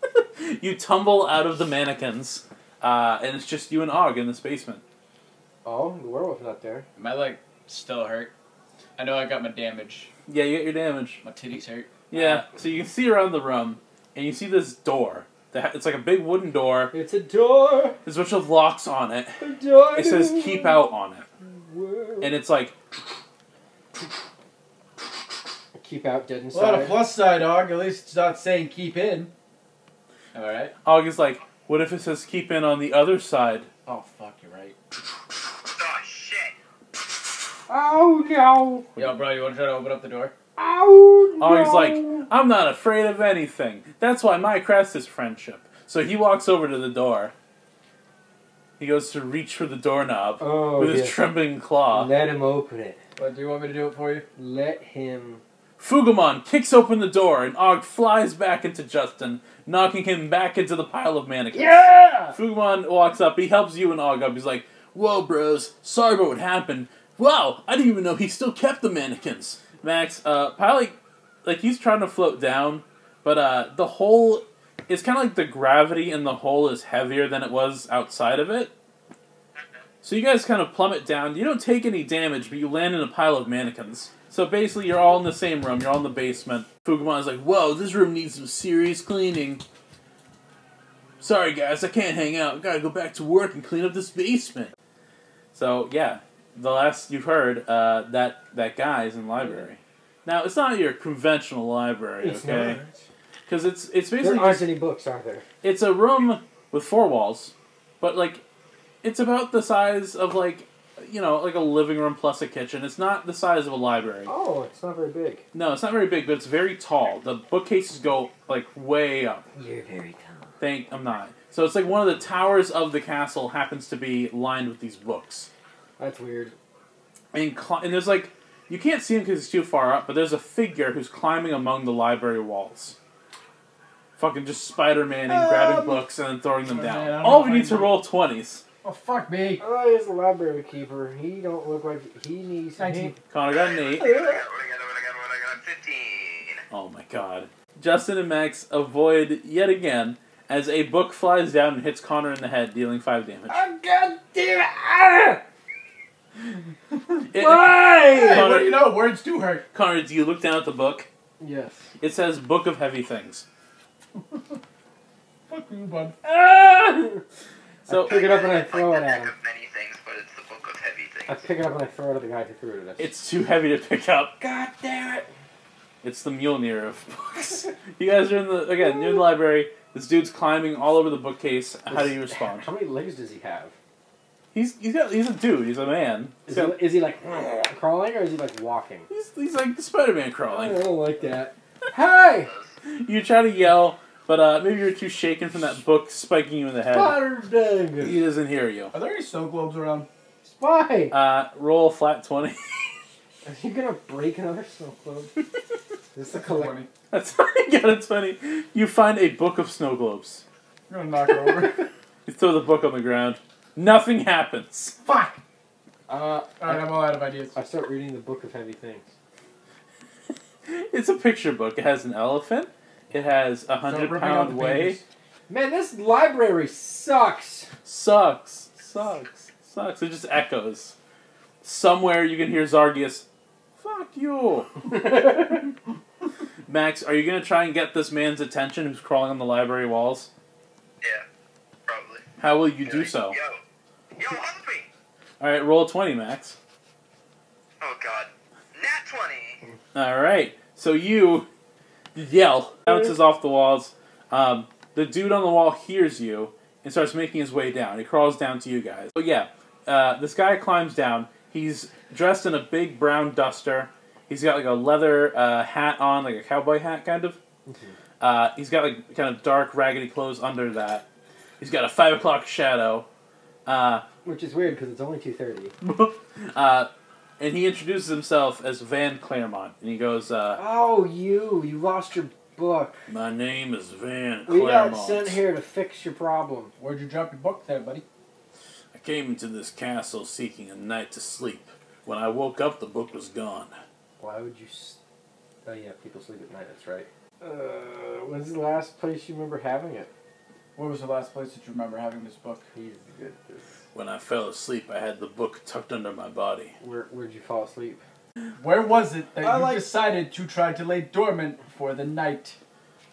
[SPEAKER 1] you tumble out of the mannequins, uh, and it's just you and Og in this basement.
[SPEAKER 4] Oh, the werewolf's not there.
[SPEAKER 7] My leg still hurt. I know I got my damage.
[SPEAKER 1] Yeah, you get your damage.
[SPEAKER 7] My titties hurt.
[SPEAKER 1] Yeah. So you can see around the room, and you see this door. That ha- It's like a big wooden door.
[SPEAKER 4] It's a door.
[SPEAKER 1] There's a bunch of locks on it.
[SPEAKER 4] A door.
[SPEAKER 1] It says "Keep out" on it.
[SPEAKER 4] Werewolf.
[SPEAKER 1] and it's like
[SPEAKER 4] Keep out dead
[SPEAKER 6] Well, on
[SPEAKER 4] inside.
[SPEAKER 6] a plus side, Og, at least it's not saying keep in. All right.
[SPEAKER 1] Og is like, what if it says keep in on the other side?
[SPEAKER 7] Oh fuck, you're right.
[SPEAKER 3] Oh shit!
[SPEAKER 4] Oh no!
[SPEAKER 7] Yo, bro, you want to try to open up the door?
[SPEAKER 4] Oh no!
[SPEAKER 1] Og is like, I'm not afraid of anything. That's why my crest is friendship. So he walks over to the door. He goes to reach for the doorknob
[SPEAKER 4] oh,
[SPEAKER 1] with his
[SPEAKER 4] yes.
[SPEAKER 1] trembling claw.
[SPEAKER 4] Let him open it.
[SPEAKER 6] But do you want me to do it for you?
[SPEAKER 4] Let him.
[SPEAKER 1] Fugamon kicks open the door, and Og flies back into Justin, knocking him back into the pile of mannequins.
[SPEAKER 4] Yeah!
[SPEAKER 1] Fugamon walks up. He helps you and Og up. He's like, "Whoa, bros! Sorry about what happened. Wow, I didn't even know he still kept the mannequins." Max, uh, Pilot, like he's trying to float down, but uh, the hole is kind of like the gravity in the hole is heavier than it was outside of it. So you guys kind of plummet down. You don't take any damage, but you land in a pile of mannequins. So basically, you're all in the same room. You're all in the basement. Fugamon is like, "Whoa, this room needs some serious cleaning." Sorry, guys, I can't hang out. Gotta go back to work and clean up this basement. So yeah, the last you've heard, uh, that that guy is in the library. Now it's not your conventional library,
[SPEAKER 4] It's
[SPEAKER 1] okay?
[SPEAKER 4] not.
[SPEAKER 1] Because it's it's basically
[SPEAKER 4] There aren't
[SPEAKER 1] just,
[SPEAKER 4] any books, are there?
[SPEAKER 1] it's a room with four walls, but like it's about the size of like you know like a living room plus a kitchen. It's not the size of a library.
[SPEAKER 4] Oh, it's not very big.
[SPEAKER 1] No, it's not very big, but it's very tall. The bookcases go like way up.
[SPEAKER 4] You're very calm.
[SPEAKER 1] Thank I'm not. So it's like one of the towers of the castle happens to be lined with these books.
[SPEAKER 4] That's weird.
[SPEAKER 1] And cli- and there's like you can't see him because it's too far up, but there's a figure who's climbing among the library walls. Fucking just Spider-Man and grabbing
[SPEAKER 6] Um,
[SPEAKER 1] books and then throwing them
[SPEAKER 6] Spider-Man, I
[SPEAKER 1] down.
[SPEAKER 6] don't
[SPEAKER 1] All
[SPEAKER 6] know
[SPEAKER 1] we need
[SPEAKER 6] if I
[SPEAKER 1] to
[SPEAKER 6] know.
[SPEAKER 1] roll twenties.
[SPEAKER 6] Oh fuck me.
[SPEAKER 4] Oh, he's a library keeper. He don't look like he needs.
[SPEAKER 6] Nineteen.
[SPEAKER 1] Connor got an eight.
[SPEAKER 3] What I got? What I got? What I got? What I got? Fifteen.
[SPEAKER 1] Oh my god. Justin and Max avoid yet again as a book flies down and hits Connor in the head, dealing five damage.
[SPEAKER 4] Oh god damn it! Ah!
[SPEAKER 1] It-
[SPEAKER 6] Hey,
[SPEAKER 1] Connor-
[SPEAKER 6] what do you know? Words do hurt.
[SPEAKER 1] Connor, do you look down at the book?
[SPEAKER 4] Yes.
[SPEAKER 1] It says Book of Heavy Things.
[SPEAKER 6] Fuck you, bud. Ah!
[SPEAKER 1] So
[SPEAKER 4] Pick it up and I
[SPEAKER 3] It's
[SPEAKER 4] throw
[SPEAKER 3] like
[SPEAKER 4] it
[SPEAKER 3] the
[SPEAKER 4] at
[SPEAKER 3] book
[SPEAKER 4] him.
[SPEAKER 3] Of many things, but it's the book of heavy
[SPEAKER 4] I
[SPEAKER 3] things.
[SPEAKER 4] pick it up and I throw it at the guy who threw it at us.
[SPEAKER 1] it's too heavy to pick up.
[SPEAKER 4] God damn it!
[SPEAKER 1] It's the Mjolnir of books. you guys are in the again. You're in the library. This dude's climbing all over the bookcase. How do you respond?
[SPEAKER 4] How many legs does he have?
[SPEAKER 1] He's he's got he's a dude. He's a man. He's,
[SPEAKER 4] Is he,
[SPEAKER 1] got,
[SPEAKER 4] is he like crawling or is he like walking?
[SPEAKER 1] he's, he's like Spider Man
[SPEAKER 4] I
[SPEAKER 1] crawling.
[SPEAKER 4] don't like that. Hey,
[SPEAKER 1] You try to yell, but uh, maybe you're too shaken from that book spiking you in the head.
[SPEAKER 4] Potterding.
[SPEAKER 1] He doesn't hear you.
[SPEAKER 6] Are there any snow globes around?
[SPEAKER 4] Why?
[SPEAKER 1] Uh, roll a flat twenty.
[SPEAKER 4] Are you gonna break another snow globe? This is a collect.
[SPEAKER 6] Twenty.
[SPEAKER 1] That's how you got a twenty. You find a book of snow globes.
[SPEAKER 6] You're gonna knock her over.
[SPEAKER 1] You throw the book on the ground. Nothing happens.
[SPEAKER 6] Fuck.
[SPEAKER 4] Uh,
[SPEAKER 6] All right, I'm all out of ideas.
[SPEAKER 4] I start reading the book of heavy things.
[SPEAKER 1] It's a picture book. It has an elephant. It has a
[SPEAKER 6] Start
[SPEAKER 1] hundred
[SPEAKER 6] ripping out
[SPEAKER 1] pound
[SPEAKER 6] the
[SPEAKER 1] weight.
[SPEAKER 6] pages.
[SPEAKER 4] Man, this library sucks.
[SPEAKER 1] Sucks. Sucks. Sucks. It just echoes. Somewhere you can hear Zargius, fuck you. Max, are you going to try and get this man's attention who's crawling on the library walls?
[SPEAKER 3] Yeah, probably.
[SPEAKER 1] How will you
[SPEAKER 3] Be
[SPEAKER 1] do
[SPEAKER 3] like,
[SPEAKER 1] so?
[SPEAKER 3] Yo, yo, help me!
[SPEAKER 1] All right, roll 20, Max.
[SPEAKER 3] Oh God, nat twenty.
[SPEAKER 1] All right. So you yell, bounces off the walls. Um, the dude on the wall hears you and starts making his way down. He crawls down to you guys. But yeah, uh, this guy climbs down. He's dressed in a big brown duster. He's got like a leather uh, hat on, like a cowboy hat, kind of.
[SPEAKER 4] Mm-hmm.
[SPEAKER 1] Uh, he's got like kind of dark, raggedy clothes under that. He's got a five o'clock shadow. Uh,
[SPEAKER 4] Which is weird because it's only two thirty.
[SPEAKER 1] uh, and he introduces himself as Van Claremont. And he goes, uh,
[SPEAKER 4] Oh, you! You lost your book.
[SPEAKER 1] My name is Van
[SPEAKER 4] We
[SPEAKER 1] Claremont.
[SPEAKER 4] got sent here to fix your problem.
[SPEAKER 6] Where'd you drop your book there, buddy?
[SPEAKER 1] I came into this castle seeking a night to sleep. When I woke up, the book was gone.
[SPEAKER 4] Why would you? S- oh yeah, people sleep at night. That's right. Uh, when's the last place you remember having it?
[SPEAKER 6] Where was the last place that you remember having this book?
[SPEAKER 4] He's good at this.
[SPEAKER 1] When I fell asleep, I had the book tucked under my body.
[SPEAKER 4] Where Where'd you fall asleep?
[SPEAKER 6] Where was it that
[SPEAKER 4] I
[SPEAKER 6] you
[SPEAKER 4] like-
[SPEAKER 6] decided to try to lay dormant for the night?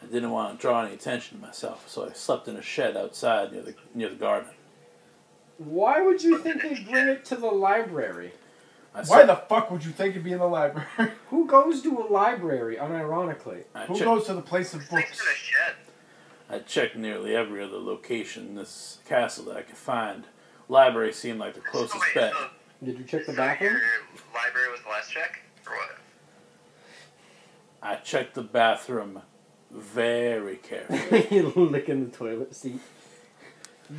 [SPEAKER 1] I didn't want to draw any attention to myself, so I slept in a shed outside near the near the garden.
[SPEAKER 4] Why would you think they bring it to the library?
[SPEAKER 1] I
[SPEAKER 6] Why
[SPEAKER 1] slept,
[SPEAKER 6] the fuck would you think it'd be in the library?
[SPEAKER 4] Who goes to a library? Unironically,
[SPEAKER 1] I,
[SPEAKER 6] Who
[SPEAKER 1] checked,
[SPEAKER 6] goes to the place of
[SPEAKER 3] Sleeps in a
[SPEAKER 6] books?
[SPEAKER 3] shed.
[SPEAKER 1] I checked nearly every other location in this castle that I could find. Library seemed like the
[SPEAKER 3] Oh,
[SPEAKER 1] closest
[SPEAKER 3] wait,
[SPEAKER 1] bet.
[SPEAKER 3] so-
[SPEAKER 4] did you check the
[SPEAKER 3] so
[SPEAKER 4] bathroom?
[SPEAKER 3] Your library was the last check, or what?
[SPEAKER 1] I checked the bathroom very carefully.
[SPEAKER 4] you licking the toilet seat.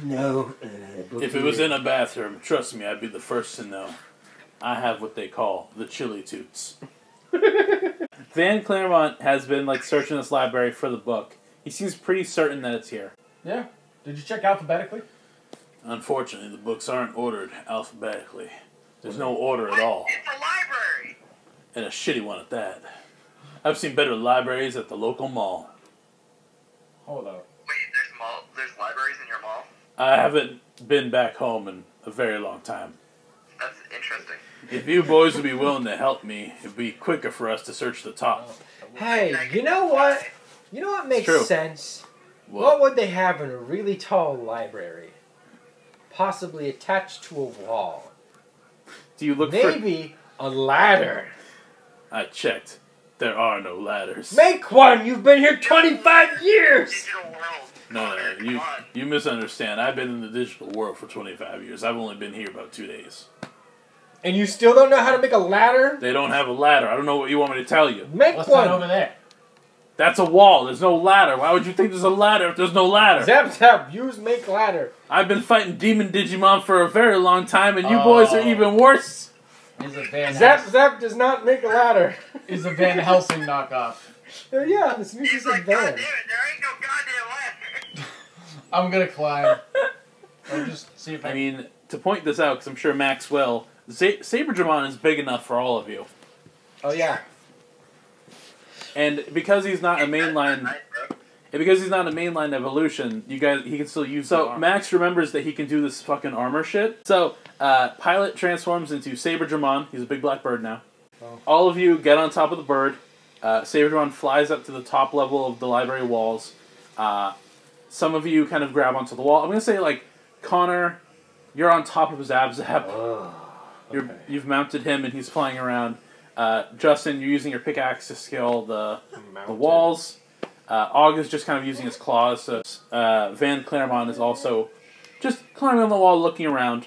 [SPEAKER 4] No. Uh, book
[SPEAKER 1] If it was in a bathroom, trust me, I'd be the first to know. I have what they call the chili toots. Van Claremont has been like searching this library for the book. He seems pretty certain that it's here.
[SPEAKER 6] Yeah. Did you check alphabetically?
[SPEAKER 1] Unfortunately, the books aren't ordered alphabetically. There's no order at all,
[SPEAKER 3] It's a library.
[SPEAKER 1] and a shitty one at that. I've seen better libraries at the local mall.
[SPEAKER 6] Hold up.
[SPEAKER 3] Wait, there's mall. There's libraries in your mall.
[SPEAKER 1] I haven't been back home in a very long time.
[SPEAKER 3] That's interesting.
[SPEAKER 1] If you boys would be willing to help me, it'd be quicker for us to search the top.
[SPEAKER 4] Hey, you know what? You know what makes
[SPEAKER 1] true.
[SPEAKER 4] sense?
[SPEAKER 1] Well,
[SPEAKER 4] What would they have in a really tall library? Possibly attached to a wall.
[SPEAKER 1] do you look for
[SPEAKER 4] Maybe a ladder.
[SPEAKER 1] I checked. There are no ladders.
[SPEAKER 4] Make one! You've been here 25 years!
[SPEAKER 3] Digital world.
[SPEAKER 1] No, no,
[SPEAKER 3] Connor,
[SPEAKER 1] no, you
[SPEAKER 3] come on.
[SPEAKER 1] you misunderstand. I've been in the digital world for 25 years. I've only been here about two days.
[SPEAKER 4] And you still don't know how to make a ladder?
[SPEAKER 1] They don't have a ladder. I don't know what you want me to tell you.
[SPEAKER 4] Make
[SPEAKER 2] What's that over
[SPEAKER 4] one!
[SPEAKER 2] there?
[SPEAKER 1] That's a wall. There's no ladder. Why would you think there's a ladder if there's no ladder?
[SPEAKER 4] Zap zap, use make ladder.
[SPEAKER 1] I've been fighting demon Digimon for a very long time, and you boys are
[SPEAKER 2] Oh.
[SPEAKER 1] even worse.
[SPEAKER 2] Is a Van
[SPEAKER 4] Zap zap does not make a ladder.
[SPEAKER 2] is a Van Helsing knockoff.
[SPEAKER 4] Uh, yeah, this
[SPEAKER 3] He's
[SPEAKER 4] music's a
[SPEAKER 3] like, God damn
[SPEAKER 4] van.
[SPEAKER 3] it, there ain't no goddamn ladder.
[SPEAKER 2] I'm gonna climb. I'll just see if I,
[SPEAKER 1] I
[SPEAKER 2] can.
[SPEAKER 1] mean, to point this out, because I'm sure Max will. Sa- Saberdramon is big enough for all of you,
[SPEAKER 4] Oh yeah.
[SPEAKER 1] and because he's not a mainline
[SPEAKER 3] Nice, bro.
[SPEAKER 1] And because he's not a mainline evolution, you guys he can still use. So Max remembers that he can do this fucking armor shit. So uh, Pilot transforms into Saber Dramon. He's a big black bird now. All of you get on top of the bird. Uh, Saber Dramon flies up to the top level of the library walls. Uh, some of you kind of grab onto the wall. I'm gonna say like Connor, you're on top of Zab Zab.
[SPEAKER 4] Oh.
[SPEAKER 1] You're, You've mounted him and he's flying around. Uh, Justin, you're using your pickaxe to scale the the walls. Uh, Aug is just kind of using his claws. So, uh, Van Claremont is also just climbing on the wall, looking around.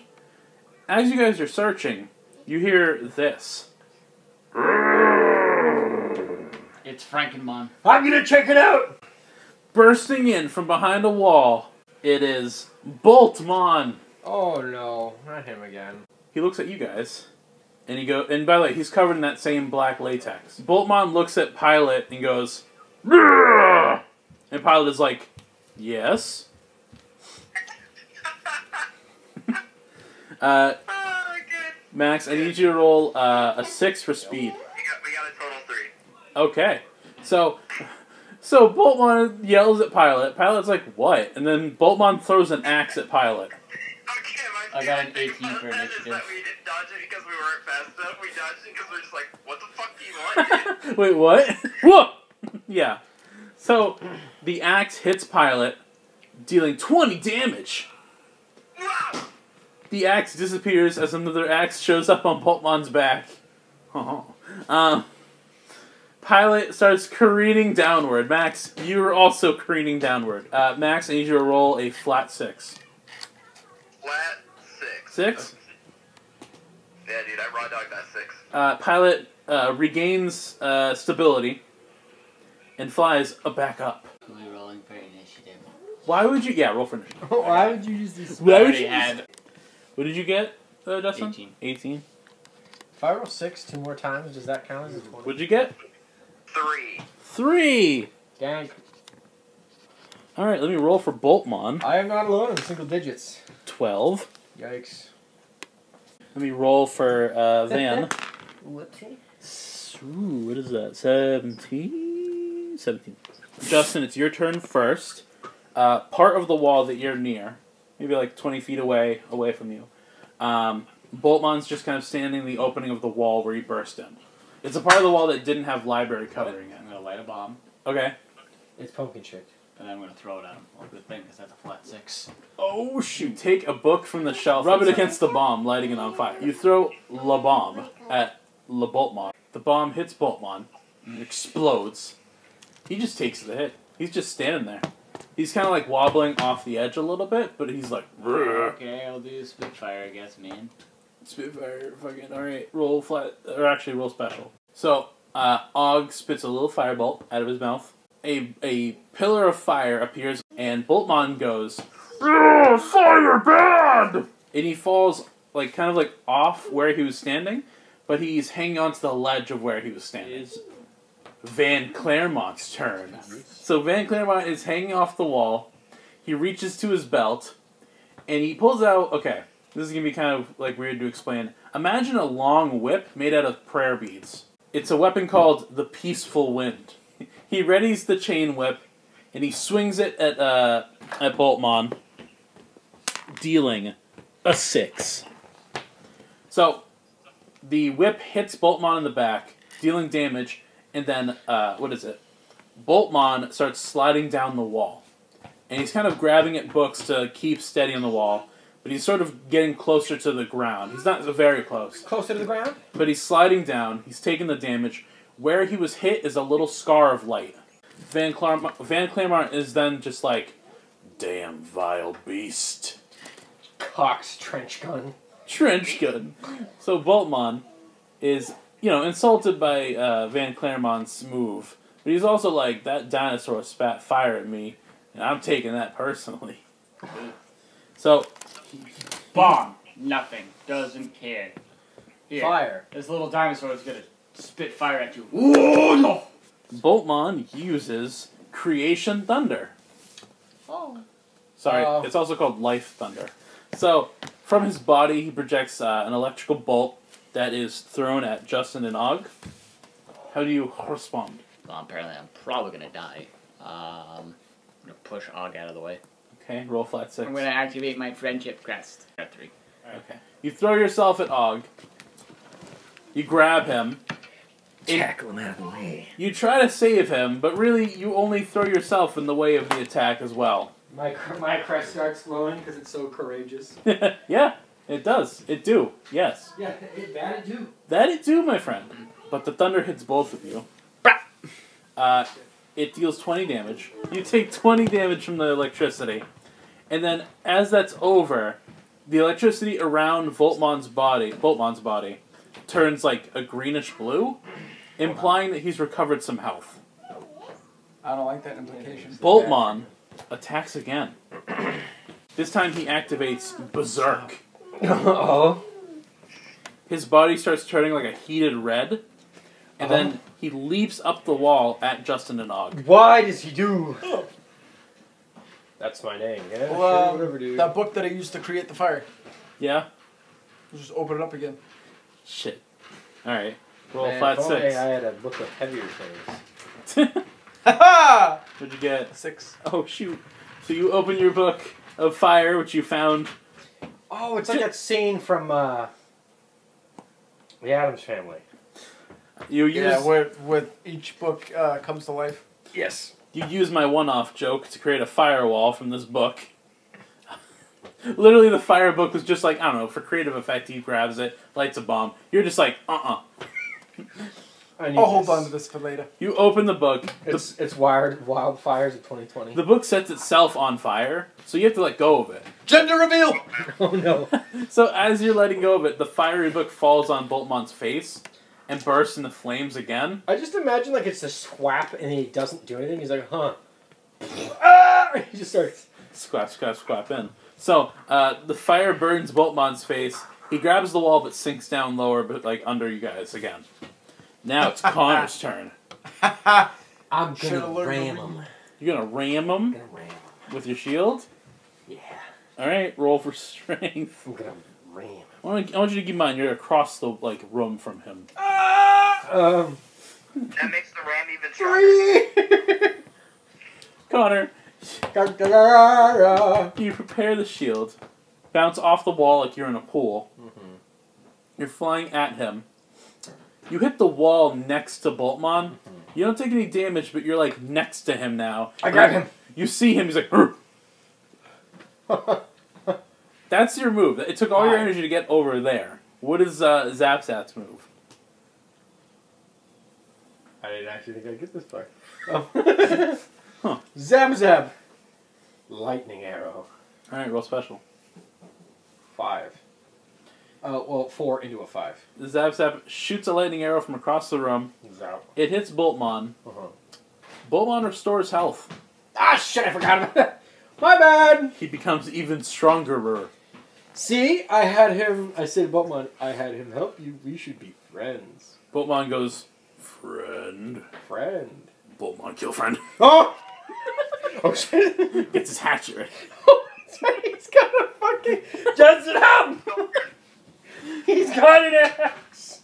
[SPEAKER 1] As you guys are searching, you hear this.
[SPEAKER 7] It's Frankenmon.
[SPEAKER 5] I'm gonna check it out.
[SPEAKER 1] Bursting in from behind a wall, it is Boltmon.
[SPEAKER 4] Oh no, not him again.
[SPEAKER 1] He looks at you guys, and he go. And by the way, he's covered in that same black latex. Boltmon looks at Pilot and goes, "Brrr!" and Pilot is like, "Yes." uh,
[SPEAKER 3] Oh, good.
[SPEAKER 1] Max, I need you to roll uh, a six for speed.
[SPEAKER 3] We got, we got a total three.
[SPEAKER 1] Okay, so. So Boltmon yells at Pilot. Pilot's like, "What?" And then Boltmon throws an axe at Pilot.
[SPEAKER 3] Okay, my
[SPEAKER 7] I got an
[SPEAKER 3] favorite thing
[SPEAKER 7] 18 for
[SPEAKER 3] about that is
[SPEAKER 7] initiative.
[SPEAKER 3] that we didn't dodge it because we weren't fast enough. We dodged it because we we're just like, what the fuck do you want? dude?"
[SPEAKER 1] Wait, what? Whoa! yeah. So the axe hits Pilot, dealing 20 damage.
[SPEAKER 3] wow!
[SPEAKER 1] The axe disappears as another axe shows up on Boltmon's back. Oh. Um, Pilot starts careening downward. Max, you are also careening downward. Uh, Max, I need you to roll a flat six.
[SPEAKER 3] Flat six.
[SPEAKER 1] Six?
[SPEAKER 3] Yeah, dude, I raw dogged that six.
[SPEAKER 1] Uh, Pilot uh, regains uh, stability and flies uh, back up.
[SPEAKER 7] We're rolling for initiative.
[SPEAKER 1] Why would you? Yeah, roll for initiative.
[SPEAKER 4] Why would you use these?
[SPEAKER 1] Why
[SPEAKER 7] I
[SPEAKER 1] would
[SPEAKER 7] already
[SPEAKER 1] you-
[SPEAKER 7] had
[SPEAKER 1] What did you get, uh, Dustin?
[SPEAKER 7] 18.
[SPEAKER 1] 18.
[SPEAKER 4] If I roll six two more times, does that count as a twenty?
[SPEAKER 1] What'd you get?
[SPEAKER 3] Three.
[SPEAKER 1] Three.
[SPEAKER 4] Dang,
[SPEAKER 1] All right, let me roll for Boltmon.
[SPEAKER 4] I am not alone in single digits.
[SPEAKER 1] Twelve.
[SPEAKER 4] Yikes.
[SPEAKER 1] Let me roll for uh, Van.
[SPEAKER 4] Whoopsie.
[SPEAKER 1] Ooh, what is that? Seventeen. Seventeen. Justin, it's your turn first. Uh, part of the wall that you're near, maybe like twenty feet away, away from you. Um, Boltmon's just kind of standing in the opening of the wall where he burst in. It's a part of the wall that didn't have library covering it.
[SPEAKER 7] I'm gonna light a bomb,
[SPEAKER 1] Okay.
[SPEAKER 4] It's pumpkin shit.
[SPEAKER 7] and I'm gonna throw it at him. Well, good thing, 'cause that's a flat six.
[SPEAKER 1] Oh shoot! Take a book from the shelf, rub it against the bomb, lighting it on fire. You throw La Bomb at La Boltmon. The bomb hits Boltmon, and explodes. He just takes the hit. He's just standing there. He's kind of like wobbling off the edge a little bit, but he's like, "Rrr."
[SPEAKER 7] Okay, I'll do Spitfire, I guess, man.
[SPEAKER 1] Spitfire, fucking, alright, roll flat, or actually roll special. So, uh, Og spits a little firebolt out of his mouth. A, a pillar of fire appears, and Boltmon goes, "Ugh, Fire bad! And he falls, like, kind of like off where he was standing, but he's hanging onto the ledge of where he was standing.
[SPEAKER 7] Is
[SPEAKER 1] Van Claremont's turn. So Van Claremont is hanging off the wall. He reaches to his belt, and he pulls out. Okay, this is gonna be kind of like weird to explain. Imagine a long whip made out of prayer beads. It's a weapon called the Peaceful Wind. He readies the chain whip, and he swings it at uh, at Boltmon, dealing a six. So the whip hits Boltmon in the back, dealing damage, and then uh, what is it? Boltmon starts sliding down the wall. And he's kind of grabbing at books to keep steady on the wall, but he's sort of getting closer to the ground. He's not very close,
[SPEAKER 4] Closer to the ground?
[SPEAKER 1] but he's sliding down. He's taking the damage. Where he was hit is a little scar of light. Van, Clar- Van Claremont is then just like, damn vile beast.
[SPEAKER 4] Cox trench gun.
[SPEAKER 1] Trench gun. So Boltmon is, you know, insulted by uh, Van Claremont's move, but he's also like, that dinosaur spat fire at me, and I'm taking that personally. So
[SPEAKER 7] bomb. Nothing. Doesn't care. Here,
[SPEAKER 4] Fire.
[SPEAKER 7] This little dinosaur is gonna spit fire at you. Oh no!
[SPEAKER 1] Boltmon uses Creation Thunder.
[SPEAKER 4] Oh.
[SPEAKER 1] Sorry,
[SPEAKER 4] Oh.
[SPEAKER 1] it's also called Life Thunder. So from his body, he projects uh, an electrical bolt that is thrown at Justin and Og. How do you respond?
[SPEAKER 8] Well, apparently I'm probably gonna die. Um, I'm gonna push Og out of the way.
[SPEAKER 1] Okay, roll flat 6
[SPEAKER 8] I'm gonna activate my friendship crest. Got three.
[SPEAKER 1] Okay. You throw yourself at Og. You grab him.
[SPEAKER 8] Tackle him out of the way.
[SPEAKER 1] You try to save him, but really you only throw yourself in the way of the attack as well.
[SPEAKER 4] My, cr- my crest starts glowing because it's so courageous.
[SPEAKER 1] yeah, it does. It do. Yes.
[SPEAKER 4] Yeah, it, that it do.
[SPEAKER 1] That it do, my friend. but the thunder hits both of you. Uh, it deals 20 damage. You take 20 damage from the electricity. And then, as that's over, the electricity around Voltmon's body, Voltmon's body, turns like a greenish blue, implying that he's recovered some health.
[SPEAKER 6] I don't like that implication.
[SPEAKER 1] Boltmon attacks again. this time he activates Berserk.
[SPEAKER 4] oh.
[SPEAKER 1] His body starts turning like a heated red, and then he leaps up the wall at Justin and Og.
[SPEAKER 4] Why does he do? That's my name. Yeah,
[SPEAKER 6] Well,
[SPEAKER 4] sure, whatever, dude.
[SPEAKER 6] That book that I used to create the fire.
[SPEAKER 1] Yeah?
[SPEAKER 6] Let's just open it up again.
[SPEAKER 1] Shit. Alright. Roll
[SPEAKER 4] Man,
[SPEAKER 1] a flat
[SPEAKER 4] if only
[SPEAKER 1] six.
[SPEAKER 4] I had a book of heavier things.
[SPEAKER 1] What'd you get?
[SPEAKER 6] Six.
[SPEAKER 1] Oh, shoot. So you open your book of fire, which you found.
[SPEAKER 4] Oh, it's like that scene from uh, The Adams Family.
[SPEAKER 1] You use,
[SPEAKER 6] Yeah, where with each book uh, comes to life.
[SPEAKER 8] Yes.
[SPEAKER 1] you use my one off joke to create a firewall from this book. Literally, the fire book was just like, I don't know, for creative effect, he grabs it, lights a bomb. You're just like, uh uh
[SPEAKER 4] I need
[SPEAKER 6] I'll Oh, hold
[SPEAKER 4] this.
[SPEAKER 6] on to this for later.
[SPEAKER 1] You open the book. The
[SPEAKER 4] It's it's wired wildfires of 2020.
[SPEAKER 1] The book sets itself on fire, so you have to let go of it.
[SPEAKER 6] Gender reveal.
[SPEAKER 4] oh no!
[SPEAKER 1] So as you're letting go of it, the fiery book falls on Boltmon's face and bursts into flames again.
[SPEAKER 4] I just imagine like it's a swap and he doesn't do anything. He's like, huh? ah! He just starts.
[SPEAKER 1] Squap, squap, squap in. So uh, the fire burns Boltmon's face. He grabs the wall but sinks down lower, but like under you guys again. Now it's Connor's turn.
[SPEAKER 4] I'm
[SPEAKER 6] Shoulda
[SPEAKER 4] gonna
[SPEAKER 6] learned to
[SPEAKER 4] ram
[SPEAKER 6] read.
[SPEAKER 4] him.
[SPEAKER 1] You're gonna ram him
[SPEAKER 4] I'm gonna ram him.
[SPEAKER 1] with your shield.
[SPEAKER 4] Yeah,
[SPEAKER 1] All right, roll for strength.
[SPEAKER 4] I'm gonna ram. him.
[SPEAKER 1] I want, I want you to keep in mind you're across the like room from him.
[SPEAKER 4] Um,
[SPEAKER 3] That makes the ram even stronger.
[SPEAKER 4] three.
[SPEAKER 1] Connor,
[SPEAKER 4] Da, da, da, da.
[SPEAKER 1] You prepare the shield, bounce off the wall like you're in a pool. You're flying at him. You hit the wall next to Boltmon. You don't take any damage, but you're like next to him now.
[SPEAKER 6] I grab him.
[SPEAKER 1] You see him. He's like, "Urgh." that's your move. It took all your
[SPEAKER 4] Hi.
[SPEAKER 1] energy to get over there. What is uh, Zapsat's move?
[SPEAKER 4] I didn't actually think I'd get this far. Oh. Zam Zam. Lightning arrow.
[SPEAKER 1] All right, roll special.
[SPEAKER 4] Five. Uh, well, four into a five.
[SPEAKER 1] Zapsat shoots a lightning arrow from across the room.
[SPEAKER 4] He's out.
[SPEAKER 1] It hits Boltmon.
[SPEAKER 4] Uh-huh.
[SPEAKER 1] Boltmon restores health.
[SPEAKER 4] Ah, shit, I forgot about that. My bad.
[SPEAKER 1] He becomes even stronger.
[SPEAKER 4] See, I had him. I said, Botman, I had him help you. We should be friends.
[SPEAKER 1] Boltmon goes, friend.
[SPEAKER 4] Friend.
[SPEAKER 1] Boltmon kill friend.
[SPEAKER 4] Oh! oh, shit. Oh,
[SPEAKER 1] Gets his hatchet ready.
[SPEAKER 4] He's got a fucking. Justin, help! He's got an axe.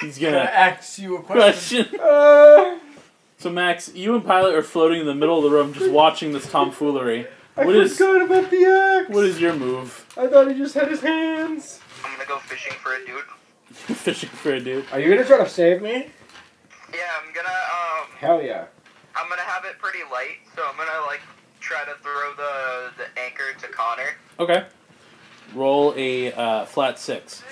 [SPEAKER 1] He's
[SPEAKER 6] Can I
[SPEAKER 1] gonna
[SPEAKER 6] ask you a question?
[SPEAKER 1] question.
[SPEAKER 4] Uh,
[SPEAKER 1] So Max, you and Pilot are floating in the middle of the room, just watching this tomfoolery.
[SPEAKER 4] I
[SPEAKER 1] What is
[SPEAKER 4] forgot about the axe.
[SPEAKER 1] what is your move?
[SPEAKER 4] I thought he just had his hands.
[SPEAKER 3] I'm gonna go fishing for a dude.
[SPEAKER 1] Fishing for a dude.
[SPEAKER 4] Are you gonna try to save me?
[SPEAKER 3] Yeah, I'm gonna um,
[SPEAKER 4] Hell yeah.
[SPEAKER 3] I'm gonna have it pretty light, so I'm gonna like try to throw the the anchor to Connor.
[SPEAKER 1] Okay. Roll a uh, flat six.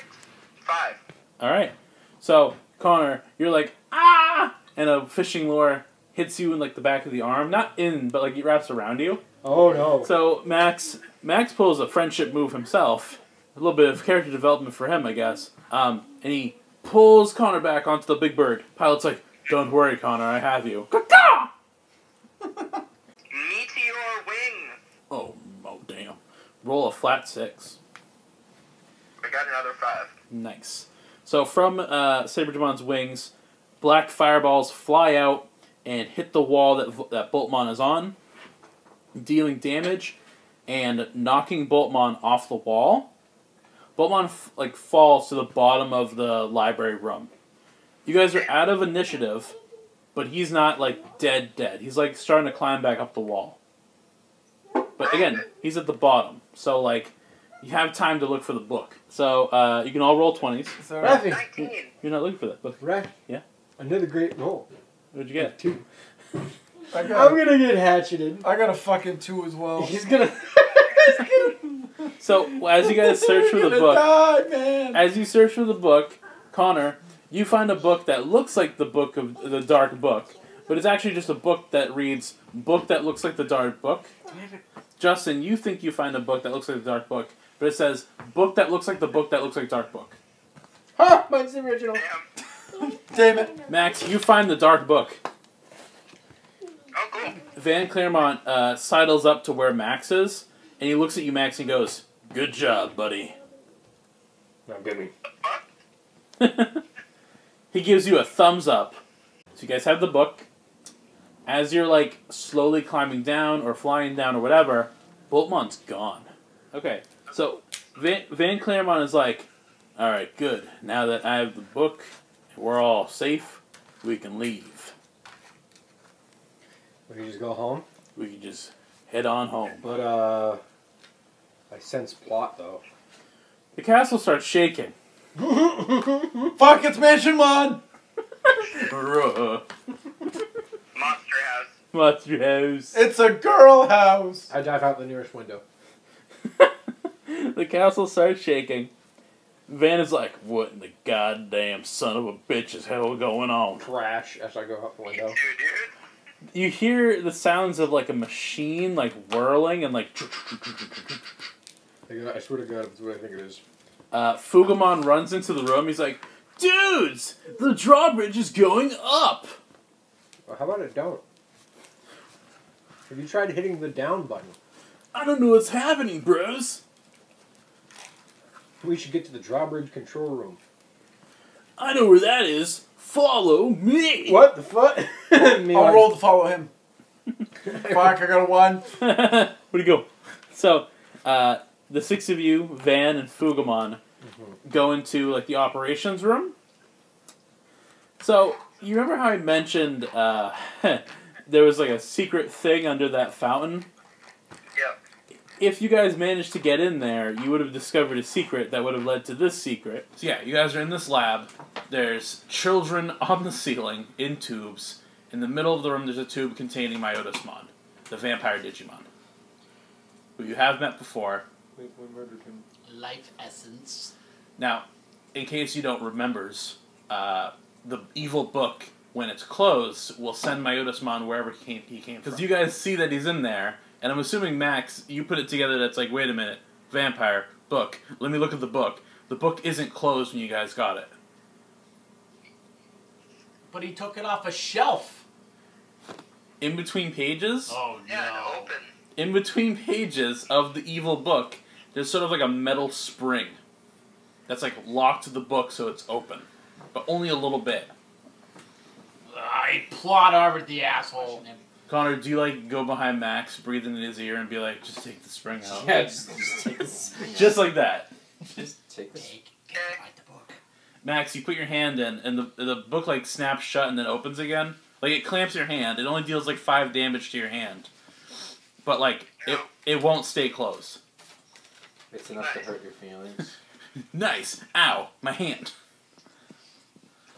[SPEAKER 3] Five.
[SPEAKER 1] All right. So Connor, you're like ah, and a fishing lure hits you in like the back of the arm, not in, but like it wraps around you.
[SPEAKER 4] Oh no.
[SPEAKER 1] So Max Max pulls a friendship move himself. A little bit of character development for him, I guess. Um, and he pulls Connor back onto the big bird. Pilot's like, "Don't worry, Connor, I have you." Caw-caw!
[SPEAKER 3] Meteor wing.
[SPEAKER 1] Oh, oh, damn! Roll a flat six.
[SPEAKER 3] I got another five.
[SPEAKER 1] Nice. So from uh, Saberdemon's wings, black fireballs fly out and hit the wall that Vo- that Boltmon is on, dealing damage and knocking Boltmon off the wall. Boltmon f- like falls to the bottom of the library room. You guys are out of initiative, but he's not like dead dead. He's like starting to climb back up the wall. But again, he's at the bottom, so like you have time to look for the book. So uh, you can all roll twenties.
[SPEAKER 6] Is there-
[SPEAKER 4] Rafi.
[SPEAKER 3] Nineteen.
[SPEAKER 1] You're not looking for that book.
[SPEAKER 4] Rafi.
[SPEAKER 1] Yeah.
[SPEAKER 4] Another great roll.
[SPEAKER 1] What'd you get?
[SPEAKER 4] Two.
[SPEAKER 6] I
[SPEAKER 4] I'm
[SPEAKER 6] got,
[SPEAKER 4] gonna get hatcheted.
[SPEAKER 6] I got a fucking two as
[SPEAKER 1] Oh.
[SPEAKER 6] well.
[SPEAKER 4] He's gonna.
[SPEAKER 1] So as you guys search for the
[SPEAKER 6] You're
[SPEAKER 1] book,
[SPEAKER 6] gonna die, man.
[SPEAKER 1] as you search for the book, Connor, you find a book that looks like the book of the Dark Book, but it's actually just a book that reads "book that looks like the Dark Book." Justin, you think you find a book that looks like the Dark Book, but it says "book that looks like the book that looks like Dark Book."
[SPEAKER 4] Ha! Oh, Mine's the original.
[SPEAKER 3] Damn.
[SPEAKER 5] Damn it.
[SPEAKER 1] Max, you find the Dark Book.
[SPEAKER 3] Oh, cool.
[SPEAKER 1] Van Claremont uh, sidles up to where Max is, and he looks at you, Max, and goes, "Good job, buddy."
[SPEAKER 4] Now give me.
[SPEAKER 1] he gives you a thumbs up. So you guys have the book. As you're like slowly climbing down or flying down or whatever, Boltman's gone. Okay, so Van, Van Claremont is like, all right, good. Now that I have the book, we're all safe. We can leave.
[SPEAKER 4] We can just go home.
[SPEAKER 1] We can just head on home.
[SPEAKER 4] But uh, I sense plot though.
[SPEAKER 1] The castle starts shaking.
[SPEAKER 5] Fuck, it's Mansion Mod!
[SPEAKER 3] Monster House.
[SPEAKER 1] What's your house?
[SPEAKER 5] It's a girl house!
[SPEAKER 4] I dive out the nearest window.
[SPEAKER 1] the castle starts shaking. Van is like, what in the goddamn son of a bitch is hell going on?
[SPEAKER 4] Crash as I go out the
[SPEAKER 3] You
[SPEAKER 4] window.
[SPEAKER 3] too, dude.
[SPEAKER 1] You hear the sounds of like a machine like whirling and like.
[SPEAKER 4] I go- I swear to God, it's what I think it is.
[SPEAKER 1] Uh, Fugamon runs into the room. He's like, dudes, the drawbridge is going up.
[SPEAKER 4] Well, how about it don't? Have you tried hitting the down button?
[SPEAKER 1] I don't know what's happening, bros.
[SPEAKER 4] We should get to the drawbridge control room.
[SPEAKER 1] I know where that is. Follow me.
[SPEAKER 4] What the fuck? Me
[SPEAKER 5] I'll
[SPEAKER 4] like-
[SPEAKER 5] roll to follow him. Fuck, I got a one.
[SPEAKER 1] Where'd you go? So, uh, the six of you, Van and Fugamon,
[SPEAKER 4] Mhm.
[SPEAKER 1] go into like the operations room. So you remember how I mentioned uh, there was like a secret thing under that fountain?
[SPEAKER 3] Yep.
[SPEAKER 1] If you guys managed to get in there, you would have discovered a secret that would have led to this secret. So yeah, you guys are in this lab. There's children on the ceiling in tubes. In the middle of the room, there's a tube containing Myotismon, the vampire Digimon, who you have met before.
[SPEAKER 5] We, we murdered him.
[SPEAKER 8] Life essence.
[SPEAKER 1] Now, in case you don't remembers, uh, the evil book, when it's closed, will send Myotismon wherever he came, he came from. Because you guys see that he's in there, and I'm assuming, Max, you put it together that's like, wait a minute, vampire, book, let me look at the book. The book isn't closed when you guys got it.
[SPEAKER 7] But he took it off a shelf.
[SPEAKER 1] In between pages,
[SPEAKER 7] Oh
[SPEAKER 3] Yeah, and open.
[SPEAKER 1] in between pages of the evil book, there's sort of like a metal spring that's like locked to the book so it's open, but only a little bit.
[SPEAKER 7] I plot over the asshole.
[SPEAKER 1] Connor, do you like go behind Max, breathe in his ear, and be like, just take the spring out?
[SPEAKER 9] Yeah, just, just take this.
[SPEAKER 1] Just like that.
[SPEAKER 9] Just take this.
[SPEAKER 8] Take and bite the book.
[SPEAKER 1] Max, you put your hand in, and the, the book like snaps shut and then opens again. Like it clamps your hand. It only deals like five damage to your hand, but like it it won't stay closed.
[SPEAKER 9] It's enough to hurt your feelings.
[SPEAKER 1] Nice. Ow, my hand.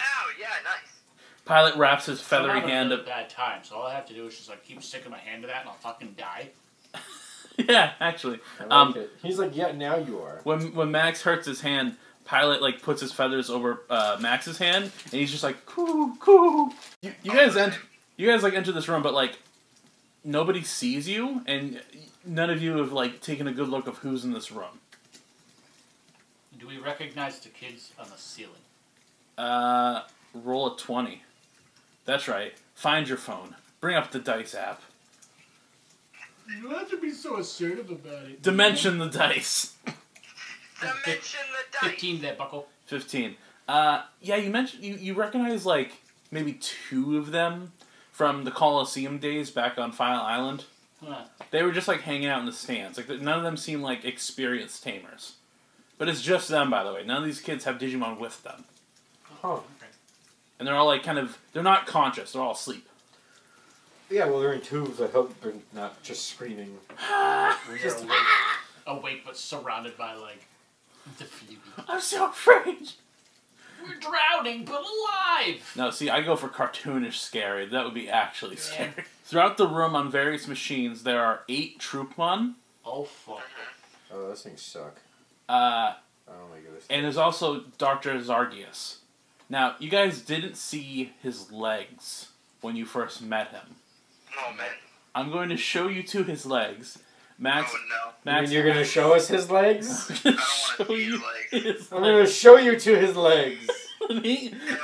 [SPEAKER 3] Ow, yeah, nice.
[SPEAKER 1] Pilot wraps his
[SPEAKER 7] I'm
[SPEAKER 1] feathery
[SPEAKER 7] having
[SPEAKER 1] hand
[SPEAKER 7] a really
[SPEAKER 1] up.
[SPEAKER 7] bad time, so all I have to do is just like keep sticking my hand to that, and I'll fucking die.
[SPEAKER 1] yeah, actually,
[SPEAKER 9] I like
[SPEAKER 1] Um,
[SPEAKER 9] it.
[SPEAKER 4] He's like, yeah, now you are.
[SPEAKER 1] when when Max hurts his hand, Pilot like puts his feathers over uh, Max's hand, and he's just like coo coo. You, you guys ent- you guys like enter this room, but like nobody sees you, and none of you have like taken a good look of who's in this room.
[SPEAKER 7] Do we recognize the kids on the ceiling?
[SPEAKER 1] Uh, roll a twenty. That's right. Find your phone. Bring up the dice app.
[SPEAKER 6] You don't have to be so assertive about it.
[SPEAKER 1] Dimension the dice.
[SPEAKER 3] Dimension the dice.
[SPEAKER 7] Fifteen, there, buckle.
[SPEAKER 1] Fifteen. Uh, yeah, you mentioned you, you recognize like maybe two of them from the Coliseum days back on File Island.
[SPEAKER 7] Huh.
[SPEAKER 1] They were just like hanging out in the stands. Like th- none of them seem like experienced tamers. But it's just them, by the way. None of these kids have Digimon with them,
[SPEAKER 4] Huh.
[SPEAKER 1] and they're all like kind of they're not conscious. They're all asleep.
[SPEAKER 9] Yeah, well, they're in tubes. I hope they're not just screaming.
[SPEAKER 7] We are awake, awake, but surrounded by like the fluid.
[SPEAKER 1] I'm so afraid.
[SPEAKER 7] We're drowning, but alive.
[SPEAKER 1] No, see, I go for cartoonish scary. That would be actually scary. Throughout the room on various machines, there are eight Troopmon,
[SPEAKER 7] Oh fuck!
[SPEAKER 9] Oh, those things suck.
[SPEAKER 1] uh,
[SPEAKER 9] I don't like this.
[SPEAKER 1] and there's also Doctor Zargius. Now, you guys didn't see his legs when you first met him.
[SPEAKER 3] Oh man.
[SPEAKER 1] I'm going to show you to his legs.
[SPEAKER 3] Oh
[SPEAKER 1] Max,
[SPEAKER 3] no.
[SPEAKER 1] Max,
[SPEAKER 4] and you're gonna show us his legs?
[SPEAKER 1] I'm
[SPEAKER 3] I
[SPEAKER 1] gonna show
[SPEAKER 3] don't want to see his
[SPEAKER 1] you
[SPEAKER 3] legs.
[SPEAKER 1] his
[SPEAKER 4] I'm
[SPEAKER 1] legs.
[SPEAKER 4] gonna show you to his legs.
[SPEAKER 1] Let me-
[SPEAKER 3] They're over here.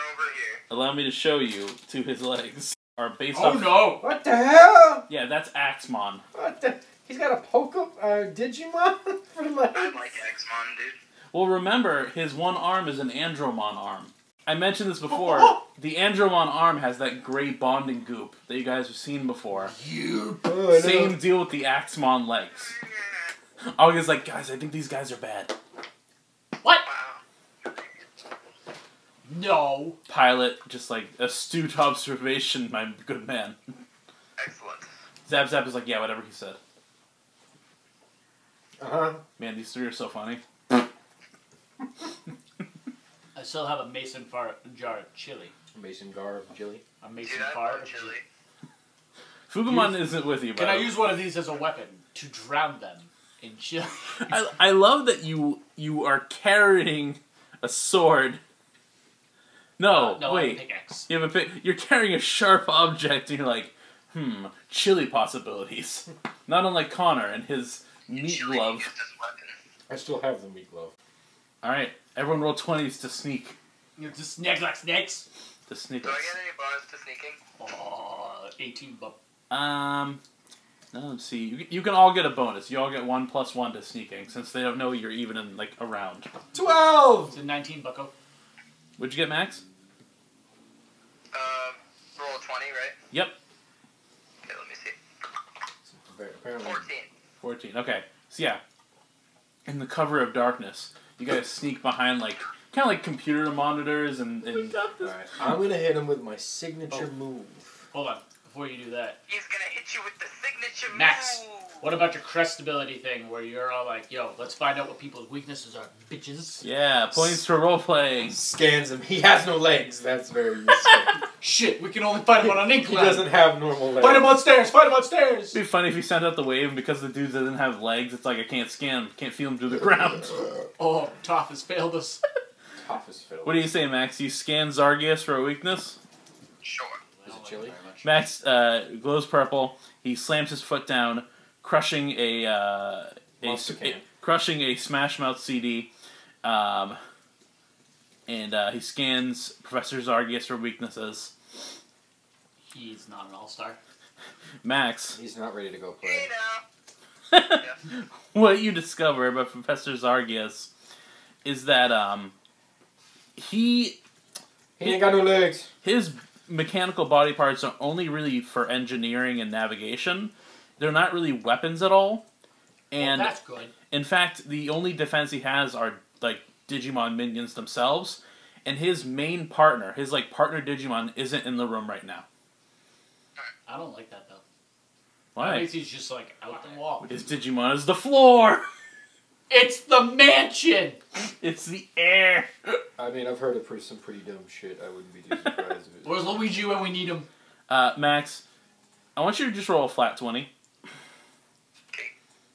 [SPEAKER 1] Allow me to show you to his legs. Are based
[SPEAKER 10] Oh
[SPEAKER 1] off.
[SPEAKER 10] no!
[SPEAKER 4] What the hell?
[SPEAKER 1] Yeah, that's Axmon.
[SPEAKER 4] What the? He's got a poke up uh, Digimon for legs.
[SPEAKER 3] I like X-Mon, dude.
[SPEAKER 1] Well, remember, his one arm is an Andromon arm. I mentioned this before. The Andromon arm has that gray bonding goop that you guys have seen before.
[SPEAKER 4] Oh, I know.
[SPEAKER 1] Same deal with the Axmon legs. Augie's like, guys, I think these guys are bad.
[SPEAKER 3] Wow.
[SPEAKER 10] No.
[SPEAKER 1] Pilot, just like astute observation, my good man.
[SPEAKER 3] Excellent.
[SPEAKER 1] Zap Zap is like, yeah, whatever he said.
[SPEAKER 4] Uh-huh.
[SPEAKER 1] Man, these three are so funny.
[SPEAKER 7] I still have a mason far jar of chili.
[SPEAKER 4] Mason Gar of Jilly.
[SPEAKER 7] A mason
[SPEAKER 3] Dude, I
[SPEAKER 7] far
[SPEAKER 3] love
[SPEAKER 7] of
[SPEAKER 3] chili.
[SPEAKER 1] Fugumon isn't with you, but
[SPEAKER 7] Can I use one of these as a weapon to drown them in chili?
[SPEAKER 1] I, I love that you you are carrying a sword. No,
[SPEAKER 7] Uh, no, I have a
[SPEAKER 1] wait.
[SPEAKER 7] pickaxe.
[SPEAKER 1] You have a pick. You're carrying a sharp object, and you're like, hmm, chili possibilities. Not unlike Connor and his meat
[SPEAKER 3] Chili
[SPEAKER 1] glove.
[SPEAKER 3] is his weapon.
[SPEAKER 4] I still have the meatloaf.
[SPEAKER 1] All right, everyone roll twenties to sneak.
[SPEAKER 7] You know, just snacks like snacks.
[SPEAKER 1] To sneak.
[SPEAKER 3] Do I get any bars to sneaking?
[SPEAKER 7] Oh, 18 bucks.
[SPEAKER 1] Um, no, let's see. You, you can all get a bonus. You all get one plus one to sneaking, since they don't know you're even in like a round.
[SPEAKER 4] Twelve.
[SPEAKER 7] It's a 19 bucko.
[SPEAKER 1] What'd you get, Max?
[SPEAKER 3] Uh, roll a 20, right?
[SPEAKER 1] Yep,
[SPEAKER 3] Okay, let me see.
[SPEAKER 4] Apparently,
[SPEAKER 3] 14.
[SPEAKER 1] 14. Okay. So yeah, in the cover of darkness, you guys sneak behind like kind of like computer monitors and, and
[SPEAKER 4] Alright, I'm gonna hit him with my signature move.
[SPEAKER 7] Hold on. Before you do that,
[SPEAKER 3] He's gonna hit you with the signature
[SPEAKER 7] Max,
[SPEAKER 3] move.
[SPEAKER 7] what about your crest ability thing where you're all like, yo, let's find out what people's weaknesses are, bitches?
[SPEAKER 1] yeah, points for role playing.
[SPEAKER 4] Scans him. He has no legs. That's very useful.
[SPEAKER 7] Shit, we can only fight him on an
[SPEAKER 4] he
[SPEAKER 7] incline.
[SPEAKER 4] doesn't have normal legs.
[SPEAKER 10] Fight him upstairs! Fight him upstairs!
[SPEAKER 1] It'd be funny if you sent out the wave, and because the dude doesn't have legs, it's like I can't scan him, can't feel him through the ground.
[SPEAKER 7] Oh, Toph has failed us.
[SPEAKER 4] Tough as fiddle.
[SPEAKER 1] What do you say, Max? You scan Zargias for a weakness.
[SPEAKER 3] Sure.
[SPEAKER 4] Is it chili?
[SPEAKER 1] Max uh, glows purple. He slams his foot down, crushing a, uh, a,
[SPEAKER 4] Monster
[SPEAKER 1] a-
[SPEAKER 4] can.
[SPEAKER 1] crushing a Smash Mouth CD. Um, and uh, he scans Professor Zargias for weaknesses.
[SPEAKER 7] He's not an all star.
[SPEAKER 1] Max,
[SPEAKER 4] He's not ready to go play.
[SPEAKER 3] Hey now.
[SPEAKER 1] what you discover about Professor Zargias is that um, he
[SPEAKER 4] He ain't got no legs.
[SPEAKER 1] his mechanical body parts are only really for engineering and navigation. They're not really weapons at all. And
[SPEAKER 7] well, that's good.
[SPEAKER 1] In fact, the only defense he has are like Digimon minions themselves, and his main partner, his like partner Digimon, isn't in the room right now.
[SPEAKER 7] I don't like that though. That
[SPEAKER 1] Why?
[SPEAKER 7] means he's just like out the wall.
[SPEAKER 1] His Digimon is the floor.
[SPEAKER 7] It's the mansion!
[SPEAKER 1] It's the air.
[SPEAKER 4] I mean, I've heard of pretty, some pretty dumb shit. I wouldn't be too surprised if it
[SPEAKER 7] Where's Luigi when we need him?
[SPEAKER 1] Uh, Max, I want you to just roll a flat twenty.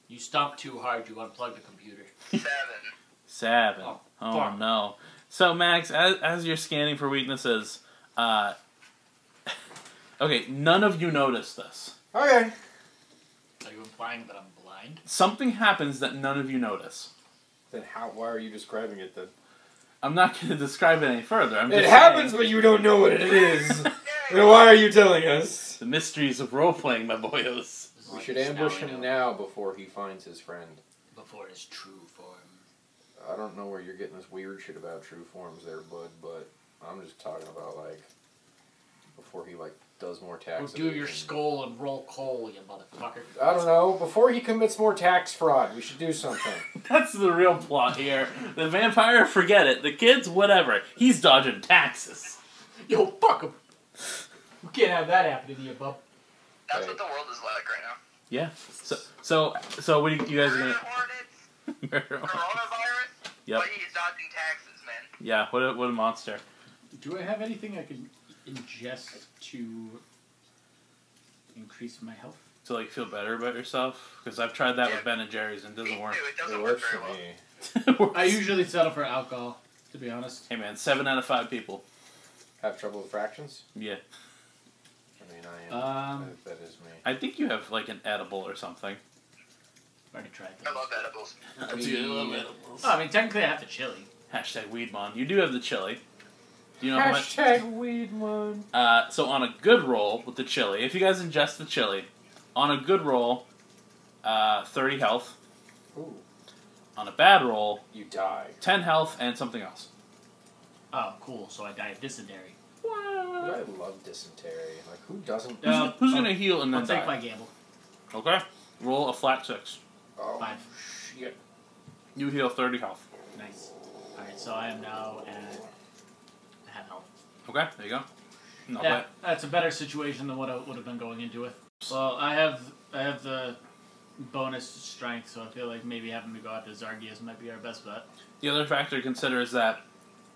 [SPEAKER 7] You stomp too hard, you unplug the computer.
[SPEAKER 3] Seven.
[SPEAKER 1] Seven.
[SPEAKER 7] Oh,
[SPEAKER 1] Oh,
[SPEAKER 7] fuck.
[SPEAKER 1] no. So Max, as, as you're scanning for weaknesses, uh, okay, none of you notice this.
[SPEAKER 4] Okay.
[SPEAKER 7] Are you implying that I'm blind?
[SPEAKER 1] Something happens that none of you notice.
[SPEAKER 4] Then how? Why are you describing it then?
[SPEAKER 1] I'm not going to describe it any further. I'm
[SPEAKER 4] It
[SPEAKER 1] just
[SPEAKER 4] happens,
[SPEAKER 1] saying-
[SPEAKER 4] but you don't know what it is.
[SPEAKER 3] Yay.
[SPEAKER 4] then why are you telling us?
[SPEAKER 1] The mysteries of role playing, my boyos.
[SPEAKER 7] This is
[SPEAKER 4] We
[SPEAKER 7] like
[SPEAKER 4] should
[SPEAKER 7] just
[SPEAKER 4] ambush
[SPEAKER 7] now I
[SPEAKER 4] him
[SPEAKER 7] know.
[SPEAKER 4] now before he finds his friend.
[SPEAKER 7] Before his true form.
[SPEAKER 4] I don't know where you're getting this weird shit about true forms there, bud, but I'm just talking about like before he like does more
[SPEAKER 7] Or
[SPEAKER 4] tax.
[SPEAKER 7] do your
[SPEAKER 4] evasion.
[SPEAKER 7] skull and roll coal, you motherfucker.
[SPEAKER 4] I don't know. Before he commits more tax fraud, we should do something.
[SPEAKER 1] That's the real plot here. The vampire, forget it. The kids, whatever. He's dodging taxes.
[SPEAKER 7] Yo, fuck him! We can't have that happening to you, bub.
[SPEAKER 3] That's what the world is like right now.
[SPEAKER 1] Yeah. So, so, so what are you, you guys
[SPEAKER 3] Corona
[SPEAKER 1] are
[SPEAKER 3] hornets,
[SPEAKER 1] gonna?
[SPEAKER 3] coronavirus,
[SPEAKER 1] Yep.
[SPEAKER 3] but he's dodging taxes, man.
[SPEAKER 1] yeah. What a what a monster.
[SPEAKER 10] Do I have anything I can ingest to increase my health?
[SPEAKER 1] To like feel better about yourself because I've tried that with
[SPEAKER 3] Yeah.
[SPEAKER 1] Ben and Jerry's and it doesn't
[SPEAKER 3] Me
[SPEAKER 1] work.
[SPEAKER 3] too. It doesn't
[SPEAKER 4] it
[SPEAKER 3] work
[SPEAKER 4] works
[SPEAKER 3] very
[SPEAKER 4] for
[SPEAKER 3] well.
[SPEAKER 4] me.
[SPEAKER 1] It works.
[SPEAKER 10] I usually settle for alcohol, to be honest.
[SPEAKER 1] hey man, seven out of five people.
[SPEAKER 4] Have trouble with fractions?
[SPEAKER 1] Yeah.
[SPEAKER 4] I mean, I am.
[SPEAKER 1] Um,
[SPEAKER 4] that, that is me.
[SPEAKER 1] I think you have like an edible or something.
[SPEAKER 7] I already tried
[SPEAKER 3] I love edibles.
[SPEAKER 7] that.
[SPEAKER 1] Dude, I love
[SPEAKER 7] Oh, I mean, technically, I have the chili.
[SPEAKER 1] Hashtag Weedmon. You do have the chili. You know how much?
[SPEAKER 11] Hashtag weed one.
[SPEAKER 1] Uh, so on a good roll with the chili, if you guys ingest the chili, on a good roll, uh, thirty health.
[SPEAKER 4] Ooh.
[SPEAKER 1] On a bad roll,
[SPEAKER 4] You die.
[SPEAKER 1] ten health and something else.
[SPEAKER 7] Oh, cool. So I die of dysentery. Oh,
[SPEAKER 4] Dude, I love dysentery. Like, who doesn't?
[SPEAKER 1] Who's,
[SPEAKER 7] Um,
[SPEAKER 1] who's
[SPEAKER 7] I'll-
[SPEAKER 1] gonna heal and then
[SPEAKER 7] I'll
[SPEAKER 1] die?
[SPEAKER 7] take my gamble.
[SPEAKER 1] Okay. Roll a flat six.
[SPEAKER 4] Oh,
[SPEAKER 7] Five.
[SPEAKER 4] shit.
[SPEAKER 1] You heal thirty health.
[SPEAKER 7] Nice. All right, so I am now at half health.
[SPEAKER 1] Okay. There you go. No,
[SPEAKER 7] yeah, that's a better situation than what I would have been going into with. Well, I have I have the bonus strength, so I feel like maybe having to go after Zargias might be our best bet.
[SPEAKER 1] The other factor to consider is that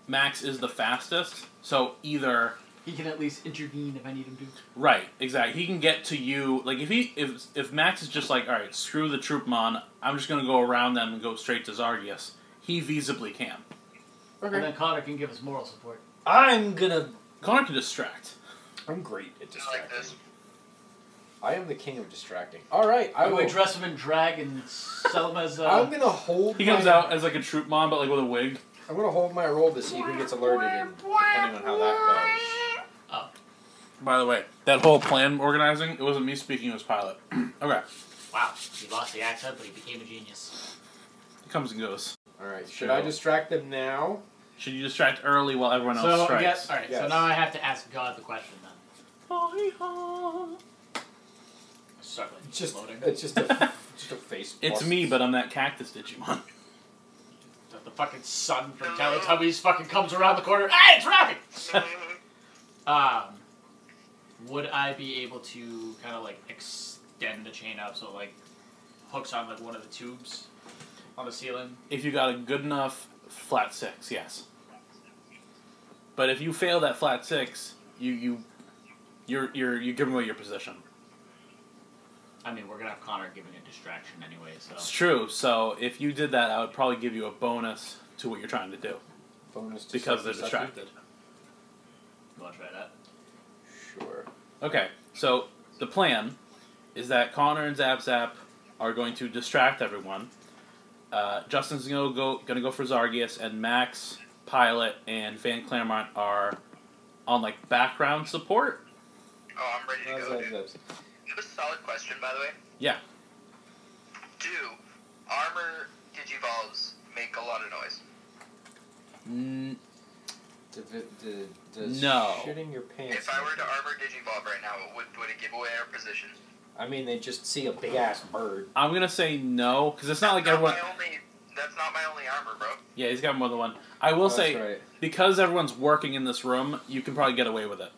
[SPEAKER 1] Max is the fastest, so either
[SPEAKER 7] He can at least intervene if I need him to.
[SPEAKER 1] right, exactly. He can get to you like if he if if Max is just like, all right, screw the Troopmon, I'm just gonna go around them and go straight to Zargius. He visibly can.
[SPEAKER 7] And then Connor can give us moral support.
[SPEAKER 4] I'm gonna.
[SPEAKER 1] Connor can distract.
[SPEAKER 4] I'm great at
[SPEAKER 3] Just like
[SPEAKER 4] distracting.
[SPEAKER 3] this.
[SPEAKER 4] I am the king of distracting. All right, I
[SPEAKER 7] Or
[SPEAKER 4] will.
[SPEAKER 7] we dress him in drag and sell him as uh,
[SPEAKER 4] I'm gonna hold.
[SPEAKER 1] He comes
[SPEAKER 4] my-
[SPEAKER 1] out as like a Troopmon, but like with a wig.
[SPEAKER 4] I'm gonna hold my roll to see who gets alerted, and depending on how that goes.
[SPEAKER 1] By the way, that whole plan organizing, it wasn't me speaking, it was Pilot. okay.
[SPEAKER 7] wow. He lost the accent, but he became a genius.
[SPEAKER 1] He comes and goes.
[SPEAKER 4] All right, should I distract them now?
[SPEAKER 1] Should you distract early while everyone else
[SPEAKER 7] So I
[SPEAKER 1] strikes?
[SPEAKER 7] guess, all right. So
[SPEAKER 4] Yes.
[SPEAKER 7] now I have to ask God the question then. Struggling.
[SPEAKER 4] Just
[SPEAKER 7] loading.
[SPEAKER 4] It's just a just a face.
[SPEAKER 1] It's me, but I'm that cactus Digimon.
[SPEAKER 7] That the fucking sun from Teletubbies fucking comes around the corner. Hey, it's Rafi!
[SPEAKER 3] Oh,
[SPEAKER 7] Um, would I be able to kind of like extend the chain up so it like hooks on like one of the tubes on the ceiling?
[SPEAKER 1] If you got a good enough flat six, yes. But if you fail that flat six, you you you're you're you give away your position.
[SPEAKER 7] I mean, we're gonna have Connor giving a distraction anyway, so
[SPEAKER 1] It's true. So if you did that, I would probably give you a bonus to what you're trying to do
[SPEAKER 4] Bonus to
[SPEAKER 1] because they're
[SPEAKER 4] self-deception?
[SPEAKER 1] distracted.
[SPEAKER 7] you want to try that?
[SPEAKER 4] Sure.
[SPEAKER 1] Okay. So the plan is that Connor and Zap Zap are going to distract everyone. Uh, Justin's gonna go gonna go for Zargius, and Max, Pilot, and Van Claremont are on like background support.
[SPEAKER 3] Oh, I'm ready to
[SPEAKER 4] How's
[SPEAKER 3] go,
[SPEAKER 4] that-
[SPEAKER 3] dude.
[SPEAKER 4] that's-
[SPEAKER 3] I have a solid question, by the way.
[SPEAKER 1] Yeah.
[SPEAKER 3] Do armor digivolves make a lot of noise?
[SPEAKER 1] N-
[SPEAKER 4] Does- does- does
[SPEAKER 1] No.
[SPEAKER 4] Shitting your pants.
[SPEAKER 3] If I were to armor digivolve right now, it would would it give away our position?
[SPEAKER 4] I mean, they just see a big ass bird.
[SPEAKER 1] I'm gonna say no because it's not like everyone.
[SPEAKER 3] That's my only, that's not my only armor, bro.
[SPEAKER 1] Yeah, he's got more than one. I will
[SPEAKER 4] That's
[SPEAKER 1] say
[SPEAKER 4] right.
[SPEAKER 1] because everyone's working in this room, you can probably get away with it.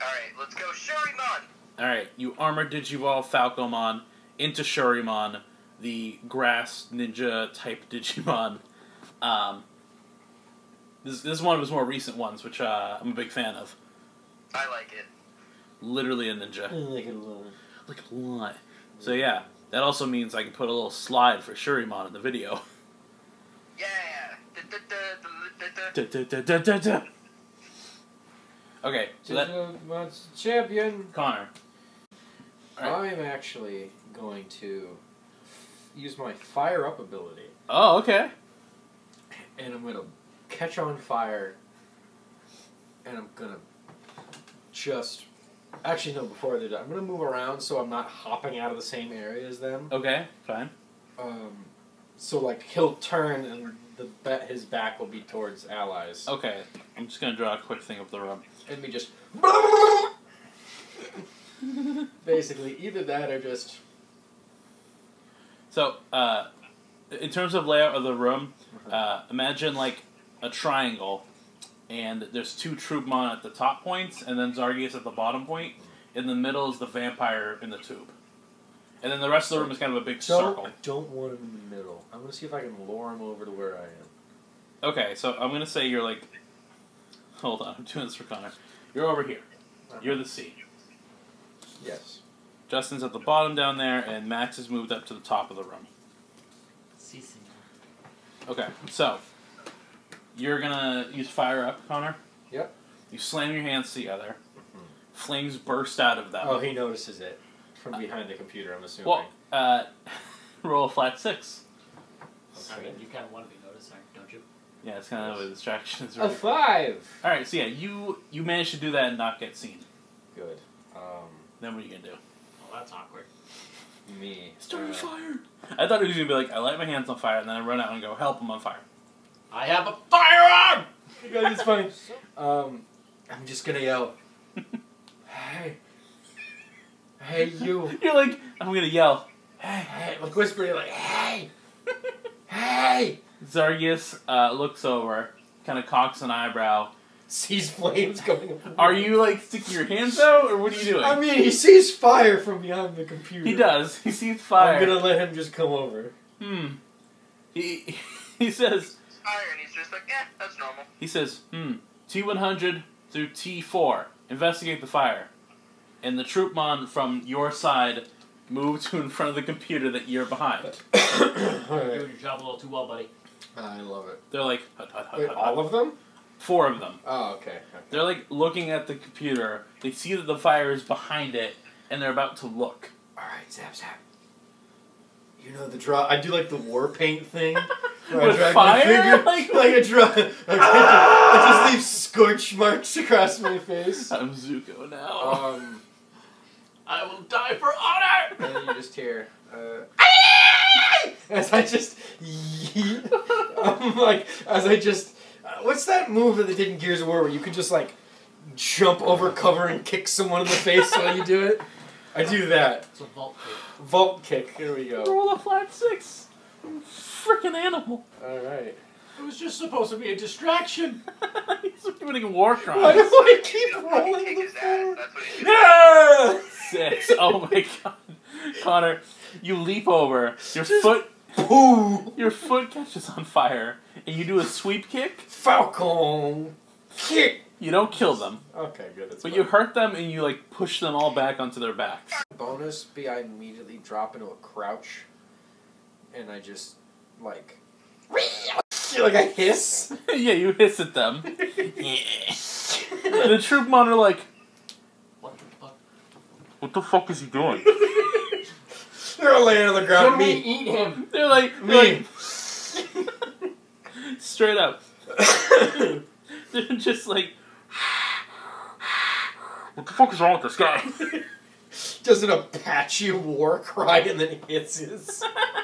[SPEAKER 3] All right, let's go, Shurimon.
[SPEAKER 1] All right, you armor Digivolve Falcomon into Shurimon, the grass ninja type Digimon. Um, this, this is one of his more recent ones, which uh, I'm a big fan of.
[SPEAKER 3] I like it.
[SPEAKER 1] Literally a ninja.
[SPEAKER 4] Like a little-
[SPEAKER 1] Look at lot. So yeah, that also means I can put a little slide for Shurimon in the video.
[SPEAKER 3] Yeah. Du-du-du-du-du-du-du.
[SPEAKER 1] Da, da, da, da, da, da. Okay, so that
[SPEAKER 4] Digimon champion.
[SPEAKER 1] Connor. Alright.
[SPEAKER 4] I'm actually going to use my fire up ability,
[SPEAKER 1] Oh, okay.
[SPEAKER 4] and I'm gonna catch on fire, and I'm gonna just. Actually, no. Before I do that, I'm gonna move around so I'm not hopping out of the same area as them.
[SPEAKER 1] Okay, fine.
[SPEAKER 4] Um, so like he'll turn and the ba- his back will be towards allies,
[SPEAKER 1] Okay, I'm just gonna draw a quick thing of the room.
[SPEAKER 4] and me just. Basically, either that or just
[SPEAKER 1] So, uh, in terms of layout of the room, uh, imagine like a triangle, and there's two Troopmon at the top points, and then Zargius at the bottom point. In the middle is the vampire in the tube, and then the rest of the room is kind of a big
[SPEAKER 4] Don't-
[SPEAKER 1] circle.
[SPEAKER 4] I don't want him in the middle. I'm gonna see if I can lure him over to where I am.
[SPEAKER 1] Okay, so I'm gonna say you're like, hold on, I'm doing this for Connor. You're over here. You're the C.
[SPEAKER 4] Yes.
[SPEAKER 1] Justin's at the bottom down there, and Max has moved up to the top of the room.
[SPEAKER 7] See, senor.
[SPEAKER 1] Okay, so you're gonna use fire up, Connor.
[SPEAKER 4] Yep.
[SPEAKER 1] You slam your hands together. Flames burst out of them.
[SPEAKER 4] Oh, he notices it from behind the computer. I'm assuming.
[SPEAKER 1] Well, uh, roll a flat six.
[SPEAKER 8] I mean, you kind of want to be noticed, don't you?
[SPEAKER 1] Yeah, it's kind of a distraction. Is
[SPEAKER 4] a
[SPEAKER 1] right.
[SPEAKER 4] five.
[SPEAKER 1] All right, so yeah, you you managed to do that and not get seen.
[SPEAKER 4] Good. Um,
[SPEAKER 1] Then what are you gonna do?
[SPEAKER 8] Well, that's awkward.
[SPEAKER 4] me.
[SPEAKER 1] Start
[SPEAKER 4] uh,
[SPEAKER 1] a fire. I thought it was gonna be like I light my hands on fire and then I run out and go help them on fire.
[SPEAKER 8] I have a firearm!
[SPEAKER 4] You guys, it's funny. Um, I'm just gonna yell. Hey. Hey, you.
[SPEAKER 1] You're like I'm gonna yell.
[SPEAKER 4] Hey, like whispering, like, hey, hey.
[SPEAKER 1] Zargus uh, looks over, kind of cocks an eyebrow.
[SPEAKER 4] Sees flames going up.
[SPEAKER 1] Are you like sticking your hands out or what are you doing?
[SPEAKER 4] I mean, he sees fire from behind the computer.
[SPEAKER 1] he does. He sees fire.
[SPEAKER 4] I'm gonna let him just come over.
[SPEAKER 1] Hmm. He he says
[SPEAKER 3] Fire, and he's just like, eh, that's normal.
[SPEAKER 1] he says hmm. T one hundred through T four. Investigate the fire. And the troopman from your side move to in front of the computer that you're behind.
[SPEAKER 8] You're
[SPEAKER 4] Alright.
[SPEAKER 8] doing your job a little too well, buddy.
[SPEAKER 4] I love it.
[SPEAKER 1] They're like hut, hut, hut,
[SPEAKER 4] Wait,
[SPEAKER 1] hut,
[SPEAKER 4] all
[SPEAKER 1] hut.
[SPEAKER 4] of them?
[SPEAKER 1] four of them.
[SPEAKER 4] Oh, okay.
[SPEAKER 1] They're like looking at the computer. They see that the fire is behind it, and they're about to look.
[SPEAKER 4] Alright, Zap Zap. You know the draw. I do like the war paint thing. where I
[SPEAKER 1] With
[SPEAKER 4] drag
[SPEAKER 1] fire?
[SPEAKER 4] My finger,
[SPEAKER 1] Like-
[SPEAKER 4] like, I draw. Like, I just leave scorch marks across my face.
[SPEAKER 1] I'm Zuko now.
[SPEAKER 4] Um,
[SPEAKER 8] I will die for honor!
[SPEAKER 4] and then you just hear. Uh, as I just yeet. I'm like, as I just. Uh, what's that move that they did in Gears of War where you could just like jump over cover and kick someone in the face while you do it? I do that.
[SPEAKER 8] It's a vault tape.
[SPEAKER 4] Vault kick. Here we go.
[SPEAKER 1] Roll a flat six. Freaking animal.
[SPEAKER 4] Alright.
[SPEAKER 8] It was just supposed to be a distraction.
[SPEAKER 1] He's committing war
[SPEAKER 4] Why do
[SPEAKER 1] crimes.
[SPEAKER 4] I
[SPEAKER 3] You
[SPEAKER 4] keep
[SPEAKER 3] know, fucking
[SPEAKER 4] rolling
[SPEAKER 3] kick
[SPEAKER 4] the
[SPEAKER 3] his ass.
[SPEAKER 4] floor?
[SPEAKER 3] That's what he did.
[SPEAKER 4] Yeah!
[SPEAKER 1] Six. Oh my god, Connor, you leap over. Your
[SPEAKER 4] Just-
[SPEAKER 1] foot,
[SPEAKER 4] Boo!
[SPEAKER 1] your foot catches on fire, and you do a sweep kick.
[SPEAKER 4] Falcon! Kick!
[SPEAKER 1] You don't kill them,
[SPEAKER 4] Okay, good. That's
[SPEAKER 1] but
[SPEAKER 4] fine.
[SPEAKER 1] you hurt them, and you like push them all back onto their backs.
[SPEAKER 4] Bonus be I immediately drop into a crouch, and I just like like I hiss.
[SPEAKER 1] yeah, you hiss at them. the troop mon are like,
[SPEAKER 8] What the fuck?
[SPEAKER 1] "What the fuck is he doing?"
[SPEAKER 4] They're laying on the ground. Me,
[SPEAKER 8] eat him!
[SPEAKER 1] They're like, they're
[SPEAKER 4] me.
[SPEAKER 1] like- straight up. They're just like, what the fuck is wrong with this guy?
[SPEAKER 4] Does an Apache war cry and then hisses.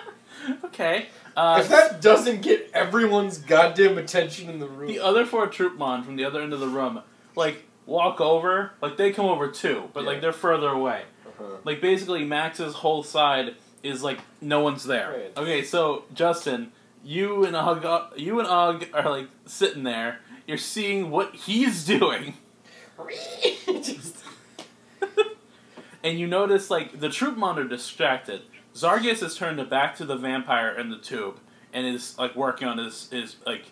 [SPEAKER 1] okay. Uh,
[SPEAKER 4] if that doesn't get everyone's goddamn attention in the room,
[SPEAKER 1] the other four troopmon from the other end of the room, like walk over, like they come over too, but like
[SPEAKER 4] Yeah.
[SPEAKER 1] they're further away.
[SPEAKER 4] Uh-huh.
[SPEAKER 1] Like basically Max's whole side is like no one's there.
[SPEAKER 4] Right.
[SPEAKER 1] Okay, so Justin, you and Og, you and Og are like sitting there. You're seeing what he's doing.
[SPEAKER 4] just
[SPEAKER 1] and you notice like the troop monitor distracted. Zargus has turned it back to the vampire in the tube and is like working on his his like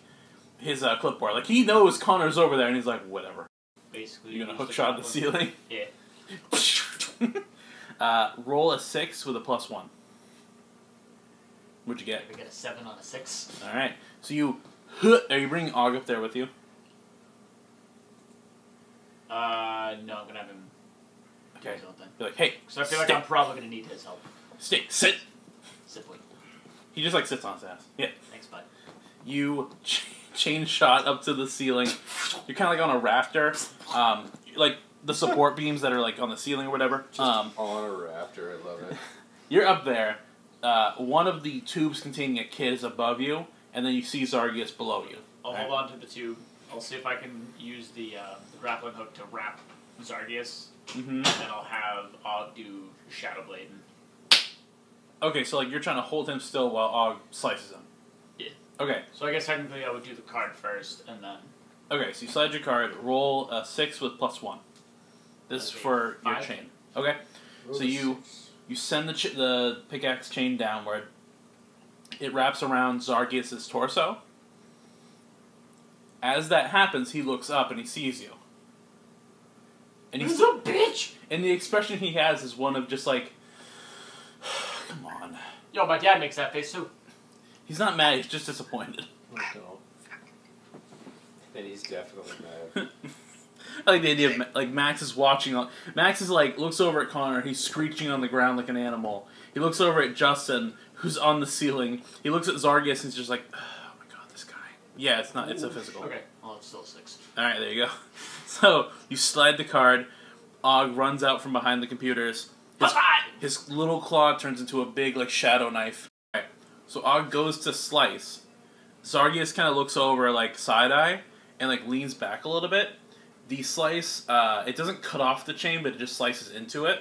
[SPEAKER 1] his uh, clipboard. Like he knows Connor's over there, and he's like, whatever.
[SPEAKER 8] Basically,
[SPEAKER 1] You're gonna
[SPEAKER 8] use
[SPEAKER 1] hook shot the
[SPEAKER 8] goblet.
[SPEAKER 1] ceiling.
[SPEAKER 8] Yeah.
[SPEAKER 1] uh, roll a six with a plus one. What'd you get?
[SPEAKER 8] We got a 7 on a 6.
[SPEAKER 1] All right. So you are you bringing Og up there with you?
[SPEAKER 8] Uh, no, I'm gonna have him do
[SPEAKER 1] Okay.
[SPEAKER 8] his own thing.
[SPEAKER 1] You're like, hey,
[SPEAKER 8] Because I feel like I'm probably gonna need his help.
[SPEAKER 1] stay, sit.
[SPEAKER 8] Sibley.
[SPEAKER 1] He just like sits on his ass. Yeah.
[SPEAKER 8] Thanks, bud.
[SPEAKER 1] you ch- chain shot up to the ceiling. You're kind of like on a rafter, um, like the support beams that are like on the ceiling or whatever. Um,
[SPEAKER 4] on a rafter. I love it.
[SPEAKER 1] you're up there. Uh, one of the tubes containing a kid is above you, and then you see Zargus below you.
[SPEAKER 8] I'll
[SPEAKER 1] Alright.
[SPEAKER 8] hold on to the tube. I'll see if I can use the, uh, the grappling hook to wrap Zargius,
[SPEAKER 1] Mm-hmm.
[SPEAKER 8] and then I'll have Og do Shadow Blade. And
[SPEAKER 1] Okay, so like you're trying to hold him still while Og slices him.
[SPEAKER 8] Yeah.
[SPEAKER 1] Okay.
[SPEAKER 8] So I guess technically I would do the card first, and then
[SPEAKER 1] Okay. So you slide your card. Roll a six with plus one. This is
[SPEAKER 8] Okay,
[SPEAKER 1] for your
[SPEAKER 8] five.
[SPEAKER 1] chain. Okay. So you- You send the ch- the pickaxe chain downward. It wraps around Zargius' torso. As that happens, he looks up and he sees you. And he's
[SPEAKER 8] a bitch.
[SPEAKER 1] and the expression he has is one of just like, come on.
[SPEAKER 8] Yo, my dad makes that face too.
[SPEAKER 1] He's not mad. He's just disappointed.
[SPEAKER 4] And he's definitely mad.
[SPEAKER 1] I like the idea of Ma- like Max is watching. all- Max is like looks over at Connor. He's screeching on the ground like an animal. He looks over at Justin, who's on the ceiling. He looks at Zargus and he's just like, oh my god, this guy. Yeah, it's not. It's a physical.
[SPEAKER 7] Okay. Well, it's still a six.
[SPEAKER 1] All right, there you go. So you slide the card. Og runs out from behind the computers. His, his little claw turns into a big like shadow knife. All right. So Og goes to slice. Zargius kind of looks over like side eye and like leans back a little bit. The slice, uh, it doesn't cut off the chain, but it just slices into it.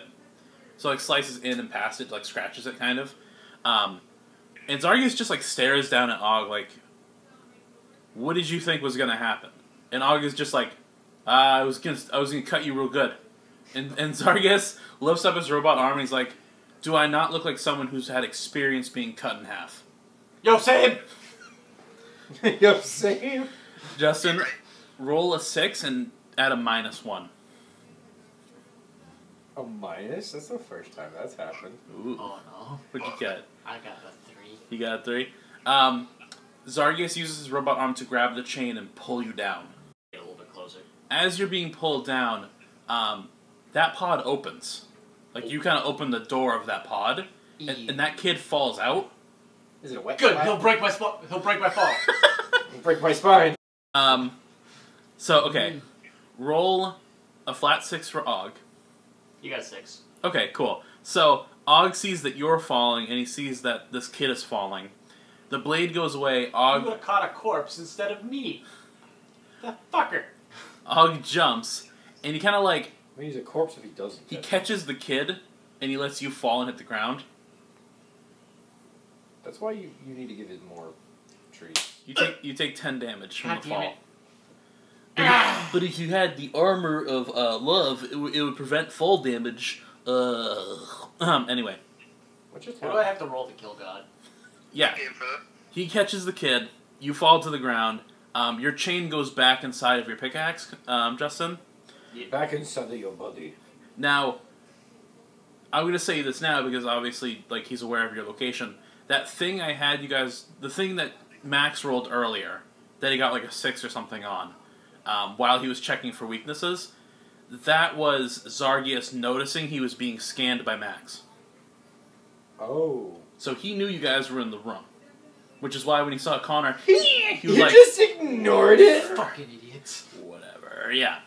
[SPEAKER 1] So like slices in and past it, like scratches it kind of. Um, and Zargius just like stares down at Og like, "What did you think was gonna happen?" And Og is just like, uh, "I was gonna, I was gonna cut you real good." And and Zargius lifts up his robot arm and he's like, "Do I not look like someone who's had experience being cut in half?"
[SPEAKER 7] Yo, same.
[SPEAKER 9] Yo, same.
[SPEAKER 1] Justin, roll a six and add a minus one.
[SPEAKER 9] A minus? That's the first time that's happened.
[SPEAKER 1] Ooh,
[SPEAKER 7] Oh no,
[SPEAKER 1] what'd you get?
[SPEAKER 7] I got a three.
[SPEAKER 1] You got a three. Um, Zargius uses his robot arm to grab the chain and pull you down.
[SPEAKER 7] Get a little bit closer.
[SPEAKER 1] As you're being pulled down, um, that pod opens. Like you kind of open the door of that pod, and, and that kid falls out.
[SPEAKER 9] Is it a wet?
[SPEAKER 7] Good.
[SPEAKER 9] spot?
[SPEAKER 7] He'll break my spot. He'll break my fall.
[SPEAKER 9] break my spine.
[SPEAKER 1] Um, so okay, roll a flat six for Og.
[SPEAKER 7] you got a six.
[SPEAKER 1] Okay, cool. So Og sees that you're falling, and he sees that this kid is falling. The blade goes away.
[SPEAKER 7] You
[SPEAKER 1] Og
[SPEAKER 7] would have caught a corpse instead of me. That fucker.
[SPEAKER 1] Og jumps, and he kind of like
[SPEAKER 9] I mean, he's a corpse if he doesn't.
[SPEAKER 1] he
[SPEAKER 9] get it.
[SPEAKER 1] catches the kid, and he lets you fall and hit the ground.
[SPEAKER 9] That's why you, you need to give him more treats.
[SPEAKER 1] You take you take ten damage from
[SPEAKER 7] God
[SPEAKER 1] the
[SPEAKER 7] damn
[SPEAKER 1] fall.
[SPEAKER 7] it.
[SPEAKER 1] But, if- but if you had the armor of uh, love, it, w- it would prevent fall damage. Uh, um, anyway,
[SPEAKER 9] What just
[SPEAKER 7] What do I
[SPEAKER 9] happened?
[SPEAKER 7] have to roll to kill God?
[SPEAKER 1] yeah,
[SPEAKER 3] Game for that.
[SPEAKER 1] He catches the kid. You fall to the ground. Um, your chain goes back inside of your pickaxe, um, Justin.
[SPEAKER 9] Back inside of your body.
[SPEAKER 1] Now, I'm gonna say this now because obviously, like he's aware of your location. That thing I had you guys, the thing that Max rolled earlier, that he got like a six or something on, um, while he was checking for weaknesses, that was Zargius noticing he was being scanned by Max.
[SPEAKER 9] Oh.
[SPEAKER 1] So he knew you guys were in the room, which is why when he saw Connor,
[SPEAKER 9] you
[SPEAKER 1] was like-
[SPEAKER 9] just ignored it.
[SPEAKER 7] Fucking idiots.
[SPEAKER 1] whatever, yeah.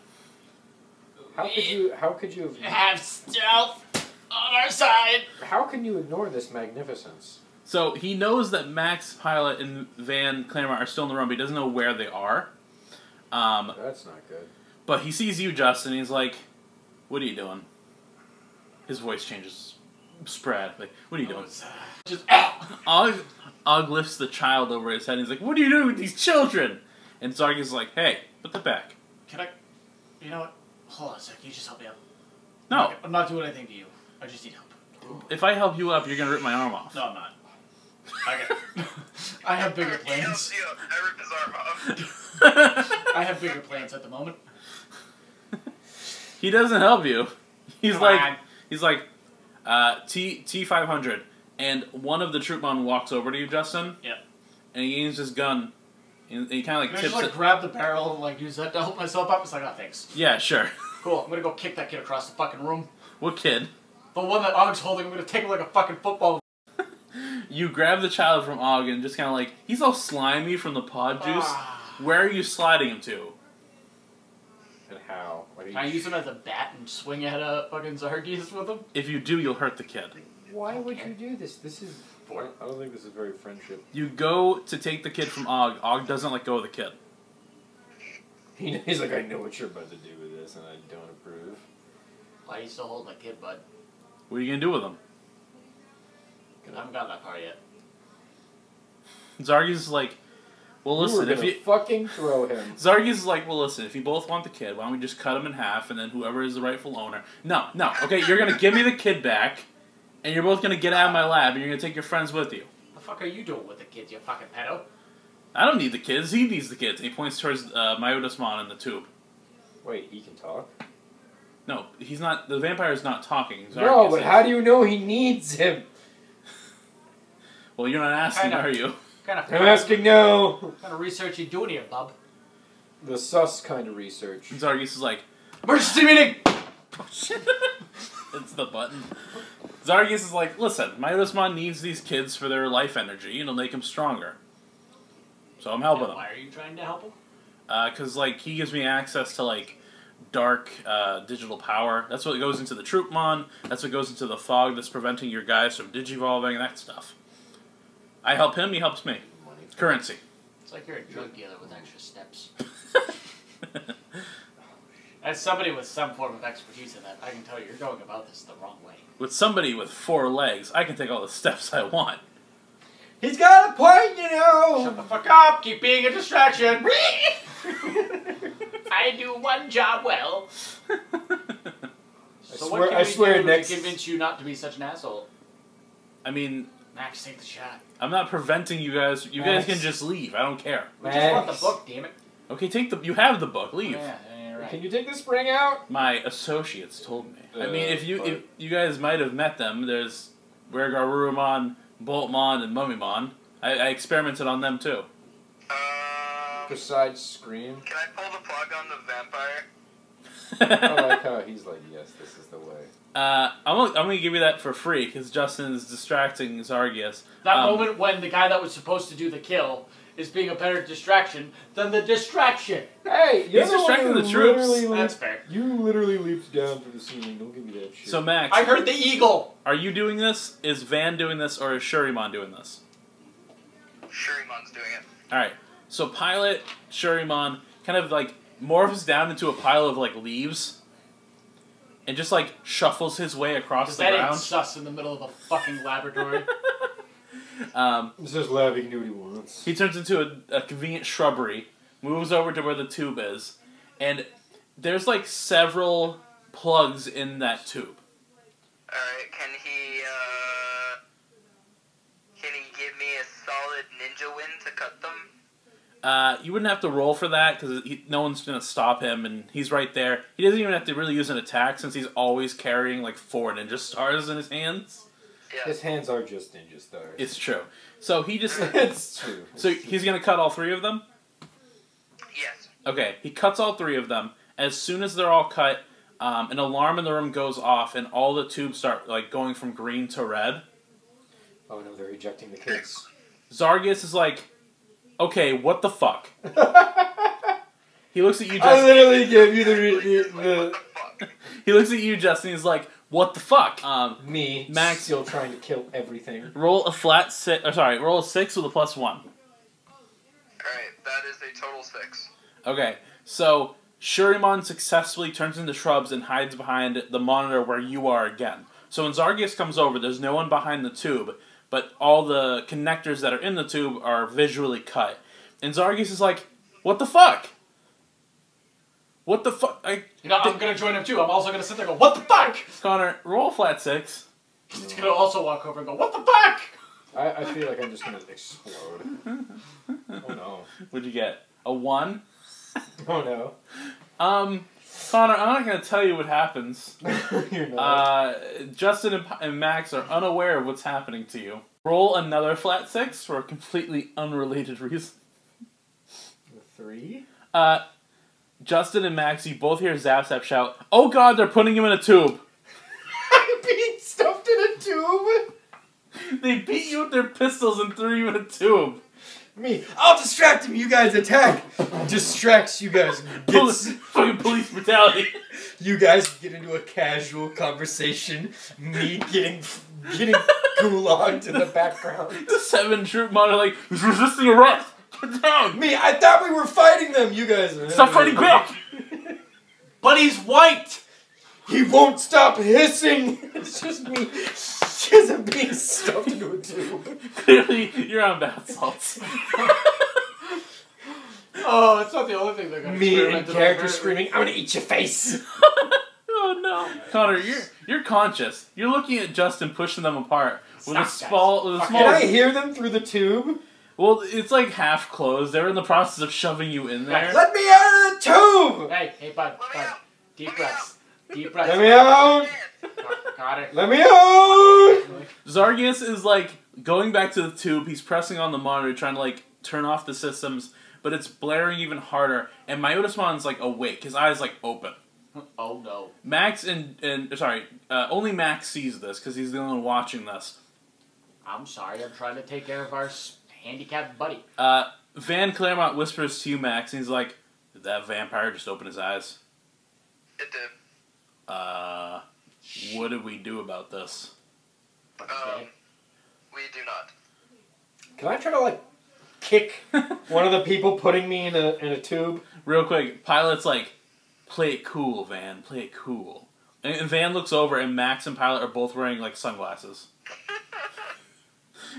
[SPEAKER 9] How could you? How could you? Have,
[SPEAKER 7] Have stealth on our side.
[SPEAKER 9] how can you ignore this magnificence?
[SPEAKER 1] So he knows that Max Pilot and Van Claremont are still in the room, but he doesn't know where they are. Um,
[SPEAKER 9] That's not good.
[SPEAKER 1] but he sees you, Justin, and he's like, What are you doing? His voice changes sporadically. What
[SPEAKER 7] Oh,
[SPEAKER 1] are you doing?
[SPEAKER 7] Just ow.
[SPEAKER 1] Og, Og lifts the child over his head and he's like, What are you doing with these children? And Zarg is like, Hey, put that back.
[SPEAKER 7] Can I? You know what? Hold on a sec. You just help me out.
[SPEAKER 1] No,
[SPEAKER 7] I'm not doing anything to you. I just need help.
[SPEAKER 1] if I help you up, you're gonna rip my arm off.
[SPEAKER 7] No, I'm not. I got. I have bigger plans.
[SPEAKER 3] Yeah, yeah, I ripped his arm off.
[SPEAKER 7] I have bigger plans at the moment.
[SPEAKER 1] he doesn't help you. He's
[SPEAKER 7] Come
[SPEAKER 1] like,
[SPEAKER 7] on.
[SPEAKER 1] He's like, uh, T T five hundred, and one of the troopmen walks over to you, Justin.
[SPEAKER 7] Yep.
[SPEAKER 1] And he aims his gun, and he kind of
[SPEAKER 7] Can
[SPEAKER 1] like
[SPEAKER 7] I just
[SPEAKER 1] tips
[SPEAKER 7] like
[SPEAKER 1] it.
[SPEAKER 7] grab the barrel and like use that to help myself up? It's like, oh, thanks.
[SPEAKER 1] Yeah, sure.
[SPEAKER 7] Cool. I'm gonna go kick that kid across the fucking room.
[SPEAKER 1] what kid?
[SPEAKER 7] The one that Og's holding, I'm gonna take him like a fucking football.
[SPEAKER 1] You grab the child from Og and just kind of like he's all slimy from the pod juice.
[SPEAKER 7] Ah.
[SPEAKER 1] Where are you sliding him to?
[SPEAKER 9] And how? What
[SPEAKER 7] Can I use him as a bat and swing at a fucking Zargis with him?
[SPEAKER 1] If you do, you'll hurt the kid.
[SPEAKER 9] Why would you do this? This is. I
[SPEAKER 7] Four.
[SPEAKER 9] don't, I don't think this is very friendship.
[SPEAKER 1] You go to take the kid from Og. Og doesn't let go of the kid.
[SPEAKER 9] He- He's like, I know what you're about to do with this, and I don't approve.
[SPEAKER 7] Why are you still holding that kid, bud?
[SPEAKER 1] What are you gonna do with him?
[SPEAKER 7] I haven't gotten that far yet.
[SPEAKER 1] Zargius is like, well,
[SPEAKER 9] you
[SPEAKER 1] listen,
[SPEAKER 9] were
[SPEAKER 1] if
[SPEAKER 9] gonna
[SPEAKER 1] you
[SPEAKER 9] fucking throw him.
[SPEAKER 1] Zargius is like, well, listen, if you both want the kid, why don't we just cut him in half and then whoever is the rightful owner? No, no, okay, you're gonna give me the kid back, and you're both gonna get out of my lab, and you're gonna take your friends with you.
[SPEAKER 7] The fuck are you doing with the kid, you fucking pedo?
[SPEAKER 1] I don't need the kids, he needs the kids. And he points towards uh, Myodasmon in the tube.
[SPEAKER 9] Wait, he can talk.
[SPEAKER 1] No, he's not, the vampire's not talking. Zargius
[SPEAKER 9] No, but
[SPEAKER 1] is.
[SPEAKER 9] how do you know he needs him?
[SPEAKER 1] Well, you're not asking,
[SPEAKER 7] I know.
[SPEAKER 1] are you?
[SPEAKER 7] What kind of,
[SPEAKER 9] I'm asking no.
[SPEAKER 7] kind of research you doing here, bub?
[SPEAKER 9] The sus kind of research.
[SPEAKER 1] And Zargius is like,
[SPEAKER 12] Emergency meeting!
[SPEAKER 1] it's the button. Zargus is like, listen, Myodosmon needs these kids for their life energy. It'll make them stronger. So I'm helping
[SPEAKER 8] And
[SPEAKER 1] him.
[SPEAKER 8] Why are you trying to help him?
[SPEAKER 1] because like he gives me access to like dark uh, digital power. That's what goes into the troopmon. That's what goes into the fog that's preventing your guys from digivolving and that stuff. I help him. He helps me.
[SPEAKER 8] Money.
[SPEAKER 1] It's currency.
[SPEAKER 8] It's like you're a drug dealer with extra steps. As somebody with some form of expertise in that, I can tell you you're going about this the wrong way.
[SPEAKER 1] with somebody with four legs, I can take all the steps I want.
[SPEAKER 4] He's got a point, you
[SPEAKER 8] Shut
[SPEAKER 4] know.
[SPEAKER 8] the fuck up! Keep being a distraction! I do one job well. So
[SPEAKER 4] swear-
[SPEAKER 8] what can
[SPEAKER 4] I
[SPEAKER 8] we
[SPEAKER 4] swear
[SPEAKER 8] do
[SPEAKER 4] next-
[SPEAKER 8] to convince you not to be such an asshole?
[SPEAKER 1] I mean,
[SPEAKER 8] Max, take the shot.
[SPEAKER 1] I'm not preventing you guys. You
[SPEAKER 13] Max.
[SPEAKER 1] guys can just leave. I don't care.
[SPEAKER 8] We just want the
[SPEAKER 13] Max.
[SPEAKER 8] book, damn it.
[SPEAKER 1] Okay, take the. You have the book. Leave.
[SPEAKER 8] Yeah, yeah, you're right.
[SPEAKER 4] Can you take the spring out?
[SPEAKER 1] My associates told me. I mean,
[SPEAKER 4] Uh,
[SPEAKER 1] if you
[SPEAKER 4] but-
[SPEAKER 1] if you guys might have met them, there's where Garurumon, Boltmon, and Mummymon. I, I experimented on them too.
[SPEAKER 3] Um,
[SPEAKER 4] Besides scream,
[SPEAKER 3] can I pull the plug on the vampire?
[SPEAKER 8] Oh,
[SPEAKER 4] I like how he's like, yes, this is the way.
[SPEAKER 1] Uh, I'm, gonna- I'm gonna give you that for free because Justin's distracting Zargius.
[SPEAKER 8] That
[SPEAKER 1] Um,
[SPEAKER 8] moment when the guy that was supposed to do the kill is being a better distraction than the distraction.
[SPEAKER 4] Hey, you're
[SPEAKER 1] He's
[SPEAKER 4] the one
[SPEAKER 1] distracting
[SPEAKER 4] who
[SPEAKER 1] the troops.
[SPEAKER 4] literally
[SPEAKER 8] That's
[SPEAKER 4] leaped-
[SPEAKER 8] fair.
[SPEAKER 4] You literally leaped down from the ceiling. Don't give me that shit.
[SPEAKER 1] So Max,
[SPEAKER 8] I heard the eagle.
[SPEAKER 1] are you doing this? Is Van doing this, or is Shurimon doing this?
[SPEAKER 3] Shurimon's doing it.
[SPEAKER 1] All right. So Pilot Shurimon kind of like morphs down into a pile of like leaves, and just like shuffles his way across
[SPEAKER 8] Because
[SPEAKER 1] the
[SPEAKER 8] that ain't
[SPEAKER 1] ground.
[SPEAKER 8] sus in the middle of a fucking laboratory.
[SPEAKER 1] Um,
[SPEAKER 4] This is lab. He can do what he wants.
[SPEAKER 1] he turns into a, a convenient shrubbery, moves over to where the tube is, and there's like several plugs in that tube.
[SPEAKER 3] Alright, can he, uh. Can he give me a solid ninja win to cut them?
[SPEAKER 1] Uh, you wouldn't have to roll for that because no one's gonna stop him, and he's right there. He doesn't even have to really use an attack since he's always carrying like four ninja stars in his hands.
[SPEAKER 3] Yeah.
[SPEAKER 4] His hands are just ninja stars.
[SPEAKER 1] It's true. So he just
[SPEAKER 4] it's true.
[SPEAKER 1] So
[SPEAKER 4] It's true.
[SPEAKER 1] he's gonna cut all three of them.
[SPEAKER 3] Yes.
[SPEAKER 1] Okay, he cuts all three of them. As soon as they're all cut, um, an alarm in the room goes off, and all the tubes start like going from green to red.
[SPEAKER 4] Oh no, they're ejecting the kids.
[SPEAKER 1] Zargus is like, "Okay, what the fuck?" he looks at you,
[SPEAKER 4] I
[SPEAKER 1] Justin.
[SPEAKER 4] literally gave you the,
[SPEAKER 3] Like,
[SPEAKER 4] the,
[SPEAKER 3] what
[SPEAKER 4] the,
[SPEAKER 3] the fuck?
[SPEAKER 1] He looks at you, Justin. He's like, "What the fuck?" Um,
[SPEAKER 4] me
[SPEAKER 1] Max-
[SPEAKER 4] still trying to kill everything.
[SPEAKER 1] roll a flat six. Or sorry, roll a six with a plus one.
[SPEAKER 3] Alright, that is a total six.
[SPEAKER 1] Okay, so Shurimon successfully turns into shrubs and hides behind the monitor where you are again. So when Zargius comes over, there's no one behind the tube, but all the connectors that are in the tube are visually cut. And Zargius is like, What the fuck? What the fuck? I,
[SPEAKER 8] You know, I'm gonna join him too. I'm also gonna sit there and go, what the fuck?
[SPEAKER 1] Connor, roll a flat six.
[SPEAKER 8] He's gonna also walk over and go, what the fuck?
[SPEAKER 4] I, I feel like I'm just gonna explode. Oh no.
[SPEAKER 1] What'd you get? A one?
[SPEAKER 4] Oh no.
[SPEAKER 1] Um, Connor, I'm not going to tell you what happens.
[SPEAKER 4] You're not.
[SPEAKER 1] Uh, Justin and, and Max are unaware of what's happening to you. Roll another flat six for a completely unrelated reason.
[SPEAKER 4] Three?
[SPEAKER 1] Uh, Justin and Max, you both hear Zapsap shout, "Oh God, they're putting him in a tube!"
[SPEAKER 4] I'm being stuffed in a tube!
[SPEAKER 1] They beat you with their pistols and threw you in a tube.
[SPEAKER 4] Me. I'll distract him, you guys attack! Distracts you guys.
[SPEAKER 1] Police,
[SPEAKER 4] Gets,
[SPEAKER 1] fucking police brutality.
[SPEAKER 4] you guys get into a casual conversation. Me getting getting gulagged in the background.
[SPEAKER 1] the seven troop mon are like, "He's resisting arrest. Get down!
[SPEAKER 4] Me, I thought we were fighting them, you guys.
[SPEAKER 1] Stop fighting back!"
[SPEAKER 8] But he's white!
[SPEAKER 4] He won't stop hissing! It's just me. She's a being stuffed into a tube.
[SPEAKER 1] Clearly, you're on bath salts.
[SPEAKER 8] Oh, it's not the only thing they're gonna
[SPEAKER 4] Me and
[SPEAKER 8] experiment on,
[SPEAKER 4] character
[SPEAKER 8] apparently.
[SPEAKER 4] screaming, I'm gonna eat your face!
[SPEAKER 1] Oh no, Connor, you're you're conscious. You're looking at Justin pushing them apart with
[SPEAKER 8] Stop,
[SPEAKER 1] a
[SPEAKER 8] guys.
[SPEAKER 1] small, with a
[SPEAKER 8] Fuck
[SPEAKER 1] small.
[SPEAKER 4] Can I hear them through the tube?
[SPEAKER 1] Well, it's like half closed. They're in the process of shoving you in there.
[SPEAKER 4] Let me out of the tube!
[SPEAKER 8] Hey, hey, bud,
[SPEAKER 3] Let me
[SPEAKER 8] bud.
[SPEAKER 3] out.
[SPEAKER 8] Deep
[SPEAKER 3] Let me
[SPEAKER 8] breaths. Deep
[SPEAKER 4] Let me
[SPEAKER 8] breaths.
[SPEAKER 4] out!
[SPEAKER 8] Got it.
[SPEAKER 4] Let me out!
[SPEAKER 1] Zargius is like going back to the tube. He's pressing on the monitor, trying to like turn off the systems, but it's blaring even harder. And Myotismon's like awake. His eyes like open.
[SPEAKER 7] Oh no.
[SPEAKER 1] Max and and sorry, uh, only Max sees this because he's the only one watching this.
[SPEAKER 7] I'm sorry. I'm trying to take care of our s- handicapped buddy.
[SPEAKER 1] Uh, Van Claremont whispers to you, Max, and he's like, "Did that vampire just open his eyes?
[SPEAKER 3] It did.
[SPEAKER 1] Uh, what did we do about this?"
[SPEAKER 7] Fucking
[SPEAKER 3] Um,
[SPEAKER 7] dead.
[SPEAKER 3] we do not.
[SPEAKER 4] Can I try to like kick one of the people putting me in a in a tube?
[SPEAKER 1] Real quick, Pilot's like, "Play it cool, Van. Play it cool." And and Van looks over, and Max and Pilot are both wearing like sunglasses.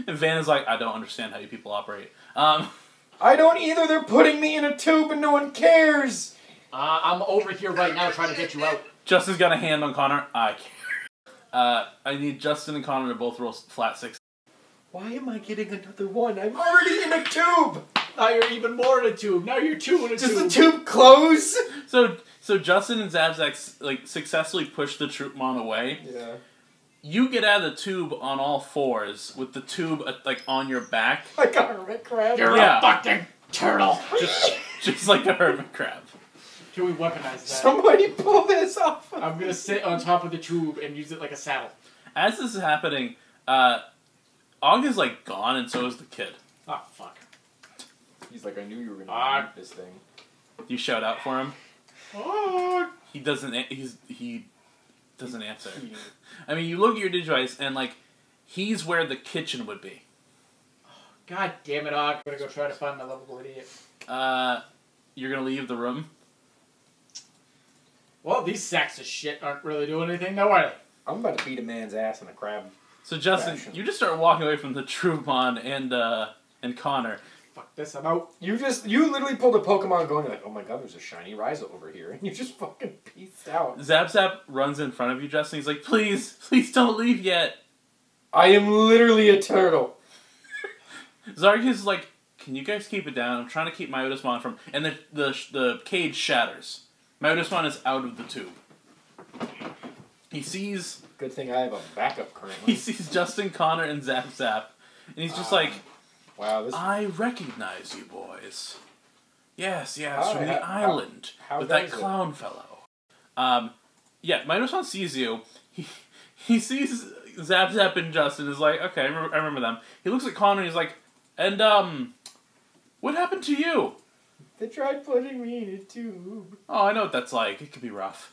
[SPEAKER 1] And Van is like, "I don't understand how you people operate." Um,
[SPEAKER 4] I don't either. They're putting me in a tube and no one cares.
[SPEAKER 7] Uh, I'm over here right now trying to get you out.
[SPEAKER 1] Justin's got a hand on Connor. I can't. Uh, I need Justin and Connor to both roll s- flat six.
[SPEAKER 4] Why am I getting another one? I'm already in a tube.
[SPEAKER 7] Now you're even more in a tube. Now you're two in a
[SPEAKER 4] Does the tube close?
[SPEAKER 1] So, so Justin and Zabzak s- like successfully push the troop mon away.
[SPEAKER 4] Yeah.
[SPEAKER 1] You get out of the tube on all fours with the tube uh, like on your back,
[SPEAKER 4] I got a red crab.
[SPEAKER 7] You're
[SPEAKER 1] Yeah.
[SPEAKER 7] a fucking turtle.
[SPEAKER 1] just just like a hermit crab.
[SPEAKER 7] Can we weaponize that?
[SPEAKER 4] Somebody pull this off.
[SPEAKER 7] I'm gonna sit on top of the tube and use it like a saddle.
[SPEAKER 1] As this is happening, uh, Og is like gone, and so is the kid.
[SPEAKER 7] Oh fuck.
[SPEAKER 4] He's like, I knew you were gonna
[SPEAKER 7] Ah.
[SPEAKER 4] eat this thing.
[SPEAKER 1] You shout out for him.
[SPEAKER 7] Fuck.
[SPEAKER 1] He doesn't. a- He's he doesn't answer. I mean, you look at your digivice, and like he's where the kitchen would be.
[SPEAKER 7] God damn it, Og. I'm gonna go try to find my lovable idiot.
[SPEAKER 1] Uh, you're gonna leave the room.
[SPEAKER 7] Well, these sacks of shit aren't really doing anything, though, are they?
[SPEAKER 4] I'm about to beat a man's ass in a crab.
[SPEAKER 1] So Justin,
[SPEAKER 4] Fraction.
[SPEAKER 1] you just start walking away from the Trubon and uh, and Connor.
[SPEAKER 7] Fuck this, I'm out.
[SPEAKER 4] You just you literally pulled a Pokemon going like, oh my god, there's a shiny Rhyza over here, and you just fucking peaced out.
[SPEAKER 1] Zap Zap runs in front of you, Justin. He's like, "Please, please don't leave yet."
[SPEAKER 4] I am literally a turtle.
[SPEAKER 1] Zargus is like, "Can you guys keep it down? I'm trying to keep my Otismon from." And the the the cage shatters. My Otismon is out of the tube. He sees
[SPEAKER 4] Good thing I have a backup
[SPEAKER 1] he
[SPEAKER 4] currently.
[SPEAKER 1] sees Justin, Connor, and Zap Zap, and he's just
[SPEAKER 4] Ah.
[SPEAKER 1] like,
[SPEAKER 4] Wow, this
[SPEAKER 1] "I recognize you boys. Yes, yes,
[SPEAKER 4] Hi,
[SPEAKER 1] from the
[SPEAKER 4] how- how-
[SPEAKER 1] island."
[SPEAKER 4] how
[SPEAKER 1] with that
[SPEAKER 4] does it?
[SPEAKER 1] clown fellow. Um, yeah, Minus sees you. He he sees Zap Zap and Justin is like, okay, I remember, I remember them. He looks at Connor and he's like, and um, what happened to you?
[SPEAKER 4] They tried putting me in a tube.
[SPEAKER 1] Oh, I know what that's like. It could be rough.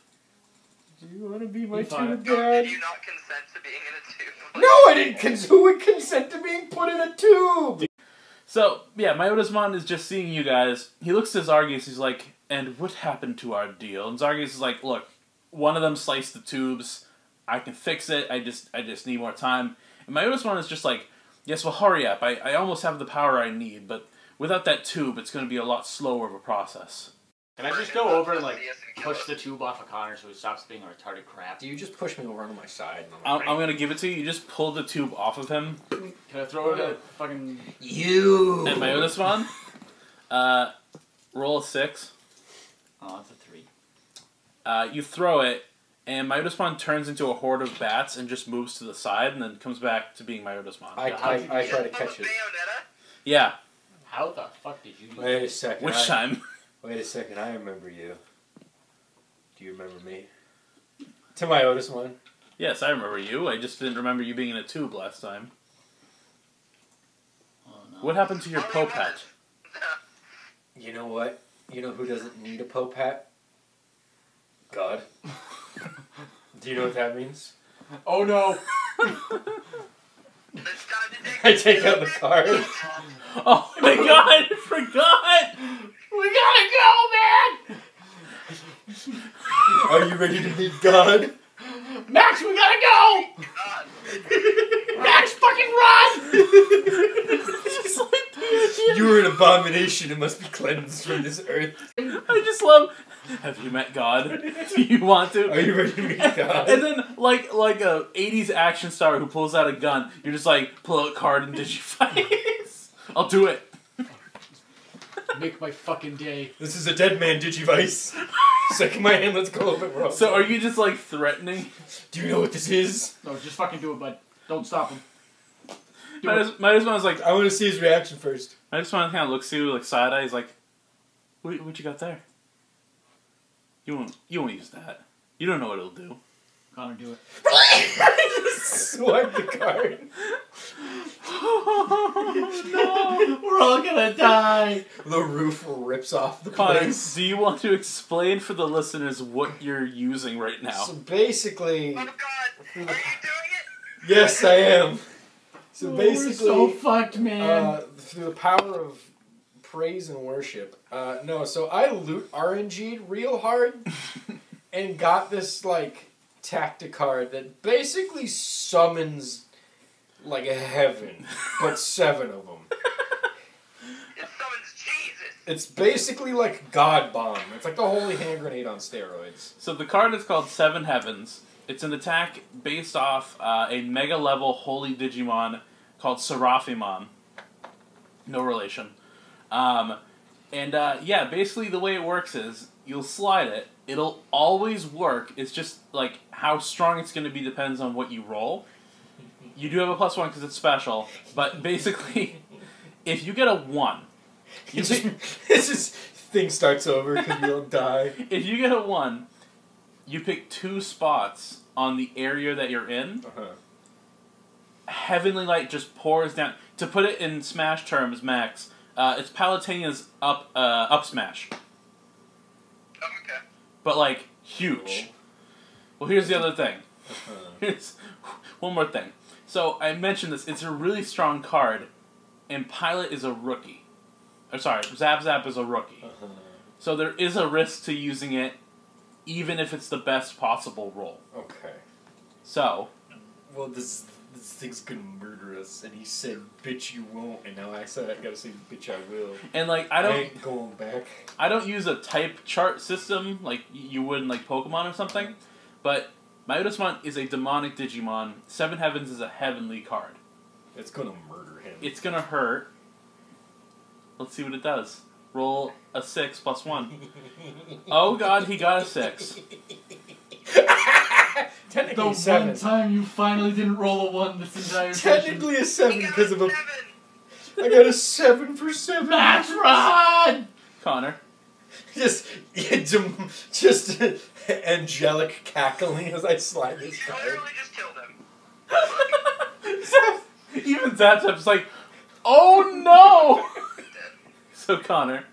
[SPEAKER 4] Do you want to be my
[SPEAKER 7] You fine?
[SPEAKER 4] tube
[SPEAKER 3] Did
[SPEAKER 4] dad?
[SPEAKER 3] you not consent to being in a tube?
[SPEAKER 4] No, I didn't. Cons- who would consent to being put in a tube?
[SPEAKER 1] So yeah, Myotismon is just seeing you guys. He looks to Zargus. He's like, and what happened to our deal? And Zargus is like, look, one of them sliced the tubes. I can fix it. I just I just need more time. And Myotismon is just like, yes, well, hurry up. I, I almost have the power I need, but without that tube, it's going to be a lot slower of a process.
[SPEAKER 7] Can I just go over and, like, push the tube off of Connor so he stops being a retarded crap?
[SPEAKER 4] Do you just push me over onto my side? And
[SPEAKER 1] I'm, I'm going to give it to you. You just pull the tube off of him
[SPEAKER 7] Can I throw it at fucking.
[SPEAKER 4] you.
[SPEAKER 1] and Myotismon. Uh, roll a six.
[SPEAKER 7] Oh, that's a three.
[SPEAKER 1] Uh, you throw it, and Myotismon turns into a horde of bats and just moves to the side and then comes back to being Myotismon.
[SPEAKER 4] I, I, I try to catch it.
[SPEAKER 1] yeah,
[SPEAKER 7] How the fuck did you do
[SPEAKER 4] Wait a
[SPEAKER 7] that?
[SPEAKER 4] second.
[SPEAKER 1] which
[SPEAKER 4] I-
[SPEAKER 1] time?
[SPEAKER 4] Wait a second. I remember you. Do you remember me? To my Otis one.
[SPEAKER 1] Yes, I remember you. I just didn't remember you being in a tube last time.
[SPEAKER 7] Oh, no.
[SPEAKER 1] What happened to your
[SPEAKER 3] Oh,
[SPEAKER 1] Popet?
[SPEAKER 3] yeah.
[SPEAKER 4] You know what? You know who doesn't need a Pope hat? God. Do you know what that means?
[SPEAKER 14] Oh no.
[SPEAKER 4] I take out the card.
[SPEAKER 1] Oh my god, I forgot!
[SPEAKER 7] We gotta
[SPEAKER 4] Are
[SPEAKER 7] go,
[SPEAKER 4] you ready to meet God?
[SPEAKER 7] man! Max, we gotta go! Max, fucking run!
[SPEAKER 1] It's like-
[SPEAKER 4] You are an abomination and must be cleansed from this earth.
[SPEAKER 1] I just love. Have you met God? Do you want to?
[SPEAKER 4] Are you ready to meet
[SPEAKER 1] And
[SPEAKER 4] God?
[SPEAKER 1] then, like like a '80s action star who pulls out a gun, you're just like, pull out card and digivice. I'll do it.
[SPEAKER 7] Make my fucking day.
[SPEAKER 4] This is a dead man digivice. Second my hand, let's go up it wrong.
[SPEAKER 1] So, are you just like threatening?
[SPEAKER 4] do you know what this is?
[SPEAKER 7] No, just fucking do it, bud. Don't stop him. Do it.
[SPEAKER 1] Might as, might as well is like,
[SPEAKER 4] I want to see his reaction first.
[SPEAKER 1] I just want to kind of look see you like side eye. He's like, what, "What you got there?" You won't. You won't use that. You don't know what it'll do.
[SPEAKER 8] Connor, do it.
[SPEAKER 4] Swipe the card.
[SPEAKER 8] no, we're all gonna die.
[SPEAKER 4] The roof rips off the
[SPEAKER 1] Connor,
[SPEAKER 4] place.
[SPEAKER 1] do you want to explain for the listeners what you're using right
[SPEAKER 4] So
[SPEAKER 1] now?
[SPEAKER 4] basically,
[SPEAKER 3] Oh God, are you doing it?
[SPEAKER 4] yes, I am. So
[SPEAKER 8] Oh,
[SPEAKER 4] basically,
[SPEAKER 8] we're so fucked, man.
[SPEAKER 4] uh, through the power of praise and worship. Uh, no, so I loot RNG'd real hard and got this like tacticard that basically summons like a heaven, but seven of them.
[SPEAKER 3] It summons Jesus.
[SPEAKER 4] It's basically like God bomb. It's like the holy hand grenade on steroids.
[SPEAKER 1] So the card is called Seven Heavens. It's an attack based off uh, a mega level holy Digimon called Seraphimon. No relation. Um, and uh, yeah, basically the way it works is you'll slide it. It'll always work. It's just like how strong it's going to be depends on what you roll. You do have a plus one because it's special, but basically, if you get a one, you
[SPEAKER 4] It's just,
[SPEAKER 1] pick-
[SPEAKER 4] it's just thing starts over because you'll die.
[SPEAKER 1] if you get a one, you pick two spots on the area that you're in.
[SPEAKER 4] Uh-huh.
[SPEAKER 1] Heavenly light just pours down. To put it in Smash terms, Max, uh, it's Palutena's up uh, up smash,
[SPEAKER 3] Oh, okay.
[SPEAKER 1] but like huge. Well, here's the other thing.
[SPEAKER 4] Uh-huh.
[SPEAKER 1] Here's one more thing. So I mentioned this. It's a really strong card, and Pilot is a rookie. Or sorry, Zap Zap is a rookie.
[SPEAKER 4] Uh-huh.
[SPEAKER 1] So there is a risk to using it, even if it's the best possible roll.
[SPEAKER 4] Okay.
[SPEAKER 1] So
[SPEAKER 4] Well, this this thing's gonna murder us, and he said, "Bitch, you won't," and now I said, "I gotta say, bitch, I will."
[SPEAKER 1] and like I don't
[SPEAKER 4] ain't going back.
[SPEAKER 1] I don't use a type chart system like y- you would in like Pokemon or something, but Myodismon is a demonic Digimon. Seven Heavens is a heavenly card.
[SPEAKER 4] It's gonna murder him.
[SPEAKER 1] It's gonna hurt. Let's see what it does. Roll a six plus one. Oh god, he got a six.
[SPEAKER 8] the
[SPEAKER 4] technically
[SPEAKER 8] one
[SPEAKER 4] seven.
[SPEAKER 8] time you finally didn't roll a one this entire session.
[SPEAKER 4] Technically a
[SPEAKER 3] He
[SPEAKER 4] seven
[SPEAKER 3] got
[SPEAKER 4] because of a.
[SPEAKER 3] seven.
[SPEAKER 4] I got a seven for seven.
[SPEAKER 8] Max Rod!
[SPEAKER 1] Connor.
[SPEAKER 4] Just, yeah, dem- just uh, angelic cackling as I slide
[SPEAKER 3] He
[SPEAKER 4] this card.
[SPEAKER 3] literally just killed him.
[SPEAKER 1] Even Zapzap's like, oh no! So Connor,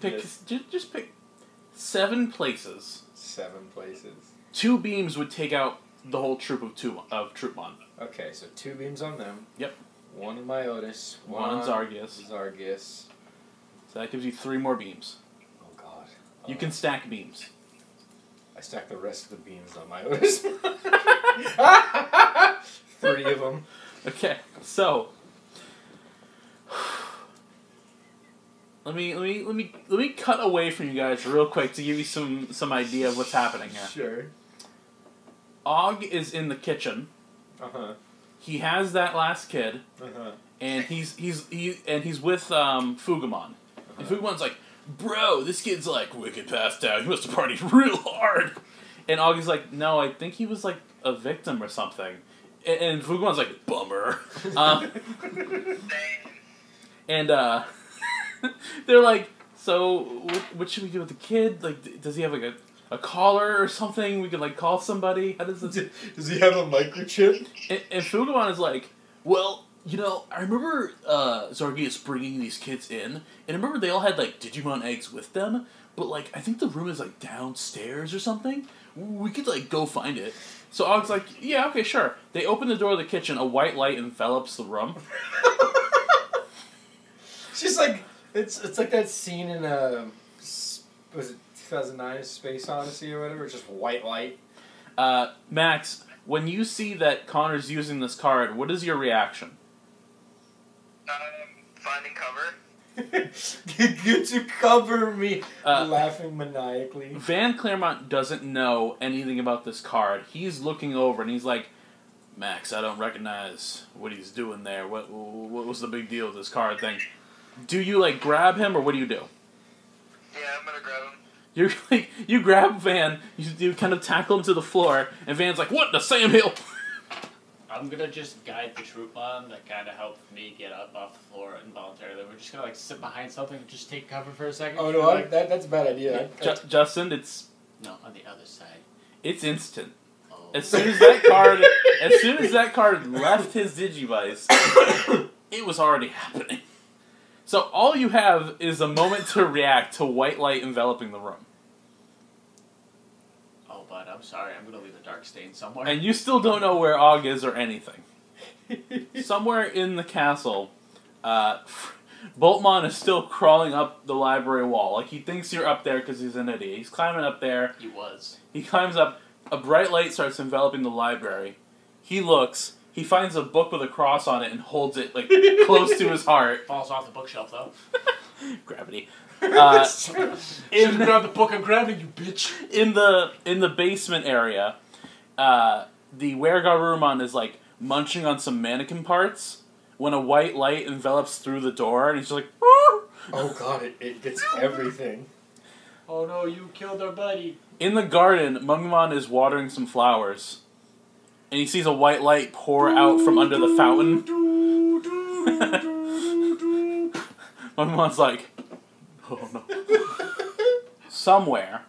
[SPEAKER 1] pick
[SPEAKER 4] Yes.
[SPEAKER 1] ju- just pick seven places.
[SPEAKER 4] Seven places.
[SPEAKER 1] Two beams would take out the whole troop of two of Troopmon.
[SPEAKER 4] Okay, so two beams on them.
[SPEAKER 1] Yep.
[SPEAKER 4] One in Myotis.
[SPEAKER 1] One on Zargius.
[SPEAKER 4] Zargius.
[SPEAKER 1] So that gives you three more beams.
[SPEAKER 4] Oh God.
[SPEAKER 1] You
[SPEAKER 4] Uh,
[SPEAKER 1] can stack beams.
[SPEAKER 4] I stack the rest of the beams on my Otis. Three of them.
[SPEAKER 1] Okay, so let me let me let me let me cut away from you guys real quick to give you some some idea of what's happening here.
[SPEAKER 4] Sure.
[SPEAKER 1] Og is in the kitchen.
[SPEAKER 4] Uh huh.
[SPEAKER 1] He has that last kid,
[SPEAKER 4] Uh huh.
[SPEAKER 1] and he's he's he and he's with um, Fugamon. And Fugamon's like, "Bro, this kid's like wicked passed out. He must have partied real hard." And Augie's like, "No, I think he was like a victim or something." And, and Fugamon's like, "Bummer." Um,
[SPEAKER 3] Dang.
[SPEAKER 1] And uh, they're like, so wh- what should we do with the kid? Like, d- does he have like a, a collar or something? We could like call somebody. How does this?
[SPEAKER 4] Does he have a microchip?
[SPEAKER 1] and, and Fugamon is like, well, you know, I remember uh, Zargius bringing these kids in, and I remember they all had like Digimon eggs with them. But like, I think the room is like downstairs or something. We could like go find it. So Og's like, yeah, okay, sure. They open the door of the kitchen. A white light envelops the room.
[SPEAKER 4] It's just like it's it's like that scene in uh, s- was it 2009 Space Odyssey or whatever. It's just white light.
[SPEAKER 1] Uh, Max, when you see that Connor's using this card, what is your reaction?
[SPEAKER 3] Um, finding cover.
[SPEAKER 4] Get you to cover me,
[SPEAKER 1] Uh,
[SPEAKER 4] laughing maniacally.
[SPEAKER 1] Van Claremont doesn't know anything about this card. He's looking over and he's like, Max, I don't recognize what he's doing there. What what was the big deal with this card thing? Do you like grab him or what do you do?
[SPEAKER 3] Yeah, I'm gonna grab him.
[SPEAKER 1] You're like you grab Van, you, you kind of tackle him to the floor, and Van's like, "What the Sam Hill?"
[SPEAKER 8] I'm gonna just guide the troop mom that kinda helped me get up off the floor involuntarily. We're just gonna
[SPEAKER 9] Oh,
[SPEAKER 8] like sit behind something and just take cover for a second.
[SPEAKER 4] Oh no, I, that, that's a bad idea. I, I,
[SPEAKER 1] Ju- Justin, it's
[SPEAKER 7] No, on the other side.
[SPEAKER 1] It's instant.
[SPEAKER 7] Oh.
[SPEAKER 1] As soon as that card, as soon as that card left his digivice, it was already happening. So all you have is a moment to react to white light enveloping the room,
[SPEAKER 7] oh, bud, I'm sorry. I'm gonna leave a dark stain somewhere.
[SPEAKER 1] and you still don't know where Og is or anything. Somewhere in the castle, uh, Boltman is still crawling up the library wall. Like he thinks you're up there because he's an idiot. He's climbing up there.
[SPEAKER 7] he was.
[SPEAKER 1] He climbs up. A bright light starts enveloping the library. He looks. He finds a book with a cross on it and holds it like close to his heart.
[SPEAKER 7] Falls off the bookshelf though.
[SPEAKER 1] Gravity. Uh,
[SPEAKER 7] Should've
[SPEAKER 1] in,
[SPEAKER 7] grabbed the book of gravity, you bitch.
[SPEAKER 1] in the in the basement area, uh, the Wergarumon is like munching on some mannequin parts when a white light envelops through the door, and he's just like, "Ah!" "Woo!"
[SPEAKER 9] Oh god, it, it gets everything.
[SPEAKER 7] Oh no, you killed our buddy.
[SPEAKER 1] in the garden, Mumimon is watering some flowers, and he sees a white light pour out from under the fountain. My mom's like, oh no. Somewhere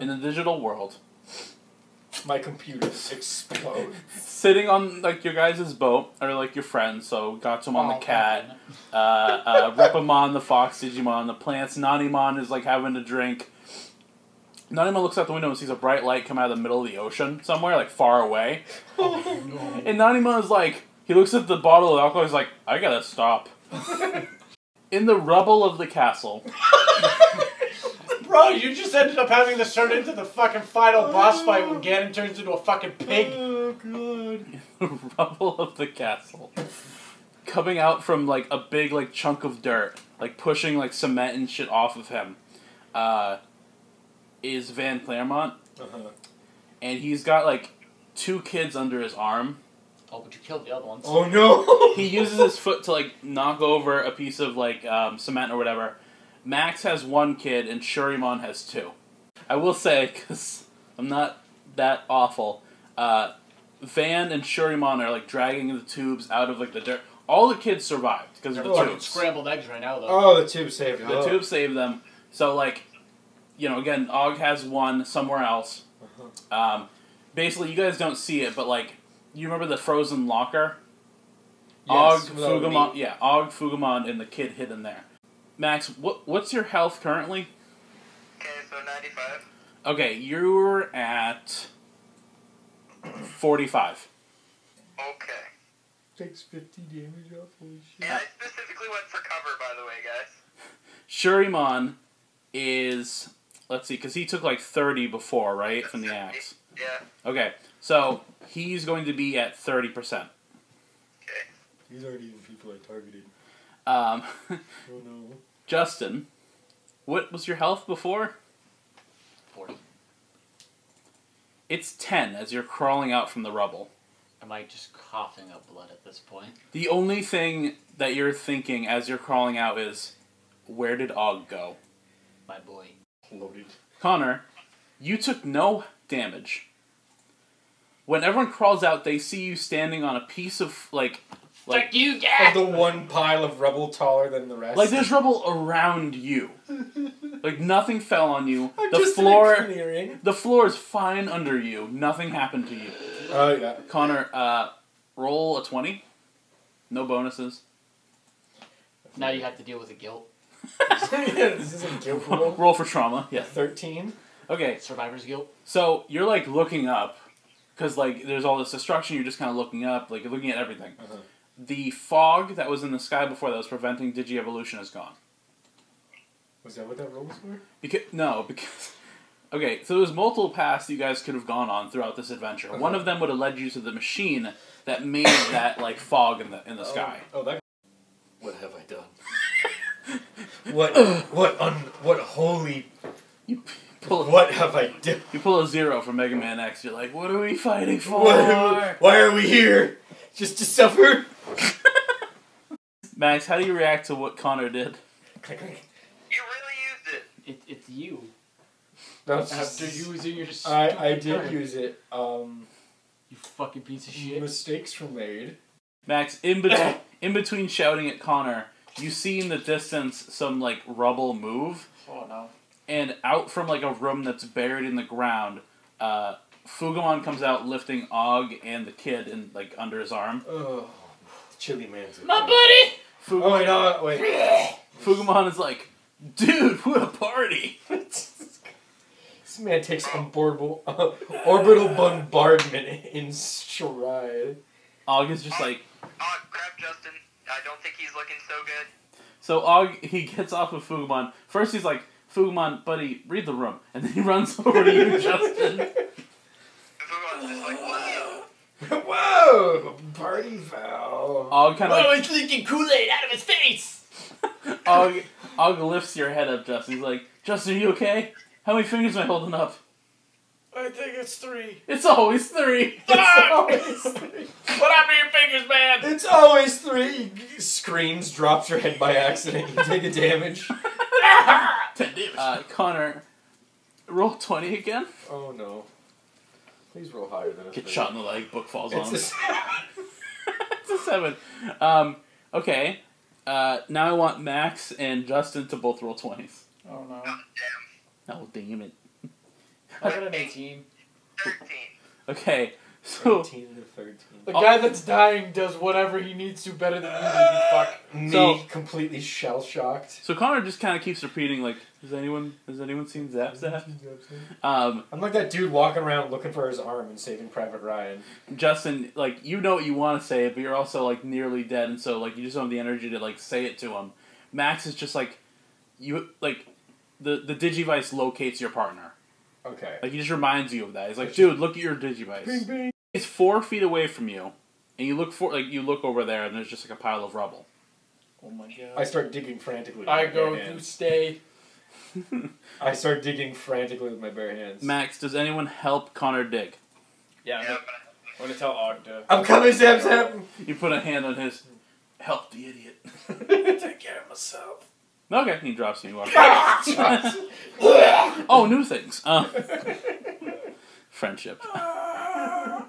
[SPEAKER 1] in the digital world,
[SPEAKER 9] My computer explodes.
[SPEAKER 1] sitting on like your guys' boat, or like your friends, so Gatsumon
[SPEAKER 6] Oh,
[SPEAKER 1] the cat, uh, uh, Repamon the fox, Digimon the plants, Nanimon is like having a drink. Nanimon looks out the window and sees a bright light come out of the middle of the ocean somewhere, like far away. And Nanimon is like, he looks at the bottle of alcohol, he's like, I gotta stop. in the rubble of the castle,
[SPEAKER 7] Bro, you just ended up having this turn into the fucking final boss fight when Ganon turns into a fucking pig.
[SPEAKER 9] Oh god.
[SPEAKER 1] rubble of the castle coming out from like a big like chunk of dirt like pushing like cement and shit off of him uh, is van claremont
[SPEAKER 9] Uh-huh.
[SPEAKER 1] and he's got like two kids under his arm
[SPEAKER 7] Oh, but you killed the other ones.
[SPEAKER 9] Oh no!
[SPEAKER 1] he uses his foot to like knock over a piece of like um, cement or whatever max has one kid and shurimon has two i will say because i'm not that awful uh, van and shurimon are like dragging the tubes out of like the dirt all the kids survived because of
[SPEAKER 7] They're
[SPEAKER 9] Oh,
[SPEAKER 1] the
[SPEAKER 7] fucking
[SPEAKER 1] tubes
[SPEAKER 7] scrambled eggs right now though.
[SPEAKER 9] Oh, the tube saved
[SPEAKER 1] the tube saved them. So like, you know, again, Og has one somewhere else. Um, basically, you guys don't see it, but like, you remember the frozen locker? Og Fugamon, yeah, Og Fugamon and the kid hidden there. Max, what what's your health currently?
[SPEAKER 3] Okay, so 95.
[SPEAKER 1] Okay, you're at forty five.
[SPEAKER 3] Okay.
[SPEAKER 9] Takes 50 damage off, holy shit.
[SPEAKER 3] And I specifically went for cover, by the way, guys.
[SPEAKER 1] Shurimon is let's see, because he took like thirty before, right, from the axe.
[SPEAKER 3] Yeah.
[SPEAKER 1] Okay, so he's going to be at thirty percent.
[SPEAKER 3] Okay.
[SPEAKER 9] These aren't even people I targeted.
[SPEAKER 1] Um,
[SPEAKER 9] Oh no.
[SPEAKER 1] Justin, what was your health before?
[SPEAKER 7] 40.
[SPEAKER 1] It's 10 as you're crawling out from the rubble.
[SPEAKER 7] Am I just coughing up blood at this point?
[SPEAKER 1] The only thing that you're thinking as you're crawling out is, where did Og go?
[SPEAKER 7] My boy.
[SPEAKER 9] Loaded.
[SPEAKER 1] Connor, you took no damage. When everyone crawls out, they see you standing on a piece of, like, like,
[SPEAKER 7] you,
[SPEAKER 9] Of the one pile of rubble taller than the rest.
[SPEAKER 1] like there's rubble around you. Like, nothing fell on you.
[SPEAKER 9] I'm
[SPEAKER 1] the
[SPEAKER 9] just
[SPEAKER 1] floor.
[SPEAKER 9] An
[SPEAKER 1] The floor is fine under you. Nothing happened to you.
[SPEAKER 9] oh yeah.
[SPEAKER 1] Connor, uh, roll a 20. No bonuses.
[SPEAKER 7] Now you have to deal with the guilt.
[SPEAKER 9] this isn't guilt roll.
[SPEAKER 1] roll for trauma. Yeah.
[SPEAKER 9] 13.
[SPEAKER 1] Okay,
[SPEAKER 7] Survivor's guilt.
[SPEAKER 1] so you're like looking up, because like there's all this destruction, you're just kind of looking up, like you're looking at everything.
[SPEAKER 9] Uh-huh.
[SPEAKER 1] The fog that was in the sky before that was preventing digievolution is gone.
[SPEAKER 9] Was that what that roll was for?
[SPEAKER 1] Because no, because okay, so there's multiple paths that you guys could have gone on throughout this
[SPEAKER 9] Uh-huh.
[SPEAKER 1] adventure. One of them would have led you to the machine that made that like fog in the in the sky.
[SPEAKER 9] Oh, that. What have I done? what what un, what holy
[SPEAKER 1] You pull
[SPEAKER 9] what have I done?
[SPEAKER 1] you pull a zero from Mega Man X. You're like, what are we fighting for?
[SPEAKER 9] Why, why are we here? Just to suffer?
[SPEAKER 1] Max, how do you react to what Connor did?
[SPEAKER 9] Click, click.
[SPEAKER 3] You really used it.
[SPEAKER 7] It, it's you.
[SPEAKER 9] No, it's
[SPEAKER 7] After
[SPEAKER 9] just-
[SPEAKER 7] using your stupid
[SPEAKER 9] I I did
[SPEAKER 7] turn.
[SPEAKER 9] use it. Um,
[SPEAKER 7] You fucking piece of shit.
[SPEAKER 9] mistakes were made.
[SPEAKER 1] Max, in between, in between shouting at Connor, you see in the distance some like rubble move,
[SPEAKER 7] Oh no.
[SPEAKER 1] and out from like a room that's buried in the ground, uh, Fugamon comes out lifting Og and the kid and like under his arm.
[SPEAKER 4] Oh, chili man's.
[SPEAKER 15] My buddy!
[SPEAKER 1] Fug-
[SPEAKER 4] Oh wait, no, wait.
[SPEAKER 1] Fugamon is like, dude, what a party!
[SPEAKER 4] this man takes unboardable,
[SPEAKER 9] uh,
[SPEAKER 4] orbital bombardment in stride.
[SPEAKER 1] Og is just like,
[SPEAKER 3] Oh, crap, Justin. I don't think he's looking so good.
[SPEAKER 1] so Og he gets off of Fugamon. First he's like, Fugamon, buddy, read the room, and then he runs over to you, Justin.
[SPEAKER 3] Fugamon's just like, wow.
[SPEAKER 4] Whoa! Party foul.
[SPEAKER 1] Og kind of
[SPEAKER 15] Oh, it's leaking Kool-Aid out of his face!
[SPEAKER 1] Og, Og lifts your head up, Justin. He's like, Justin, are you okay? How many fingers am I holding up?
[SPEAKER 15] I think it's three.
[SPEAKER 1] It's always three.
[SPEAKER 4] It's always three.
[SPEAKER 15] What happened to your fingers, man?
[SPEAKER 4] It's always three. Screams, drops your head by accident. You take a damage.
[SPEAKER 1] Uh, Connor, roll 20 again.
[SPEAKER 4] Oh no. Please roll higher than a
[SPEAKER 1] Get
[SPEAKER 4] three.
[SPEAKER 1] shot in the leg, book falls on
[SPEAKER 4] It's
[SPEAKER 1] him.
[SPEAKER 4] a
[SPEAKER 1] it's
[SPEAKER 4] s-
[SPEAKER 1] a seven. Um, okay. Uh, now I want Max and Justin to both roll 20s.
[SPEAKER 7] Oh no.
[SPEAKER 3] Oh, damn.
[SPEAKER 1] Oh, damn it.
[SPEAKER 16] I got an 18.
[SPEAKER 3] 13.
[SPEAKER 1] Okay. So,
[SPEAKER 4] 13 and a 13.
[SPEAKER 7] The
[SPEAKER 1] Oh.
[SPEAKER 7] guy that's dying does whatever he needs to better than you do, you fuck.
[SPEAKER 4] Me
[SPEAKER 1] So-
[SPEAKER 4] completely shell shocked.
[SPEAKER 1] so Connor just kind of keeps repeating, like, has anyone has anyone seen Zap Zap? Um,
[SPEAKER 4] I'm like that dude walking around looking for his arm and saving Private Ryan.
[SPEAKER 1] Justin, like you know what you want to say, but you're also like nearly dead, and so like you just don't have the energy to like say it to him. Max is just like you like the the digivice locates your partner.
[SPEAKER 4] Okay.
[SPEAKER 1] Like he just reminds you of that. He's like, dude, look at your digivice.
[SPEAKER 4] bing.
[SPEAKER 1] It's four feet away from you, and you look for like you look over there, and there's just like a pile of rubble.
[SPEAKER 7] Oh my
[SPEAKER 4] I
[SPEAKER 7] god.
[SPEAKER 4] start digging frantically. With
[SPEAKER 7] I,
[SPEAKER 4] my
[SPEAKER 7] go
[SPEAKER 4] bare
[SPEAKER 7] to
[SPEAKER 4] hands.
[SPEAKER 7] stay.
[SPEAKER 4] I start digging frantically with my bare hands.
[SPEAKER 1] Max, does anyone help Connor dig?
[SPEAKER 7] Yeah, I'm
[SPEAKER 3] Yeah,
[SPEAKER 7] gonna, I'm gonna tell Og to.
[SPEAKER 4] I'm coming, Zap Zap.
[SPEAKER 1] You put a hand on his. Help the idiot.
[SPEAKER 4] Take care of myself.
[SPEAKER 1] Okay, he drops you. you walk away. oh, new things. Um, friendship.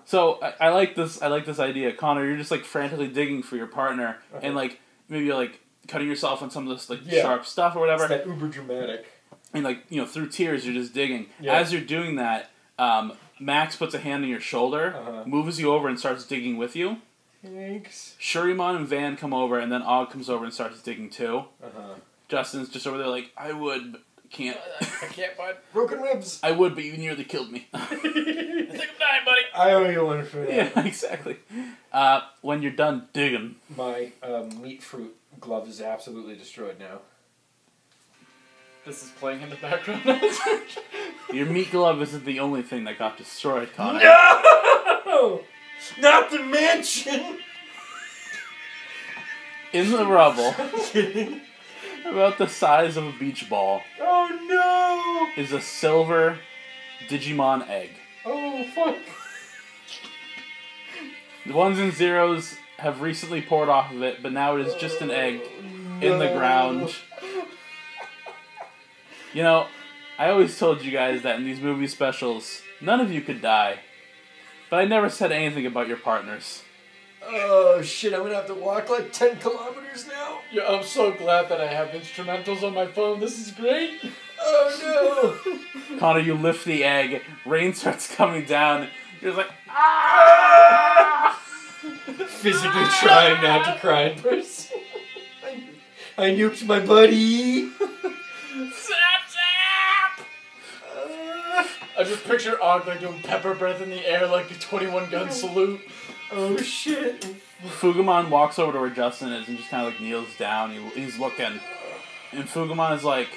[SPEAKER 1] So I, I like this. I like this idea, Connor. You're just like frantically digging for your partner, and like maybe you're like cutting yourself on some of this like
[SPEAKER 4] Uh-huh. Yeah.
[SPEAKER 1] sharp stuff or whatever,
[SPEAKER 4] It's that uber dramatic.
[SPEAKER 1] and like you know through tears you're just digging.
[SPEAKER 4] Yeah.
[SPEAKER 1] As you're doing that, um, Max puts a hand on your shoulder,
[SPEAKER 4] Uh-huh.
[SPEAKER 1] moves you over, and starts digging with you.
[SPEAKER 4] Thanks.
[SPEAKER 1] Shurimon and Van come over, and then Og comes over and starts digging too.
[SPEAKER 4] Uh huh.
[SPEAKER 1] Justin's just over there like I would, but can't.
[SPEAKER 7] I can't find.
[SPEAKER 4] Broken ribs.
[SPEAKER 1] I would, but you nearly killed me.
[SPEAKER 15] I think I'm dying, buddy.
[SPEAKER 4] I owe you one for that.
[SPEAKER 1] yeah, exactly. Uh, when you're done digging,
[SPEAKER 4] My um, meat fruit glove is absolutely destroyed now.
[SPEAKER 7] This is playing in the background. I
[SPEAKER 1] your meat glove isn't the only thing that got destroyed, Connor.
[SPEAKER 4] No! Not the mansion!
[SPEAKER 1] In the rubble,
[SPEAKER 4] Kidding.
[SPEAKER 1] about the size of a beach ball,
[SPEAKER 4] Oh
[SPEAKER 1] is a silver Digimon egg.
[SPEAKER 4] no! Oh fuck.
[SPEAKER 1] The ones and zeros have recently poured off of it, but now it is just an egg in the
[SPEAKER 4] No.
[SPEAKER 1] ground. You know, I always told you guys that in these movie specials, none of you could die. But I never said anything about your partners.
[SPEAKER 4] Oh shit, I'm gonna have to walk like 10 kilometers now?
[SPEAKER 7] yeah, I'm so glad that I have instrumentals on my phone. This is great.
[SPEAKER 4] Oh no!
[SPEAKER 1] Connor, you lift the egg. Rain starts coming down. You're just like,
[SPEAKER 4] Physically trying not to cry in person. I- I nuked my buddy! Uh,
[SPEAKER 7] I just picture Og like doing pepper breath in the air like a 21 gun salute.
[SPEAKER 4] oh shit.
[SPEAKER 1] Fugamon walks over to where Justin is and just kind of like kneels down. He, he's looking, and Fugamon is like,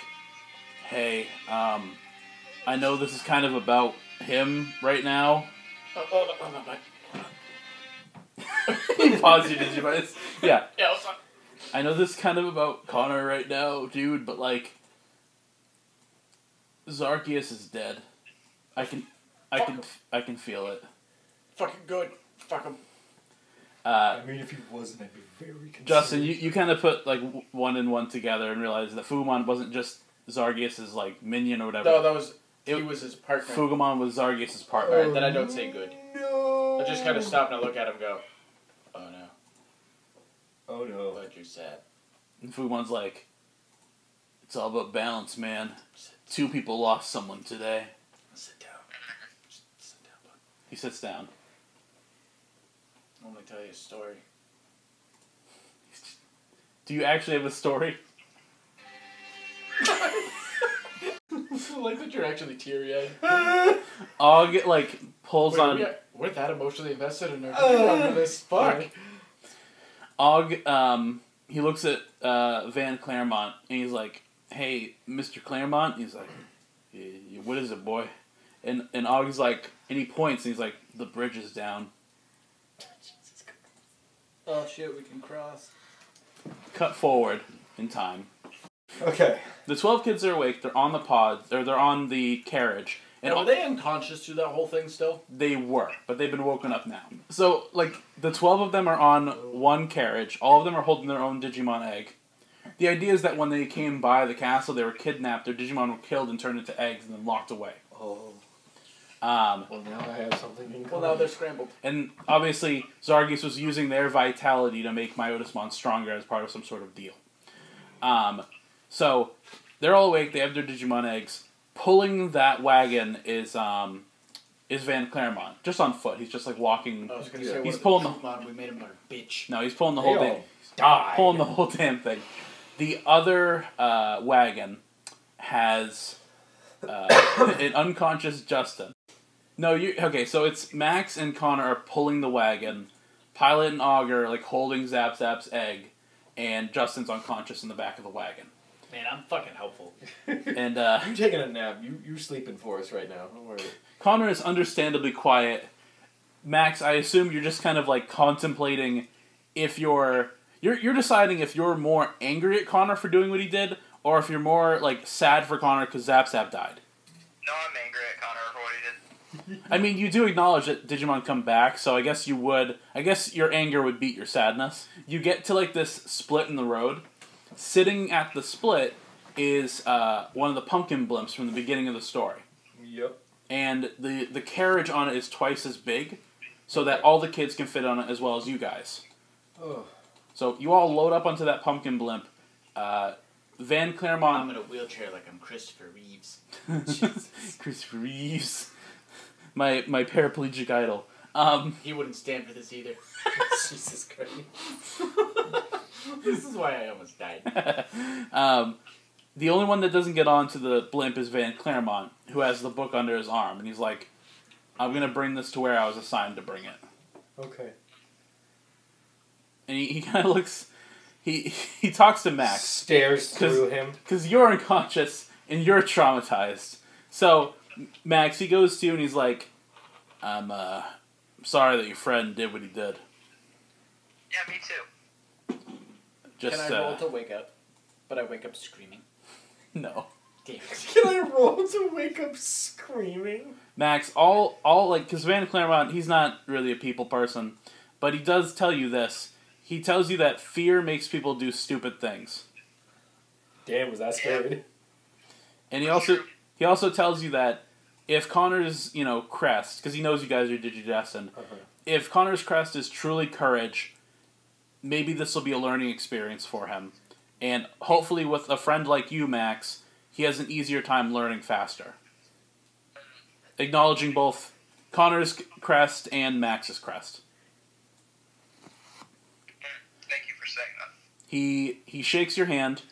[SPEAKER 1] "Hey, um, I know this is kind of about him right now."
[SPEAKER 7] Oh, oh, oh, no, my-
[SPEAKER 1] he paused you, did you? but it's- Yeah,
[SPEAKER 7] Yeah, what's up?
[SPEAKER 1] I know this is kind of about Connor right now, dude. But like, Zarkius is dead. I can, I can, I can feel it.
[SPEAKER 7] fucking good. Fuck him.
[SPEAKER 1] Uh,
[SPEAKER 4] I mean, if he wasn't, I'd be very concerned.
[SPEAKER 1] Justin, you, you kind of put like w- one and one together and realized that Fugamon wasn't just Zargius's like minion or whatever.
[SPEAKER 7] No, that was. He
[SPEAKER 1] It-
[SPEAKER 7] was his partner.
[SPEAKER 1] Fugamon was Zargius's partner.
[SPEAKER 7] Alright, then I don't say good.
[SPEAKER 4] No!
[SPEAKER 7] I just kind of stop and I look at him and go, oh no,
[SPEAKER 4] Oh no.
[SPEAKER 7] glad you're sad.
[SPEAKER 1] And Fugamon's like, It's all about balance, man. Two people lost someone today.
[SPEAKER 7] Sit down. Just sit down, bud.
[SPEAKER 1] He sits down.
[SPEAKER 7] I'm gonna tell you a story.
[SPEAKER 1] Do you actually have a story?
[SPEAKER 7] I like that you're actually teary eyed.
[SPEAKER 1] Og like pulls on
[SPEAKER 7] We're, we're that emotionally invested in our uh, this. Fuck.
[SPEAKER 1] Og. Um, he looks at uh, Van Claremont and he's like, "Hey, Mister Claremont." He's like, "Y- y- "What is it, boy?" And and Og's like, and he points and he's like, "The bridge is down.
[SPEAKER 7] Oh shit, we can cross.
[SPEAKER 1] Cut forward in time."
[SPEAKER 5] Okay.
[SPEAKER 1] The twelve kids are awake. They're on the pod. Or they're on the carriage. And
[SPEAKER 7] And were they unconscious through that whole thing still?
[SPEAKER 1] They were, but they've been woken up now. So, like, the 12 of them are on one carriage. All of them are holding their own Digimon egg. The idea is that when they came by the castle, they were kidnapped, their Digimon were killed and turned into eggs and then locked away.
[SPEAKER 9] Oh,
[SPEAKER 1] Um,
[SPEAKER 9] well, now I have something in common.
[SPEAKER 7] Well, now they're scrambled.
[SPEAKER 1] and obviously, Zargis was using their vitality to make Myotismon stronger as part of some sort of deal. Um, so, they're all awake, they have their Digimon eggs. Pulling that wagon is, um, is Van Claremont, just on foot. He's just, like, walking
[SPEAKER 7] I was gonna say,
[SPEAKER 1] He's
[SPEAKER 7] what
[SPEAKER 1] pulling
[SPEAKER 7] if Pokemon, We made him a bitch.
[SPEAKER 1] No, he's pulling the
[SPEAKER 9] They
[SPEAKER 1] whole
[SPEAKER 9] all
[SPEAKER 7] oh.
[SPEAKER 1] thing.
[SPEAKER 9] died.
[SPEAKER 1] Pulling the whole damn thing. The other uh, wagon has uh, an unconscious Justin. No, you okay? So it's Max and Connor are pulling the wagon. Pilot and Auger like holding Zap Zap's egg, and Justin's unconscious in the back of the wagon.
[SPEAKER 7] Man, I'm fucking helpful.
[SPEAKER 1] And uh,
[SPEAKER 9] You taking a nap? You you sleeping for us right now? Don't worry.
[SPEAKER 1] Connor is understandably quiet. Max, I assume you're just kind of like contemplating if you're you're you're deciding if you're more angry at Connor for doing what he did, or if you're more like sad for Connor because Zap Zap died.
[SPEAKER 3] No, I'm angry at Connor for what he did.
[SPEAKER 1] I mean, you do acknowledge that Digimon come back, so I guess you would. I guess your anger would beat your sadness. You get to like this split in the road. Sitting at the split is uh, one of the pumpkin blimps from the beginning of the story.
[SPEAKER 9] Yep.
[SPEAKER 1] and the the carriage on it is twice as big, so that all the kids can fit on it as well as you guys.
[SPEAKER 9] Oh,
[SPEAKER 1] So you all load up onto that pumpkin blimp. Uh, Van
[SPEAKER 7] I'm
[SPEAKER 1] Claremont,
[SPEAKER 7] in a wheelchair like I'm Christopher Reeves.
[SPEAKER 1] Chris Reeves, my my paraplegic idol. Um,
[SPEAKER 7] He wouldn't stand for this either. Jesus Christ. this is why I almost died.
[SPEAKER 1] um, the only one that doesn't get onto the blimp is Van Claremont, who has the book under his arm, and he's like, "I'm gonna bring this to where I was assigned to bring it."
[SPEAKER 9] okay.
[SPEAKER 1] And he, he kind of looks, he he talks to Max.
[SPEAKER 9] stares through him.
[SPEAKER 1] because you're unconscious and you're traumatized. So Max, he goes to you and he's like, "I'm uh, sorry that your friend did what he did.
[SPEAKER 3] Yeah, me too.
[SPEAKER 1] Just
[SPEAKER 7] Can I roll
[SPEAKER 1] uh,
[SPEAKER 7] to wake up? But I wake up screaming.
[SPEAKER 1] no,
[SPEAKER 7] Damn.
[SPEAKER 9] Can I roll to wake up screaming?
[SPEAKER 1] Max. All all like because Van Claremont, he's not really a people person, but he does tell you this. He tells you that fear makes people do stupid things,
[SPEAKER 9] Damn, was I scared?
[SPEAKER 1] and he also he also tells you that if Connor's you know crest, because he knows you guys are digidestined,
[SPEAKER 9] Uh-huh.
[SPEAKER 1] if Connor's crest is truly courage, maybe this will be a learning experience for him. And hopefully, with a friend like you, Max, he has an easier time learning faster. Acknowledging both Connor's crest and Max's crest.
[SPEAKER 3] Thank you for saying that.
[SPEAKER 1] He he shakes your hand,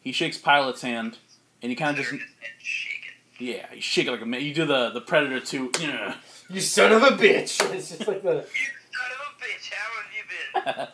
[SPEAKER 1] he shakes Pilot's hand, and he kind of just
[SPEAKER 3] There it is, and shake it.
[SPEAKER 1] yeah, you shake it like a man. You do the the Predator two. Yeah.
[SPEAKER 9] You son of a bitch! It's just like the,
[SPEAKER 3] You son of a bitch, how have you been?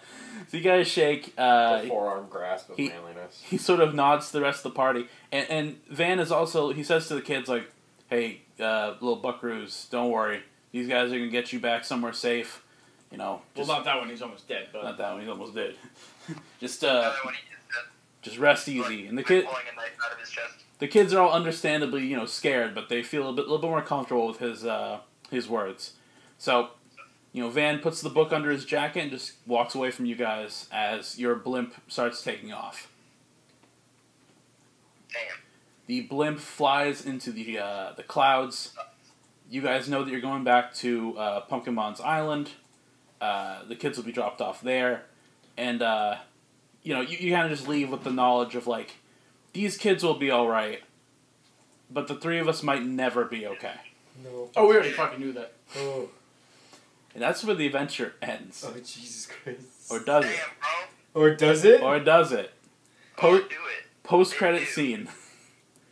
[SPEAKER 1] so you guys shake. Uh,
[SPEAKER 9] the forearm grasp of
[SPEAKER 1] he-
[SPEAKER 9] manliness.
[SPEAKER 1] he sort of nods to the rest of the party, and, and Van is also he says to the kids like, "Hey, uh, little buckaroos, don't worry. These guys are gonna get you back somewhere safe. You know,
[SPEAKER 7] Well,
[SPEAKER 1] just,
[SPEAKER 7] not that one. He's almost dead. But
[SPEAKER 1] not that one. He's almost dead. just uh,
[SPEAKER 3] Another one he just said,
[SPEAKER 1] just rest easy."
[SPEAKER 3] like,
[SPEAKER 1] And the
[SPEAKER 3] like
[SPEAKER 1] kid
[SPEAKER 3] Pulling a knife out of his chest.
[SPEAKER 1] the kids are all understandably you know scared, but they feel a bit, little bit more comfortable with his uh, his words. So, you know, Van puts the book under his jacket and just walks away from you guys as your blimp starts taking off.
[SPEAKER 3] Damn.
[SPEAKER 1] The blimp flies into the uh, the clouds. You guys know that you're going back to uh, Pumpkinmon's Island. Uh, the kids will be dropped off there, and uh, you know you, you kind of just leave with the knowledge of like these kids will be all right, but the three of us might never be okay.
[SPEAKER 9] No.
[SPEAKER 7] Oh, we already fucking knew that.
[SPEAKER 9] Oh.
[SPEAKER 1] And that's where the adventure ends.
[SPEAKER 9] Oh Jesus Christ.
[SPEAKER 1] Or does
[SPEAKER 3] Damn,
[SPEAKER 1] it?
[SPEAKER 3] bro.
[SPEAKER 9] Or does it?
[SPEAKER 1] Or does it? Po-
[SPEAKER 3] Or do it.
[SPEAKER 1] Post credit scene.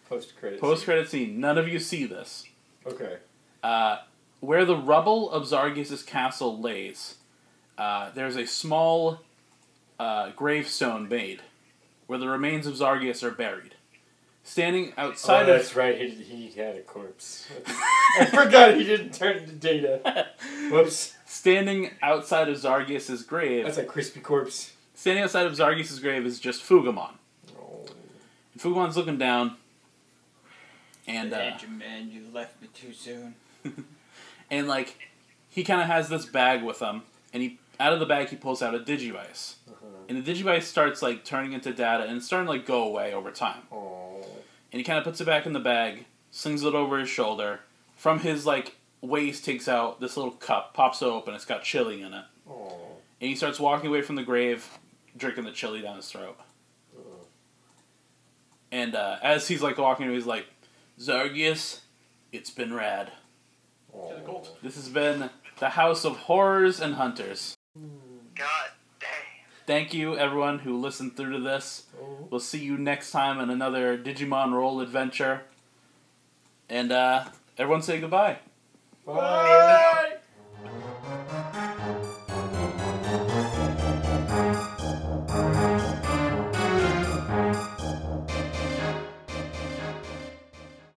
[SPEAKER 9] Post credits.
[SPEAKER 1] Post credit scene. None of you see this.
[SPEAKER 9] Okay.
[SPEAKER 1] Uh, where the rubble of Zargis' castle lays, uh, there's a small uh, gravestone made where the remains of Zargis are buried. Standing outside
[SPEAKER 9] oh,
[SPEAKER 1] of
[SPEAKER 9] that's right. He, he had a corpse. I forgot he didn't turn into Data. Whoops.
[SPEAKER 1] standing outside of Zargis' grave,
[SPEAKER 9] That's a crispy corpse.
[SPEAKER 1] standing outside of Zargis' grave is just Fugamon.
[SPEAKER 9] Oh.
[SPEAKER 1] And Fugamon's looking down, and uh,
[SPEAKER 7] man, you left me too soon.
[SPEAKER 1] and like he kind of has this bag with him, and he out of the bag he pulls out a digivice,
[SPEAKER 9] Uh-huh.
[SPEAKER 1] and the digivice starts like turning into data and it's starting to like go away over time.
[SPEAKER 9] Oh.
[SPEAKER 1] and he kind of puts it back in the bag, slings it over his shoulder. From his like waist, takes out this little cup, pops it open. It's got chili in it,
[SPEAKER 9] Oh.
[SPEAKER 1] and he starts walking away from the grave, drinking the chili down his throat. And uh, as he's like walking, away, he's like, "Zargius, it's been rad.
[SPEAKER 9] Oh.
[SPEAKER 1] This has been the House of Horrors and Hunters.
[SPEAKER 3] God damn.
[SPEAKER 1] Thank you, everyone who listened through to this. We'll see you next time in another Digimon Roll adventure. And uh, everyone say goodbye."
[SPEAKER 9] Bye.